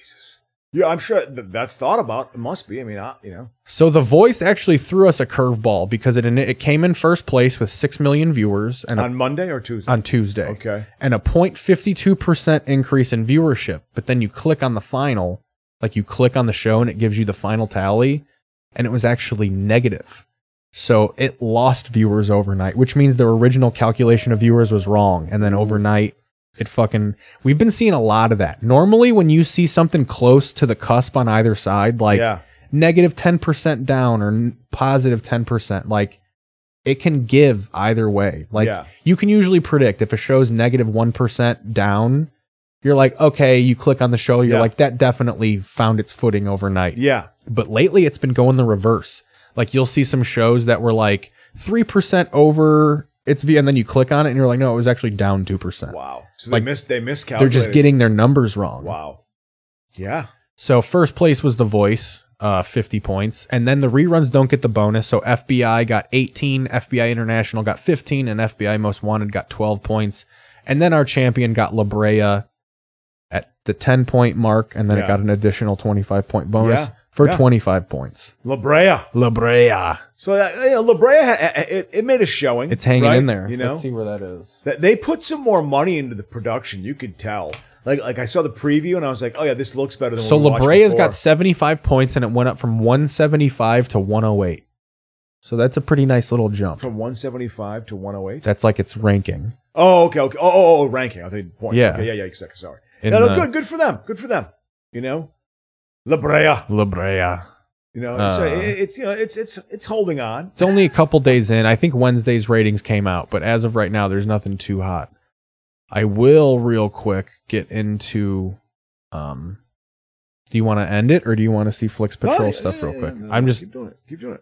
Yeah, I'm sure th- that's thought about. It must be. I mean, I, you know. So the voice actually threw us a curveball because it it came in first place with six million viewers and a- on Monday or Tuesday? on Tuesday. Okay. And a 0.52% increase in viewership. But then you click on the final, like you click on the show and it gives you the final tally, and it was actually negative. So it lost viewers overnight, which means the original calculation of viewers was wrong. And Mm-hmm. then overnight, it fucking. We've been seeing a lot of that. Normally, when you see something close to the cusp on either side, like Yeah. negative 10% down or n- positive 10%, like it can give either way. Like Yeah. you can usually predict if a show's negative 1% down, you're like, okay, you click on the show, you're Yeah. like, that definitely found its footing overnight. Yeah. But lately it's been going the reverse. Like you'll see some shows that were like 3% over its view, and then you click on it and you're like, no, it was actually down 2%. Wow. So they Like, missed. They miscalculated. They're just getting their numbers wrong. Wow. Yeah. So first place was The Voice, uh, 50 points, and then the reruns don't get the bonus. So FBI got 18, FBI International got 15, and FBI Most Wanted got 12 points, and then our champion got La Brea at the 10 point mark, and then Yeah. it got an additional 25 point bonus Yeah. for Yeah. 25 points. La Brea. La Brea. So uh, you know, La Brea, ha- ha- it, it made a showing. It's hanging right? in there. You know, Let's see where that is. That- They put some more money into the production. You could tell. Like, like I saw the preview and I was like, oh yeah, this looks better than. So what we La watched Brea's got before. 75 points, and it went up from 175 to 108. So that's a pretty nice little jump. from 175 to 108. That's like its ranking. Oh, okay, okay. Oh, oh, oh ranking. I think points. Yeah. Okay, yeah, yeah. Exactly. Sorry. In no, no, the- good, good for them. Good for them. You know, La Brea. La Brea. You know, Uh. so it, it's you know, it's it's it's holding on. It's only a couple days in. I think Wednesday's ratings came out, but as of right now, there's nothing too hot. I will real quick get into. Um, do you want to end it, or do you want to see Flix Patrol No, stuff yeah, real yeah, quick? no, I'm no, just keep doing it. Keep doing it.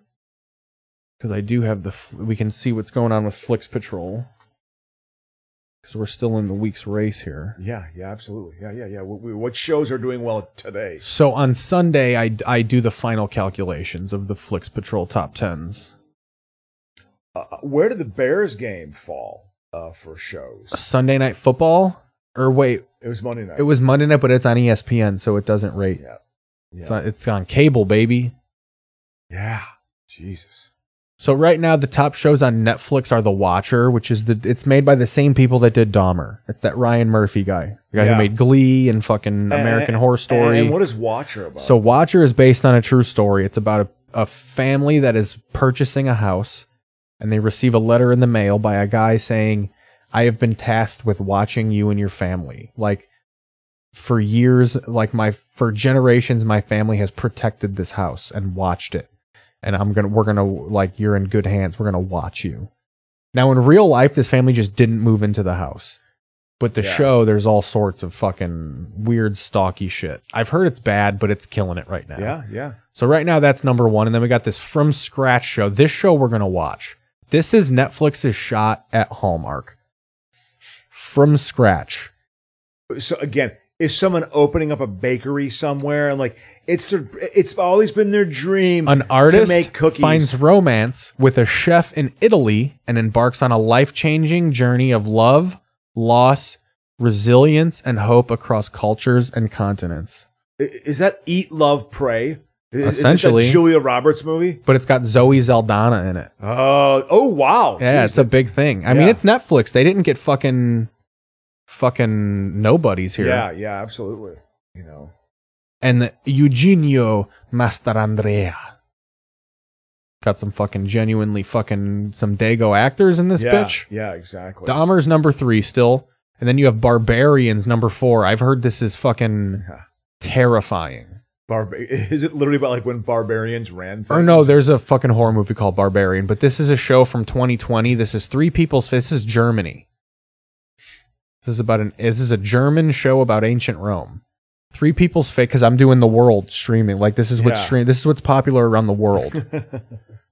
because I do have the. Fl- we can see what's going on with Flix Patrol because we're still in the week's race here. Yeah, yeah, absolutely. Yeah, yeah, yeah. What, we- what shows are doing well today? So on Sunday, I I do the final calculations of the Flix Patrol top tens. Uh, where did the Bears game fall uh, for shows? Sunday night football, or wait, It was Monday night. It was Monday night, but it's on E ESPN, so it doesn't rate. Yeah. It's, on, it's on cable, baby. Yeah. Jesus. So right now, the top shows on Netflix are The Watcher, which is the it's made by the same people that did Dahmer. It's that Ryan Murphy guy, the guy Yeah. who made Glee and fucking American Horror Story. And what is Watcher about? So Watcher is based on a true story. It's about a, a family that is purchasing a house and they receive a letter in the mail by a guy saying, I have been tasked with watching you and your family. Like for years, like my for generations, my family has protected this house and watched it. And I'm gonna we're gonna like you're in good hands. We're gonna watch you. Now in real life, this family just didn't move into the house. But the Yeah. show, there's all sorts of fucking weird stalky shit. I've heard it's bad, but it's killing it right now. yeah, yeah. So right now that's number one, and then we got this from scratch show. This show we're gonna watch. This is Netflix's shot at Hallmark. From scratch. So again, is someone opening up a bakery somewhere and like it's their it's always been their dream An artist to make cookies. finds romance with a chef in Italy and embarks on a life-changing journey of love, loss, resilience, and hope across cultures and continents. I- is that Eat Love Pray? Is- is it that essentially Julia Roberts movie. But it's got Zoe Zeldana in it. Oh, oh wow. Uh-huh. Yeah, Jeez. it's a big thing. I mean, it's Netflix. They didn't get fucking fucking nobodies here. Yeah, yeah, absolutely. You know. And Eugenio Masterandrea got some fucking genuinely fucking some Dago actors in this yeah, bitch. Yeah, exactly. Dahmer's number three still, and then you have Barbarians number four. I've heard this is fucking terrifying. Barba- is it literally about like when barbarians ran? Or no, there's a fucking horror movie called Barbarian, but this is a show from 2020. This is three people's. This is Germany. This is about an. This is a German show about ancient Rome. Three people's fate because I'm doing the world streaming. Like this is what's Yeah. stream. This is what's popular around the world.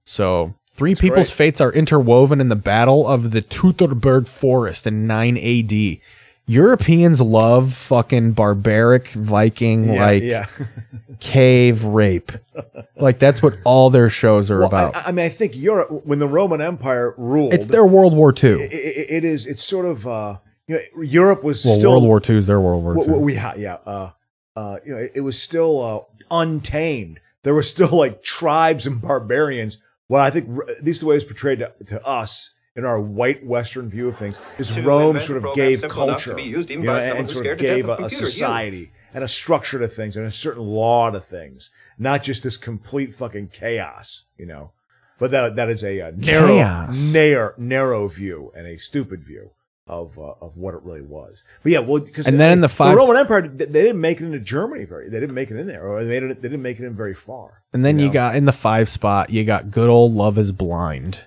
so three That's people's great. fates are interwoven in the battle of the Teutoburg Forest in 9 AD. Europeans love fucking barbaric Viking Yeah, like yeah. cave rape. Like that's what all their shows are about. I, I mean, I think Europe when the Roman Empire ruled, it's their World War II. i- i- it is. It's sort of uh, you know, Europe was well, still World War II is their World War Wh- II. wh- we ha- yeah, uh, uh, you know, it, it was still uh, untamed. There were still like tribes and barbarians. Well, I think r- at least the way it's portrayed to, to us in our white Western view of things is To Rome invent sort of programs gave simple enough to culture, be used even you know, by and, someone and who's sort scared of to death gave of a, a computer, you. society and a structure to things and a certain law to things, not just this complete fucking chaos, you know. But that that is a, uh narrow, Chaos. narrow, narrow view and a stupid view of uh, of what it really was. But yeah, well, because And then in the five- Roman Empire, they they didn't make it into Germany very. They didn't make it in there, or they didn't. They didn't make it in very far. and then you, got in the five spot, you got good old Love is Blind.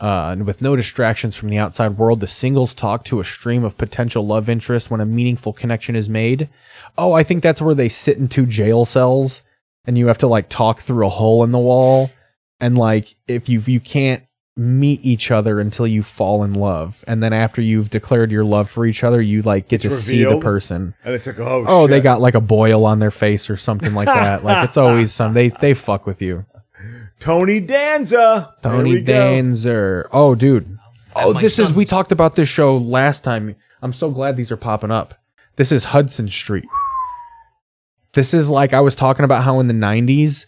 Uh, and with no distractions from the outside world, the singles talk to a stream of potential love interest when a meaningful connection is made. Oh, I think that's where they sit in two jail cells and you have to like talk through a hole in the wall. And like, if you you can't meet each other until you fall in love, and then after you've declared your love for each other, you like get to It's see the revealed, person. and it's like, oh, oh, they shit. got like a boil on their face or something like that. like it's always some they they fuck with you. Tony Danza. There Tony we go. Danzer. Oh, dude. Oh, my this is we talked about this show last time. I'm so glad these are popping up. This is Hudson Street. This is like I was talking about how in the 90s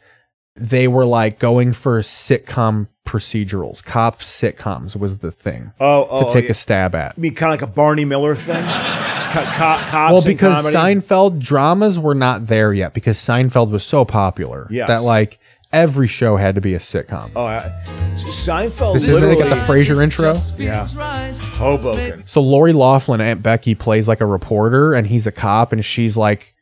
they were like going for sitcom procedurals. Cop sitcoms was the thing. Oh, oh, to take yeah. a stab at. I mean, kind of like a Barney Miller thing. Co- co- cops Well, and because comedy. Seinfeld dramas were not there yet because Seinfeld was so popular Yes. that like every show had to be a sitcom. Oh, I, Seinfeld. This is they literally got the Frasier intro. Yeah. Hoboken. So Lori Laughlin, Aunt Becky, plays like a reporter, and he's a cop, and she's like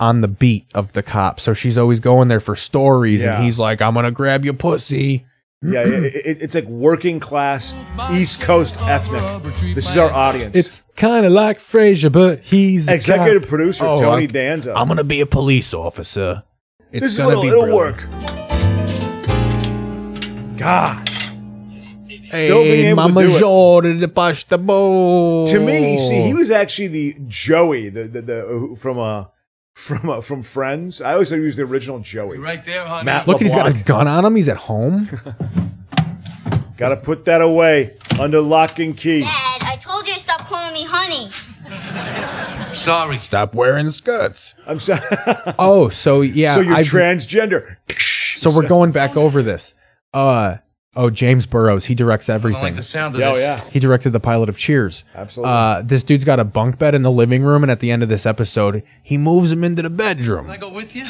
on the beat of the cop. So she's always going there for stories, Yeah. and he's like, "I'm gonna grab your pussy." Yeah, it, it, it's like working class East Coast ethnic. This is our audience. It's kind of like Frasier, but he's a Executive cop. producer Oh, Tony I'm- Danza. I'm gonna be a police officer. It's this is gonna what'll be it'll brilliant. work. God. Still being Ah. Hey, able Mama to do it. Jordan, the pasta bowl. To me, see, Oh. he was actually the Joey, the the, the who- from uh from uh, from Friends. I always thought he was the original Joey. Right there, honey. Matt Look, he's got a LeBlanc. gun on him. He's at home. Gotta put that away under lock and key. Dad, I told you to stop calling me honey. Sorry. Stop wearing skirts. I'm sorry. oh, so yeah. so you're I've- transgender. So we're going back over this. Uh oh, James Burrows. He directs everything. sound of oh, yeah. He directed the pilot of Cheers. Absolutely. Uh, this dude's got a bunk bed in the living room, and at the end of this episode, he moves him into the bedroom. go with you?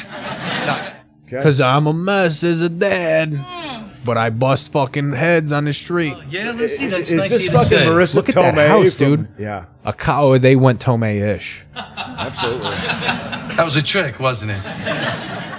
Cause I'm a mess as a dad, Hmm. but I bust fucking heads on the street. Yeah, let's see. Is this fucking Marissa Look at Tomei? that house, from- dude. Yeah, A cow. They went Tomei-ish. absolutely. That was a trick, wasn't it?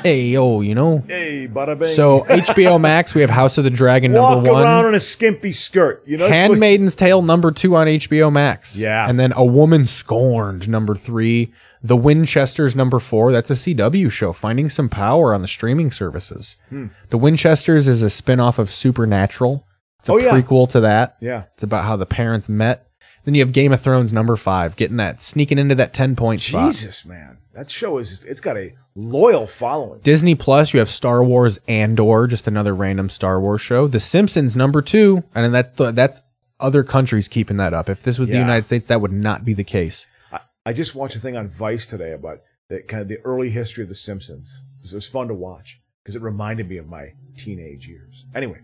Hey yo, you know. Hey, bada bing. So HBO Max, we have House of the Dragon walk number one. around in a skimpy skirt. You know, that's what- Handmaiden's Tale number two on HBO Max. Yeah. And then A Woman Scorned number three. The Winchesters number four. That's a CW show, finding some power on the streaming services. Hmm. The Winchesters is a spin-off of Supernatural. It's a Oh, yeah. prequel to that. Yeah. It's about how the parents met. Then you have Game of Thrones number five, getting that sneaking into that ten point spot. Jesus, man, that show is it's got a loyal following. Disney Plus, you have Star Wars Andor, just another random Star Wars show. The Simpsons number two, and then that's the, that's other countries keeping that up. If this was the Yeah. United States, that would not be the case. I, I just watched a thing on Vice today about the kind of the early history of The Simpsons. It's was, it was fun to watch because it reminded me of my teenage years. Anyway,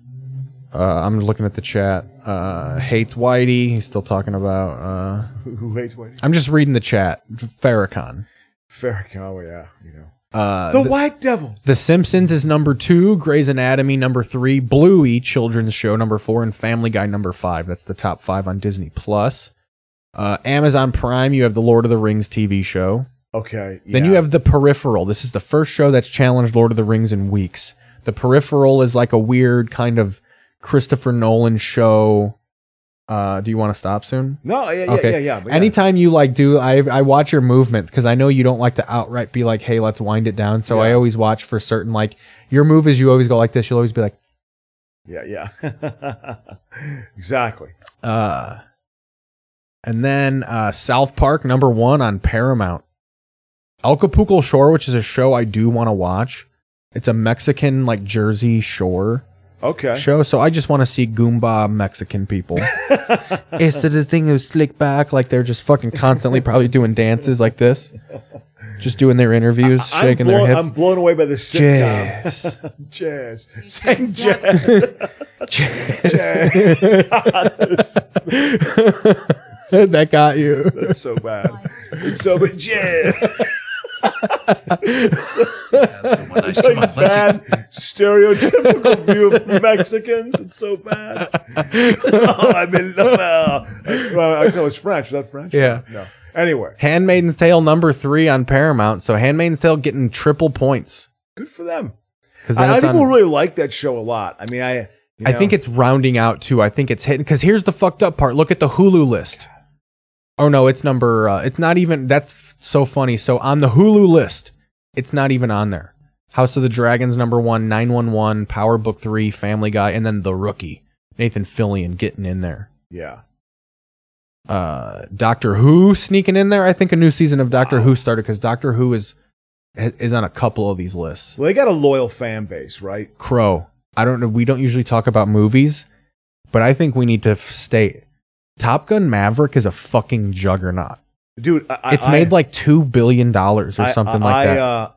Uh, I'm looking at the chat. Uh, hates Whitey. He's still talking about. Uh, Who- who hates Whitey? I'm just reading the chat. Farrakhan. Farrakhan, oh, yeah, you know. Uh, the White Devil. The Simpsons is number two, Grey's Anatomy number three, Bluey children's show number four, and Family Guy number five. That's the top five on Disney Plus. Uh, Amazon Prime, you have the Lord of the Rings TV show. Okay. Then you have The Peripheral. This is the first show that's challenged Lord of the Rings in weeks. The Peripheral is like a weird kind of Christopher Nolan show. Uh, do you want to stop soon? No, yeah, yeah, yeah, yeah, but yeah. Anytime you like do, I I watch your movements because I know you don't like to outright be like, hey, let's wind it down. So I always watch for certain like your move is you always go like this. You'll always be like, Yeah, yeah. exactly. uh, and then uh, South Park number one on Paramount. Acapulco Shore, which is a show I do want to watch. It's a Mexican like Jersey Shore Okay. show, so I just want to see Goomba Mexican people. Instead of the thing who's slick back, like they're just fucking constantly probably doing dances like this, just doing their interviews, I'm shaking blown, their I'm hips. blown away by the sitcom. Jazz. jazz. Saying jazz. Jazz. God, that is- that got you. That's so bad. It's so bad. Jazz. it's like a bad stereotypical view of Mexicans. It's so bad. oh, I'm in love. Well, I know it's French. Is that French? Yeah. No. Anyway, Handmaiden's Tale number three on Paramount. So Handmaiden's Tale getting triple points. good for them. 'Cause then I, I it's think on- we'll really like that show a lot. I mean, I. you I know. think it's rounding out too. I think it's hitting because here's the fucked up part. Look at the Hulu list. Oh no, it's number. Uh, it's not even. That's f- so funny. So on the Hulu list, it's not even on there. House of the Dragons number one, nine one one, Power Book three, Family Guy, and then The Rookie, Nathan Fillion getting in there. Yeah. Uh, Doctor Who sneaking in there. I think a new season of Doctor Who started because Doctor Who is is on a couple of these lists. Well, they got a loyal fan base, right? Crow. I don't know. We don't usually talk about movies, but I think we need to f- state Top Gun Maverick is a fucking juggernaut. Dude, I, I- it's made I- like two billion dollars or I- something I- like I, that. Uh,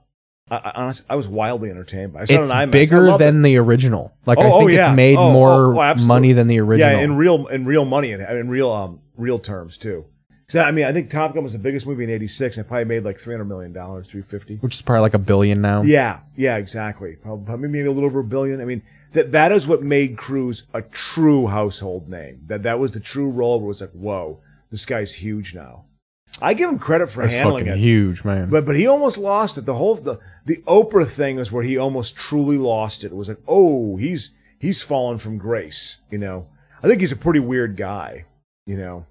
I, I, honestly, I was wildly entertained by it. I saw it it's on IMAX. I bigger loved it. than the original. Like I Oh, oh, think yeah. it's made Oh, oh, more oh, absolutely. money than the original. Yeah, in real in real money and in real um real terms too. So I mean, I think Top Gun was the biggest movie in '86, and it probably made like three hundred million dollars, three fifty. which is probably like a billion now. Yeah, yeah, exactly. Probably maybe a little over a billion. I mean, that that is what made Cruise a true household name. That that was the true role where it was like, whoa, this guy's huge now. I give him credit for That's handling fucking it. huge, man. But but he almost lost it. The whole the the Oprah thing is where he almost truly lost it. It was like, oh, he's he's fallen from grace. You know, I think he's a pretty weird guy. You know,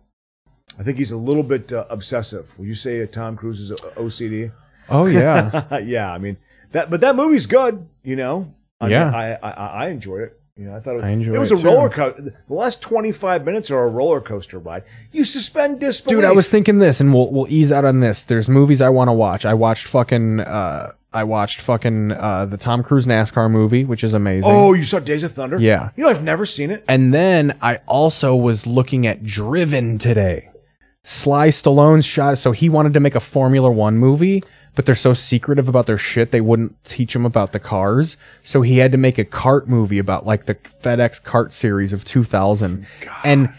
I think he's a little bit uh, obsessive. Would you say uh, Tom Cruise is o- OCD? Oh, yeah. yeah. I mean that, but that movie's good. You know, I mean, Yeah. I, I I enjoyed it. You know, I thought it was, I enjoyed it was it, a too. roller coaster. The last twenty five minutes are a roller coaster ride. You suspend disbelief. Dude, I was thinking this, and we'll we'll ease out on this. There's movies I want to watch. I watched fucking uh, I watched fucking uh, the Tom Cruise NASCAR movie, which is amazing. Oh, you saw Days of Thunder? Yeah. You know, I've never seen it. And then I also was looking at Driven today. Sly Stallone's shot. So he wanted to make a Formula One movie, but they're so secretive about their shit, they wouldn't teach him about the cars. So he had to make a kart movie about like the FedEx kart series of 2000. And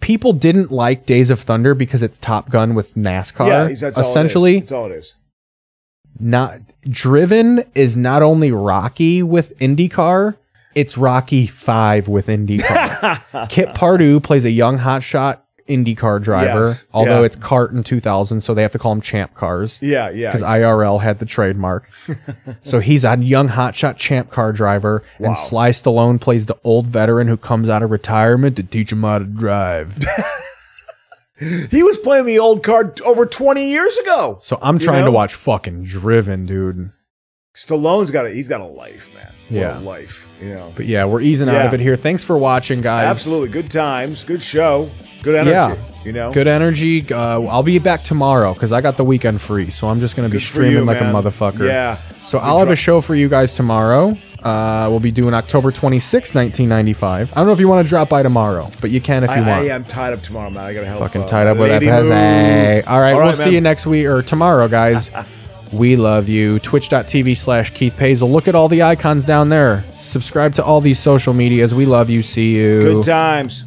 people didn't like Days of Thunder because it's Top Gun with NASCAR. Yeah, that's all it is. essentially, That's all it is. not driven is not only rocky with indycar it's rocky 5 with indycar kit pardue plays a young hotshot indycar driver Yes, although yeah. it's cart in 2000 so they have to call him champ cars Yeah, yeah. because irl had the trademark so he's a young hotshot champ car driver Wow. and sly stallone plays the old veteran who comes out of retirement to teach him how to drive He was playing the old card over 20 years ago. so i'm You trying know? to watch fucking driven dude Stallone's got a he's got a life, man. What a Yeah. life. You know. but yeah we're easing out Yeah. of it here thanks for watching guys Absolutely. Good times. Good show. Good energy. Yeah. You know? Good energy. Uh, I'll be back tomorrow because I got the weekend free, so I'm just gonna be Good for streaming you, like man. a motherfucker. Yeah. So Good I'll have dri- a show for you guys tomorrow. Uh, we'll be doing October 26, 1995. I don't know if you want to drop by tomorrow, but you can if you I, want. I am tied up tomorrow, man. I gotta help. Fucking uh, tied up with that. lady All move. right, All right, we'll see man. you next week or tomorrow, guys. We love you. Twitch.tv slash Keith Pazel. Look at all the icons down there. Subscribe to all these social medias. We love you. See you. Good times.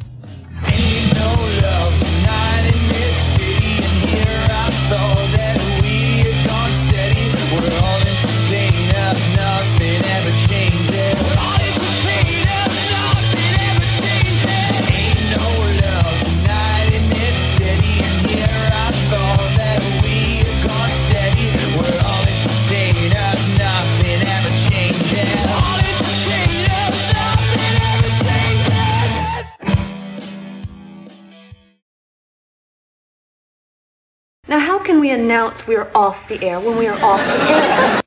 Now, how can we announce we're off the air when we are off the air?